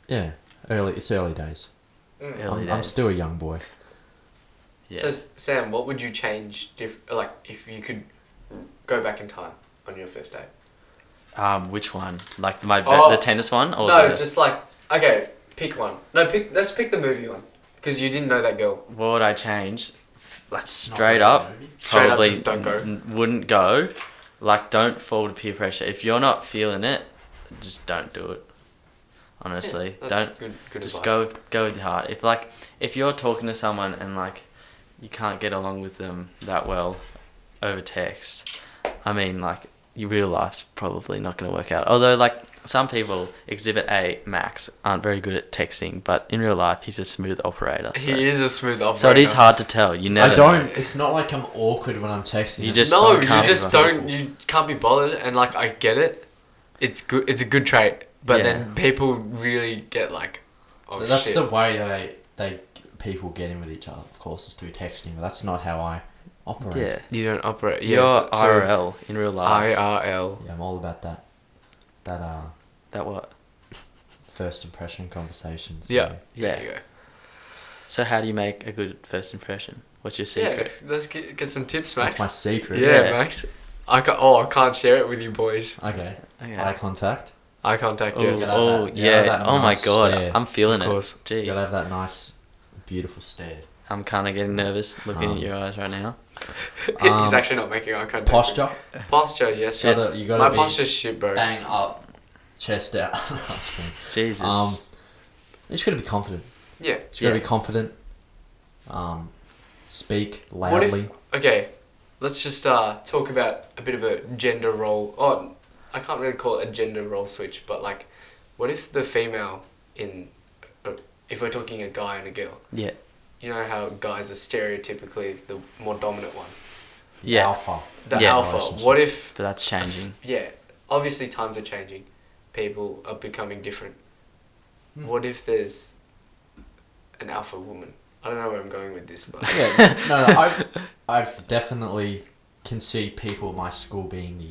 Speaker 2: yeah, early. It's early days.
Speaker 3: Mm.
Speaker 1: Yeah.
Speaker 2: I'm,
Speaker 1: Early
Speaker 2: I'm
Speaker 1: days.
Speaker 2: still a young boy.
Speaker 1: yeah.
Speaker 3: So Sam, what would you change? Diff- like, if you could go back in time on your first date?
Speaker 1: um, which one? Like my ve-
Speaker 3: Oh.
Speaker 1: the tennis one or
Speaker 3: no,
Speaker 1: the,
Speaker 3: just like okay, pick one. No, pick. Let's pick the movie one because you didn't know that girl.
Speaker 1: what would I change? Like straight up,
Speaker 3: Straight up,
Speaker 1: probably
Speaker 3: just don't go.
Speaker 1: n- wouldn't go. like don't fall to peer pressure. If you're not feeling it, just don't do it. Honestly,
Speaker 3: Yeah, that's
Speaker 1: don't
Speaker 3: Good, good
Speaker 1: just
Speaker 3: advice.
Speaker 1: go with, go with your heart. If like if you're talking to someone and like you can't get along with them that well over text, I mean like your real life's probably not going to work out. Although like some people, Exhibit A Max, aren't very good at texting, but in real life he's a smooth operator. So,
Speaker 3: He is a smooth operator.
Speaker 1: so it is hard to tell. You never.
Speaker 2: I don't.
Speaker 1: know.
Speaker 2: It's not like I'm awkward when I'm texting.
Speaker 1: You
Speaker 2: him.
Speaker 1: just
Speaker 3: no,
Speaker 1: don't
Speaker 3: you
Speaker 1: can't
Speaker 3: just
Speaker 1: be bothered.
Speaker 3: don't. You can't be bothered, and like I get it. It's good. It's a good trait, but
Speaker 1: Yeah.
Speaker 3: then people really get like, oh
Speaker 2: Th- that's
Speaker 3: shit.
Speaker 2: the way they they people get in with each other. Of course, is through texting, but that's not how I operate.
Speaker 1: Yeah.
Speaker 3: you don't operate. Yeah,
Speaker 1: You're
Speaker 3: so- so
Speaker 1: IRL in real life.
Speaker 3: IRL.
Speaker 2: Yeah, I'm all about that. That uh,
Speaker 1: that what?
Speaker 2: first impression conversations.
Speaker 3: Yeah.
Speaker 1: Yeah.
Speaker 3: There you go.
Speaker 1: So how do you make a good first impression? What's your secret?
Speaker 3: Yeah, let's get, get some tips,
Speaker 2: that's
Speaker 3: Max.
Speaker 2: my secret.
Speaker 3: yeah,
Speaker 1: Yeah.
Speaker 3: Max. I ca oh, I can't share it with you boys.
Speaker 2: Okay.
Speaker 1: Okay.
Speaker 2: Eye contact.
Speaker 3: Eye contact,
Speaker 1: Oh,
Speaker 3: yes.
Speaker 2: Yeah, like
Speaker 1: oh
Speaker 2: that- yeah,
Speaker 1: yeah.
Speaker 2: like that
Speaker 1: oh my
Speaker 2: nice
Speaker 1: god,
Speaker 2: stare.
Speaker 1: I'm feeling
Speaker 3: Of course.
Speaker 1: it. Gee,
Speaker 2: You gotta have that nice, beautiful stare.
Speaker 1: I'm kind of getting nervous looking
Speaker 2: Um,
Speaker 1: at your eyes right now.
Speaker 3: He's
Speaker 2: Um,
Speaker 3: actually not making eye contact.
Speaker 2: Posture.
Speaker 3: Posture, yes.
Speaker 2: So that you gotta
Speaker 3: My
Speaker 2: be
Speaker 3: posture's shit, bro.
Speaker 2: bang up, chest out. That's funny.
Speaker 1: Jesus.
Speaker 2: um, you just gotta be confident.
Speaker 3: Yeah.
Speaker 2: You gotta
Speaker 1: Yeah.
Speaker 2: be confident. Um, speak
Speaker 3: What
Speaker 2: loudly.
Speaker 3: if? Okay, let's just uh, talk about a bit of a gender role. Oh, I can't really call it a gender role switch, but like, what if the female in, uh, if we're talking a guy and a girl,
Speaker 1: yeah.
Speaker 3: you know how guys are stereotypically the more dominant one,
Speaker 1: Yeah.
Speaker 2: Alpha.
Speaker 3: the
Speaker 1: Yeah.
Speaker 3: alpha. What if?
Speaker 1: But that's changing.
Speaker 3: Yeah, obviously times are changing, people are becoming different.
Speaker 2: Hmm.
Speaker 3: What if there's an alpha woman? I don't know where I'm going with this, but
Speaker 2: yeah, no, no I've, I've definitely can see people at my school being the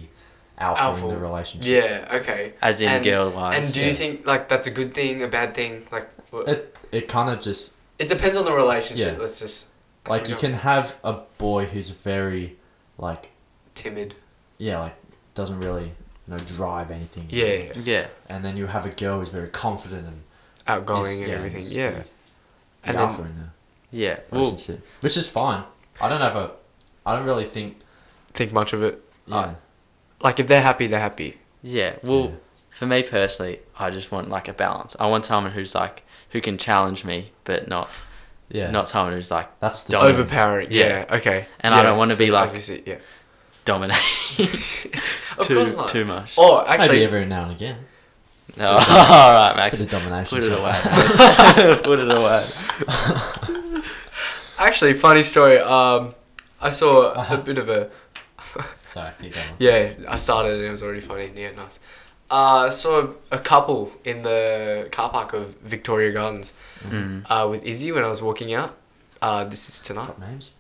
Speaker 2: alpha,
Speaker 3: Alpha.
Speaker 2: in the relationship.
Speaker 3: yeah, okay.
Speaker 1: As in
Speaker 3: And-
Speaker 1: girl
Speaker 3: And
Speaker 1: wise.
Speaker 3: do you think like that's a good thing, a bad thing? Like wh-
Speaker 2: It it kind of just
Speaker 3: it depends on the relationship.
Speaker 2: Yeah.
Speaker 3: Let's just
Speaker 2: like you
Speaker 3: know,
Speaker 2: can have a boy who's very like
Speaker 3: timid.
Speaker 2: yeah like doesn't really you know drive anything.
Speaker 3: Yeah,
Speaker 1: yeah.
Speaker 2: And then you have a girl who's very confident and
Speaker 3: outgoing
Speaker 2: is-
Speaker 3: and
Speaker 2: yeah,
Speaker 3: everything.
Speaker 2: is
Speaker 3: Yeah,
Speaker 2: the- the
Speaker 3: and
Speaker 2: alpha
Speaker 3: then
Speaker 2: in the
Speaker 1: Yeah. Well,
Speaker 2: relationship, which is fine. I don't have a. I don't really think.
Speaker 3: think much of it.
Speaker 2: Yeah.
Speaker 3: Uh, Like if they're happy, they're happy.
Speaker 1: yeah. Well,
Speaker 2: Yeah.
Speaker 1: for me personally, I just want like a balance. I want someone who's like who can challenge me, but not
Speaker 2: yeah.
Speaker 1: not someone who's like
Speaker 2: that's the
Speaker 1: Dominant.
Speaker 3: Overpowering. Yeah. Okay.
Speaker 1: And I
Speaker 3: Yeah,
Speaker 1: don't wanna
Speaker 3: so
Speaker 1: be like-
Speaker 3: obviously yeah.
Speaker 1: dominating
Speaker 3: Of
Speaker 1: too,
Speaker 3: course not.
Speaker 1: too much.
Speaker 3: Oh,
Speaker 2: Maybe
Speaker 3: actually,
Speaker 2: every now and again.
Speaker 1: No. All right,
Speaker 2: Bit
Speaker 1: Max.
Speaker 2: of domination.
Speaker 1: Put it
Speaker 2: so-
Speaker 1: away. Put it away.
Speaker 3: actually, funny story. Um, I saw
Speaker 2: Uh-huh.
Speaker 3: a bit of a
Speaker 2: Sorry, keep going.
Speaker 3: Yeah, I started and it was already funny. Yeah, nice. Uh, saw a couple in the car park of Victoria Gardens
Speaker 1: Mm.
Speaker 3: uh, with Izzy when I was walking out. Uh, this is tonight
Speaker 2: Drop names.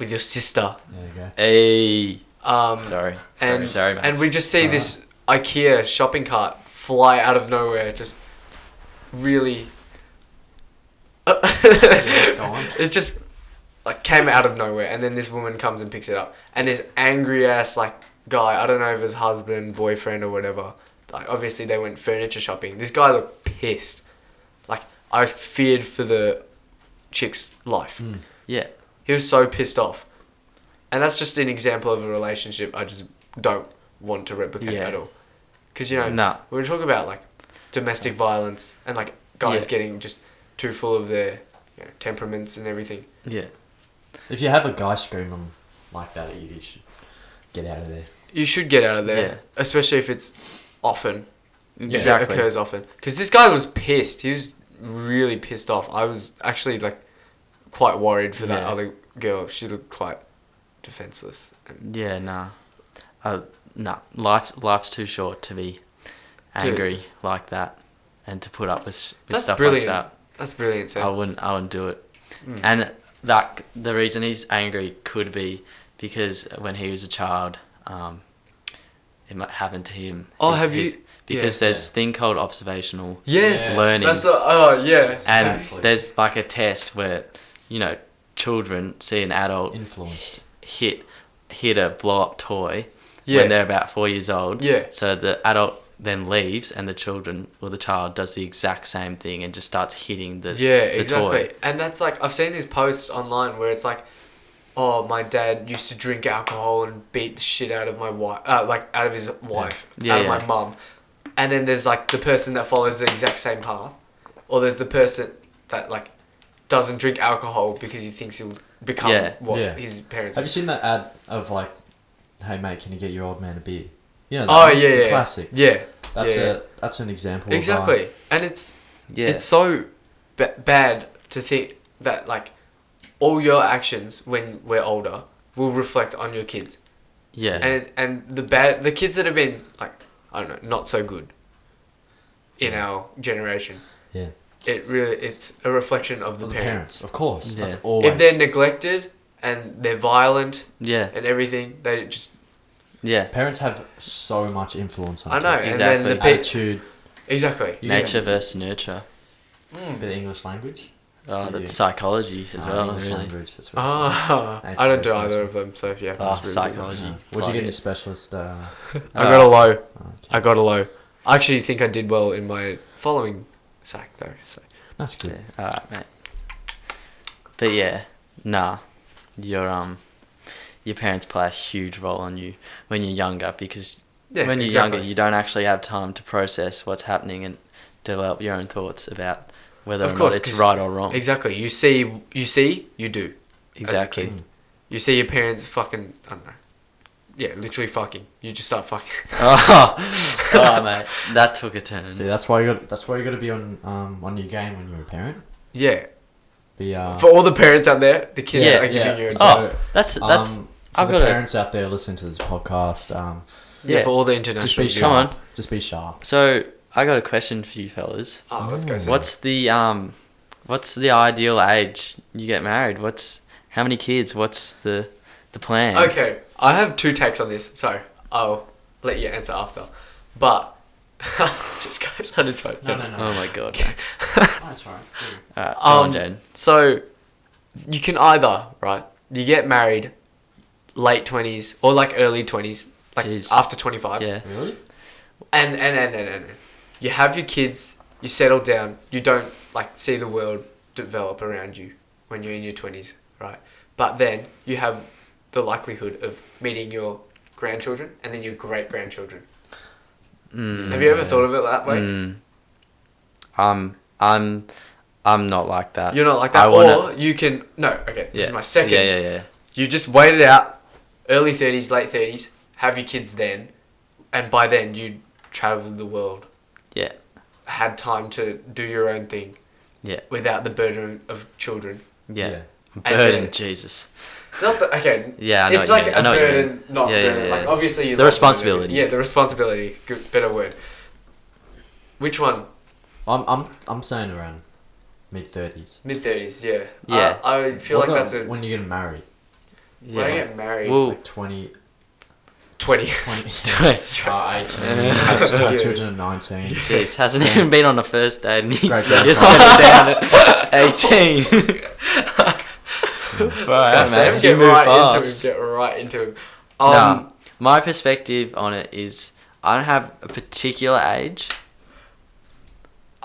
Speaker 3: with your sister.
Speaker 2: There you go.
Speaker 1: Hey.
Speaker 3: Um,
Speaker 1: Sorry. Sorry.
Speaker 3: and
Speaker 1: sorry, Max.
Speaker 3: and we just see
Speaker 2: Alright.
Speaker 3: this IKEA shopping cart fly out of nowhere, just really.
Speaker 2: go on.
Speaker 3: it just like came out of nowhere, and then this woman comes and picks it up, and this angry ass like guy, I don't know if his husband, boyfriend, or whatever. Like obviously they went furniture shopping. This guy looked pissed. Like I feared for the chick's life.
Speaker 2: Mm.
Speaker 1: yeah.
Speaker 3: He was so pissed off, and that's just an example of a relationship I just don't want to replicate
Speaker 1: Yeah.
Speaker 3: at all. Because you know,
Speaker 1: Nah.
Speaker 3: we were talking about like domestic violence and like guys
Speaker 1: Yeah.
Speaker 3: getting just too full of their you know, temperaments and everything.
Speaker 1: Yeah.
Speaker 2: If you have a guy screaming like that at you, you should get out of there.
Speaker 3: You should get out of there,
Speaker 1: Yeah.
Speaker 3: especially if it's often. If
Speaker 1: Exactly.
Speaker 3: it occurs often. Because this guy was pissed. He was really pissed off. I was actually like quite worried for that
Speaker 1: Yeah.
Speaker 3: other girl. She looked quite defenseless. And
Speaker 1: Yeah, nah. Uh, nah. Life's life's too short to be
Speaker 3: Dude.
Speaker 1: angry like that and to put up with, sh- with
Speaker 3: that's
Speaker 1: stuff
Speaker 3: brilliant.
Speaker 1: like that.
Speaker 3: that's brilliant,
Speaker 1: I
Speaker 3: Sam.
Speaker 1: wouldn't. I wouldn't do it.
Speaker 3: Mm.
Speaker 1: And that the reason he's angry could be because when he was a child, um, it might happen to him.
Speaker 3: Oh,
Speaker 1: He's-
Speaker 3: have
Speaker 1: he's-
Speaker 3: you-
Speaker 1: Because
Speaker 2: yeah.
Speaker 1: there's thing called observational,
Speaker 3: yes,
Speaker 1: Learning.
Speaker 3: That's the, oh yeah.
Speaker 1: and
Speaker 2: Exactly.
Speaker 1: there's like a test where, you know, children see an adult
Speaker 2: Influenced.
Speaker 1: hit hit a blow up toy
Speaker 3: Yeah.
Speaker 1: when they're about four years old.
Speaker 3: Yeah.
Speaker 1: So the adult then leaves and the children or the child does the exact same thing and just starts hitting the
Speaker 3: yeah
Speaker 1: the
Speaker 3: exactly
Speaker 1: toy.
Speaker 3: and that's like i've seen these posts online where it's like oh, my dad used to drink alcohol and beat the shit out of my wife, uh, like out of his wife,
Speaker 1: Yeah,
Speaker 3: out
Speaker 1: yeah.
Speaker 3: of my mum. And then there's like the person that follows the exact same path, or there's the person that like doesn't drink alcohol because he thinks he'll become
Speaker 1: Yeah.
Speaker 3: what
Speaker 2: Yeah.
Speaker 3: his parents.
Speaker 2: Have you seen that ad of like, "Hey mate, can you get your old man a beer?" You know, that
Speaker 3: Oh
Speaker 2: one,
Speaker 3: yeah,
Speaker 2: the
Speaker 3: yeah,
Speaker 2: classic.
Speaker 3: Yeah,
Speaker 2: That's
Speaker 3: yeah, yeah.
Speaker 2: a that's an example. Of,
Speaker 3: exactly. And it's
Speaker 1: Yeah.
Speaker 3: It's so ba- bad to think that like all your actions when we're older will reflect on your kids,
Speaker 1: yeah.
Speaker 3: and it, and the bad the kids that have been like I don't know not so good in our generation.
Speaker 2: Yeah.
Speaker 3: It really it's a reflection of
Speaker 2: uh,
Speaker 3: the,
Speaker 2: of the
Speaker 3: parents.
Speaker 2: parents, of course.
Speaker 1: Yeah.
Speaker 2: That's
Speaker 1: If
Speaker 2: always.
Speaker 3: If they're neglected and they're violent
Speaker 1: yeah.
Speaker 3: and everything, they just
Speaker 1: Yeah.
Speaker 2: parents have so much influence on.
Speaker 3: I know. And
Speaker 2: kids.
Speaker 3: then the
Speaker 1: Exactly.
Speaker 3: pe-
Speaker 2: Attitude,
Speaker 3: exactly. Mm.
Speaker 2: You
Speaker 1: Nature
Speaker 2: get
Speaker 1: versus nurture.
Speaker 2: a bit of English language.
Speaker 1: Oh,
Speaker 2: Yeah.
Speaker 1: that's psychology as
Speaker 2: Ah,
Speaker 1: well,
Speaker 2: English
Speaker 1: really.
Speaker 2: language. That's what it's like.
Speaker 3: Ah,
Speaker 2: Nature
Speaker 3: I don't do
Speaker 2: versus
Speaker 3: either
Speaker 2: nurture.
Speaker 3: of them. So
Speaker 1: Oh,
Speaker 3: yeah,
Speaker 2: Ah,
Speaker 3: that's really good.
Speaker 1: psychology.
Speaker 2: What'd Uh, you
Speaker 1: Fuck
Speaker 2: get in your
Speaker 1: it.
Speaker 2: specialist? Uh,
Speaker 1: Ah,
Speaker 3: I got a low.
Speaker 2: okay.
Speaker 3: I got a low. I actually think I did well in my following sack though. So
Speaker 2: That's good.
Speaker 1: Yeah. All right, mate. But yeah, nah, your um, your parents play a huge role on you when you're younger because
Speaker 3: Yeah,
Speaker 1: when you're
Speaker 3: exactly.
Speaker 1: younger you don't actually have time to process what's happening and develop your own thoughts about whether
Speaker 3: Of
Speaker 1: or
Speaker 3: course,
Speaker 1: not it's
Speaker 3: 'cause-
Speaker 1: right or wrong.
Speaker 3: exactly, you see, you see, you do.
Speaker 1: exactly.
Speaker 2: Mm.
Speaker 3: You see your parents fucking. I don't know. Yeah, literally fucking. You just start fucking.
Speaker 1: oh, oh, mate, that took a turn.
Speaker 2: See, that's why you got. That's why you got to be on um on your game when you're a parent.
Speaker 3: Yeah.
Speaker 2: Be uh.
Speaker 3: For all the parents out there, the kids
Speaker 1: Ah. Yeah,
Speaker 3: are giving you.
Speaker 2: so,
Speaker 3: advice.
Speaker 1: Oh, that's that's
Speaker 2: um, for
Speaker 1: I've
Speaker 2: the
Speaker 1: got a-
Speaker 2: parents out there listening to this podcast. Um,
Speaker 3: yeah.
Speaker 1: yeah.
Speaker 3: For all the
Speaker 2: just
Speaker 3: international.
Speaker 2: be
Speaker 3: viewers.
Speaker 1: Come
Speaker 2: sharp. Just be sharp.
Speaker 1: so. I got a question for you fellas.
Speaker 3: Oh, let's go.
Speaker 2: Mm.
Speaker 3: Sam.
Speaker 1: What's the um, what's the ideal age you get married? What's how many kids? What's the the plan?
Speaker 3: Okay, I have two takes on this, so I'll let you answer after. But just guys on his phone.
Speaker 1: Oh my god.
Speaker 2: that's alright.
Speaker 1: Oh, All right, go
Speaker 3: Um,
Speaker 1: on, Jane.
Speaker 3: So, you can either right, you get married late twenties or like early twenties, like
Speaker 1: Jeez.
Speaker 3: after twenty five.
Speaker 1: Yeah.
Speaker 2: Really?
Speaker 3: And and, and and and and you have your kids, you settle down, you don't like see the world develop around you when you're in your twenties, right? But then you have the likelihood of meeting your grandchildren and then your great grandchildren.
Speaker 1: Mm.
Speaker 3: Have you ever
Speaker 2: Yeah.
Speaker 3: thought of it that way?
Speaker 1: Mm. Um, I'm, I'm not like that.
Speaker 3: You're not like that,
Speaker 1: I wanna-
Speaker 3: or you can no. Okay, this
Speaker 1: yeah.
Speaker 3: is my second.
Speaker 1: Yeah, yeah, yeah.
Speaker 3: You just wait it out, early 30s, late 30s, have your kids then, and by then you traveled the world,
Speaker 1: Yeah,
Speaker 3: had time to do your own thing
Speaker 1: yeah,
Speaker 3: without the burden of children.
Speaker 1: yeah.
Speaker 3: And
Speaker 1: Burden,
Speaker 3: then-
Speaker 1: Jesus.
Speaker 3: Not the, okay.
Speaker 1: Yeah, I know
Speaker 3: it's
Speaker 1: what you mean.
Speaker 3: like a
Speaker 1: I know what you
Speaker 3: burden,
Speaker 1: mean.
Speaker 3: not
Speaker 1: Yeah, yeah,
Speaker 3: burden.
Speaker 1: yeah.
Speaker 3: Like obviously you
Speaker 1: The
Speaker 3: love
Speaker 1: responsibility.
Speaker 3: Yeah, the responsibility. Good, better word. Which one?
Speaker 2: I'm I'm I'm saying around mid thirties.
Speaker 3: Mid thirties. Yeah.
Speaker 1: Yeah.
Speaker 3: I, I feel like that's a when
Speaker 2: when you get married,
Speaker 3: I
Speaker 1: Yeah.
Speaker 3: get married.
Speaker 1: Well,
Speaker 2: like 20,
Speaker 3: Twenty.
Speaker 2: 20
Speaker 3: Straight-
Speaker 2: uh, 18,
Speaker 1: Yeah.
Speaker 2: had- had
Speaker 3: Yeah.
Speaker 2: children at 19.
Speaker 1: jeez, hasn't even been on the first date, and he's
Speaker 2: Great
Speaker 1: you're
Speaker 2: grandfather.
Speaker 1: settled down at eighteen. Right,
Speaker 3: Let's go,
Speaker 1: man,
Speaker 3: Sam.
Speaker 1: you
Speaker 3: Get
Speaker 1: move
Speaker 3: right into him.
Speaker 1: fast.
Speaker 3: Get right into him. Um,
Speaker 1: nah, my perspective on it is I don't have a particular age,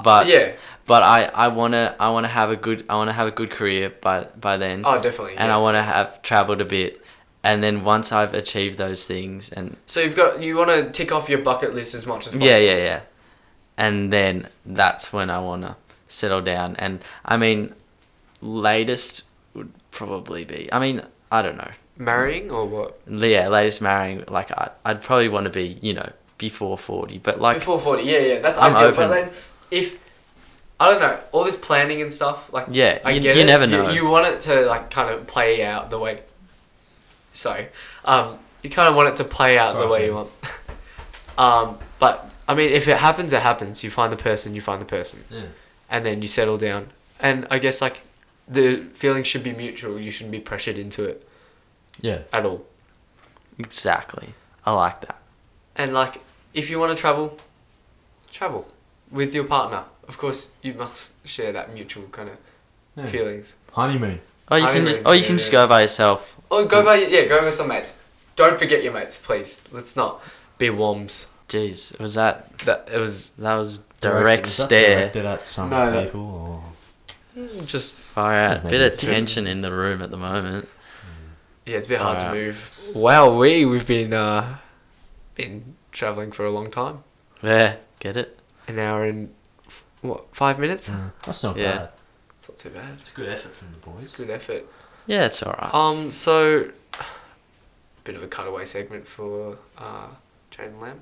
Speaker 1: but
Speaker 3: yeah.
Speaker 1: but I, I wanna I wanna have a good I wanna have a good career by by then.
Speaker 3: Oh, definitely.
Speaker 1: and
Speaker 3: yeah.
Speaker 1: I want to have traveled a bit. And then once I've achieved those things, and
Speaker 3: So you've got you want to tick off your bucket list as much as possible.
Speaker 1: yeah, yeah, yeah, and then that's when I want to settle down. And I mean, latest would probably be. I mean, I don't know.
Speaker 3: Marrying or what?
Speaker 1: Yeah, latest marrying. Like I, I'd probably want to be, you know, before forty. But like,
Speaker 3: Before forty. Yeah, yeah. That's
Speaker 1: I'm
Speaker 3: ideal. But
Speaker 1: open.
Speaker 3: then if I don't know all this planning and stuff, like
Speaker 1: yeah,
Speaker 3: I
Speaker 1: you,
Speaker 3: get
Speaker 1: you
Speaker 3: it.
Speaker 1: never know.
Speaker 3: You, want it to like kind of play out the way. So, um, you kind of want it to play out
Speaker 2: Sorry,
Speaker 3: the way
Speaker 2: Sam.
Speaker 3: you want. um, but I mean, if it happens, it happens. You find the person. You find the person.
Speaker 2: Yeah.
Speaker 3: and then you settle down. And I guess like the feeling should be mutual. You shouldn't be pressured into it
Speaker 2: yeah.
Speaker 3: at all.
Speaker 1: exactly. I like that.
Speaker 3: And like if you want to travel, travel with your partner. Of course, you must share that mutual kind of
Speaker 2: Yeah.
Speaker 3: feelings.
Speaker 2: Honeymoon.
Speaker 1: Or you
Speaker 3: I
Speaker 1: can
Speaker 3: agree,
Speaker 1: just, or you
Speaker 3: yeah,
Speaker 1: can just
Speaker 3: yeah.
Speaker 1: go by yourself.
Speaker 3: Oh, go by yeah, go with some mates. Don't forget your mates, please. Let's not be worms.
Speaker 1: Jeez, was that
Speaker 3: That it was
Speaker 1: that was
Speaker 2: Directed-
Speaker 1: direct
Speaker 2: was that
Speaker 1: stare.
Speaker 2: Directed at some
Speaker 3: No, that-
Speaker 2: people. Or...
Speaker 3: just
Speaker 1: Far out.
Speaker 2: Maybe
Speaker 1: Bit of
Speaker 2: it's good.
Speaker 1: tension in the room at the moment.
Speaker 3: Yeah, it's a bit hard to
Speaker 1: Alright.
Speaker 3: move. Wow, we we've been uh, been traveling for a long time.
Speaker 1: Yeah, get it?
Speaker 3: An hour and f- what five minutes?
Speaker 2: That's not
Speaker 1: Yeah.
Speaker 2: bad.
Speaker 3: It's not too bad.
Speaker 2: It's a good effort from the boys.
Speaker 3: It's good effort.
Speaker 1: Yeah, it's alright.
Speaker 3: Um, so bit of a cutaway segment for uh, Jaden Lamb.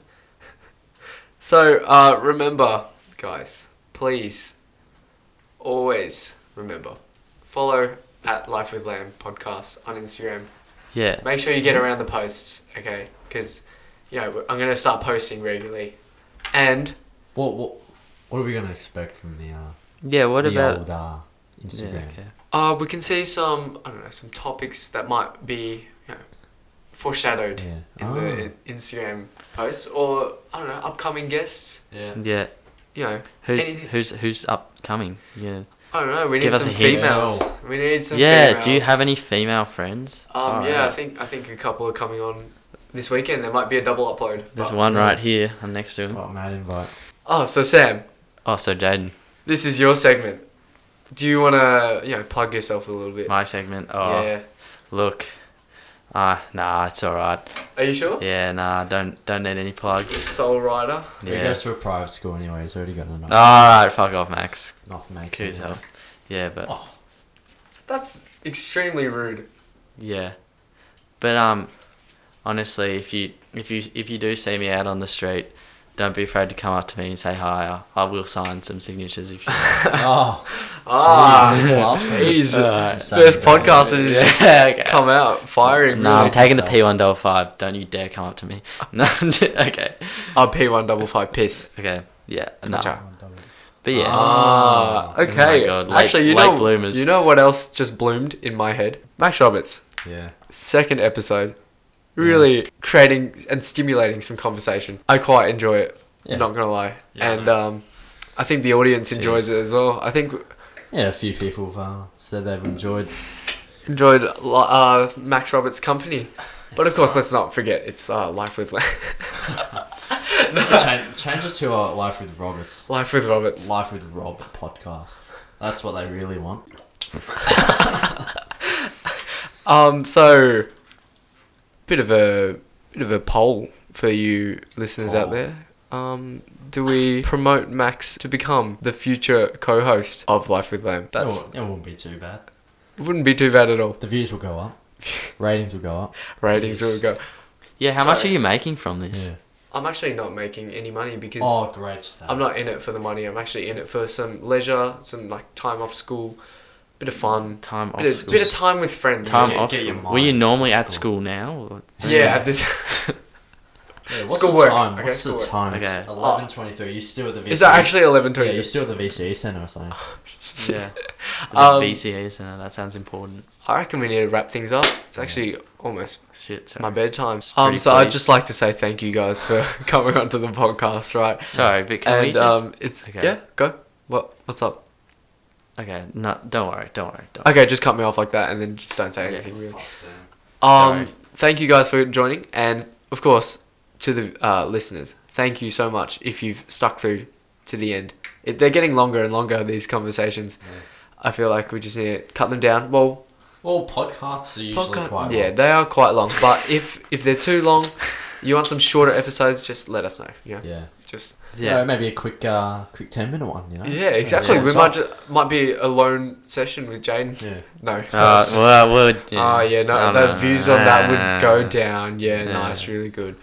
Speaker 3: so uh, remember, guys, please always remember follow at Life with Lamb podcast on Instagram.
Speaker 1: Yeah.
Speaker 3: Make sure you get around the posts, okay? Because you know I'm gonna start posting regularly, and
Speaker 2: What, what what are we gonna expect from the uh,
Speaker 1: Yeah, what
Speaker 2: the
Speaker 1: about.
Speaker 2: old uh,
Speaker 1: Yeah,
Speaker 2: Instagram?
Speaker 1: okay.
Speaker 3: uh, we can see some I don't know some topics that might be you know, foreshadowed
Speaker 2: Yeah.
Speaker 3: in
Speaker 2: Oh.
Speaker 1: Ah.
Speaker 3: the Instagram posts or I don't know upcoming guests.
Speaker 2: yeah.
Speaker 1: Yeah.
Speaker 3: You know,
Speaker 1: Who's
Speaker 3: Anything-
Speaker 1: who's who's upcoming? Yeah.
Speaker 3: I don't know. We need
Speaker 1: Give us
Speaker 3: some
Speaker 1: a hint.
Speaker 3: females. We need some.
Speaker 1: yeah. Do you
Speaker 3: females.
Speaker 1: have any female friends?
Speaker 2: Oh,
Speaker 3: Um,
Speaker 1: Alright.
Speaker 3: yeah, I think I think a couple are coming on this weekend. There might be a double upload.
Speaker 1: There's
Speaker 3: but-
Speaker 1: one right here. I'm next to him.
Speaker 2: Oh, mad invite.
Speaker 3: Oh, so Sam,
Speaker 1: Oh, so Jaden,
Speaker 3: this is your segment. Do you want to you know plug yourself a little bit?
Speaker 1: my segment. Oh,
Speaker 3: Yeah.
Speaker 1: look. Ah, nah, it's all right.
Speaker 3: Are you sure?
Speaker 1: Yeah, nah, don't don't need any plugs.
Speaker 3: Soul Rider.
Speaker 2: He
Speaker 1: Yeah. Ah.
Speaker 2: goes to a private school anyway. He's already got enough.
Speaker 1: All right, fuck off, Max.
Speaker 2: enough mates.
Speaker 1: Kill
Speaker 2: anyway.
Speaker 1: yourself. Yeah, but
Speaker 3: That's extremely rude.
Speaker 1: Yeah, but um, honestly, if you if you if you do see me out on the street, don't be afraid to come up to me and say hi. I, I will sign some signatures if you.
Speaker 2: Oh,
Speaker 3: Ah,
Speaker 2: really classy.
Speaker 3: jeez.
Speaker 1: Alright.
Speaker 3: First
Speaker 2: Sorry, man.
Speaker 3: podcast and it's just
Speaker 1: yeah, okay.
Speaker 3: come out firing.
Speaker 1: No,
Speaker 3: really.
Speaker 1: I'm taking the
Speaker 2: yourself.
Speaker 1: P one double five. Don't you dare come up to me. No, I'm j- okay,
Speaker 3: Oh, P1 double five piss.
Speaker 1: okay, yeah, no,
Speaker 3: Gotcha.
Speaker 1: but yeah,
Speaker 3: Ah,
Speaker 2: Oh.
Speaker 1: Oh
Speaker 3: okay.
Speaker 1: my God,
Speaker 3: Actually,
Speaker 1: late-
Speaker 3: you
Speaker 1: late
Speaker 3: know,
Speaker 1: bloomers.
Speaker 3: you know what else just bloomed in my head? Max Roberts,
Speaker 2: Yeah.
Speaker 3: second episode, really creating and stimulating some conversation. I quite enjoy it.
Speaker 2: Yeah.
Speaker 3: Not gonna lie,
Speaker 2: Yeah, I
Speaker 3: and um, I think the audience
Speaker 2: Jeez.
Speaker 3: enjoys it as well. I think
Speaker 2: Yeah, a few people have uh, said they've enjoyed.
Speaker 3: enjoyed uh, Max Roberts' company, but of course, let's not forget it's uh, Life with Lam-
Speaker 2: Change, change us to uh, Life with Roberts.
Speaker 3: Life with Roberts.
Speaker 2: Life with Rob podcast. That's what they really want.
Speaker 3: Um, so bit of a bit of a poll for you listeners out
Speaker 2: Poll.
Speaker 3: there. Um, do we promote Max to become the future co-host of Life with Lamb? That's
Speaker 2: it won't be too bad.
Speaker 3: wouldn't be too bad at all.
Speaker 2: The views will go up. Ratings will go up.
Speaker 3: Ratings will
Speaker 2: Jeez.
Speaker 3: go.
Speaker 1: yeah. How much are
Speaker 3: Sorry.
Speaker 1: you making from this?
Speaker 3: I'm actually not making any money because
Speaker 2: Oh, great stuff.
Speaker 3: I'm not in it for the money. I'm actually in it for some leisure, some like time off school, bit of fun,
Speaker 1: Um, Time off
Speaker 3: bit of,
Speaker 1: school.
Speaker 3: bit of time with friends.
Speaker 1: time
Speaker 2: Get-
Speaker 1: off.
Speaker 2: get your
Speaker 1: school. Were you
Speaker 2: mind
Speaker 1: normally
Speaker 2: off
Speaker 1: at
Speaker 2: school.
Speaker 1: school now? or-
Speaker 3: Yeah, at this
Speaker 2: Yeah, what's
Speaker 3: Schoolwork.
Speaker 2: the time?
Speaker 3: Okay,
Speaker 2: what's the
Speaker 3: schoolwork.
Speaker 2: time?
Speaker 1: Okay.
Speaker 2: It's eleven twenty-three. You still at the VCE?
Speaker 3: is that actually Oh, eleven
Speaker 2: Yeah,
Speaker 3: twenty?
Speaker 2: you still at the VCE center or something?
Speaker 1: Yeah.
Speaker 3: Um,
Speaker 1: the VCA center. That sounds important.
Speaker 3: I reckon we need to wrap things up. It's actually almost
Speaker 1: Shit.
Speaker 3: my
Speaker 1: Sorry.
Speaker 3: bedtime.
Speaker 1: It's
Speaker 3: Um,
Speaker 1: pretty
Speaker 3: so I'd
Speaker 1: pleased.
Speaker 3: just like to say thank you guys for coming onto the podcast, right?
Speaker 1: Sorry, but can
Speaker 3: and
Speaker 1: we just?
Speaker 3: um, it's
Speaker 1: Okay.
Speaker 3: yeah, go. What what's up?
Speaker 1: okay. No, don't worry. Don't worry. Don't worry.
Speaker 3: Okay, just cut me off like that, and then just don't say
Speaker 1: Yeah.
Speaker 3: anything really.
Speaker 1: Sorry.
Speaker 3: Um, thank you guys for joining, and of course to the uh, listeners, thank you so much if you've stuck through to the end. It, they're getting longer and longer these conversations.
Speaker 2: Yeah.
Speaker 3: I feel like we just need to cut them down. Well,
Speaker 2: Well, podcasts are usually
Speaker 3: Podcast-
Speaker 2: quite.
Speaker 3: yeah,
Speaker 2: long.
Speaker 3: they are quite long. But if if they're too long, you want some shorter episodes, just let us know. You know,
Speaker 2: Yeah.
Speaker 3: just
Speaker 1: Yeah.
Speaker 2: No, maybe a quick, uh, quick ten-minute one. You know.
Speaker 3: yeah, exactly.
Speaker 2: yeah.
Speaker 3: We might ju- might be a lone session with Jane.
Speaker 2: Yeah.
Speaker 3: No.
Speaker 1: Uh, well, I would.
Speaker 3: Oh yeah, no,
Speaker 1: No,
Speaker 3: the
Speaker 1: no, no,
Speaker 3: views
Speaker 1: no, Ah.
Speaker 3: on that
Speaker 1: no,
Speaker 3: would
Speaker 1: no,
Speaker 3: go
Speaker 1: no.
Speaker 3: down. Yeah,
Speaker 1: Yeah.
Speaker 3: nice, really good.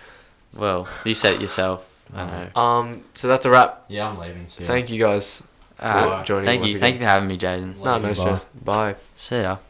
Speaker 1: Well, you said it yourself. I
Speaker 2: Mm.
Speaker 1: know.
Speaker 3: Um, so that's a wrap.
Speaker 2: Yeah, I'm leaving. So
Speaker 3: Thank you guys for
Speaker 1: Uh,
Speaker 3: joining.
Speaker 1: thank
Speaker 3: once
Speaker 1: you.
Speaker 3: again.
Speaker 1: Thank you for having me, Jaden.
Speaker 3: No, no stress. Bye.
Speaker 1: See ya.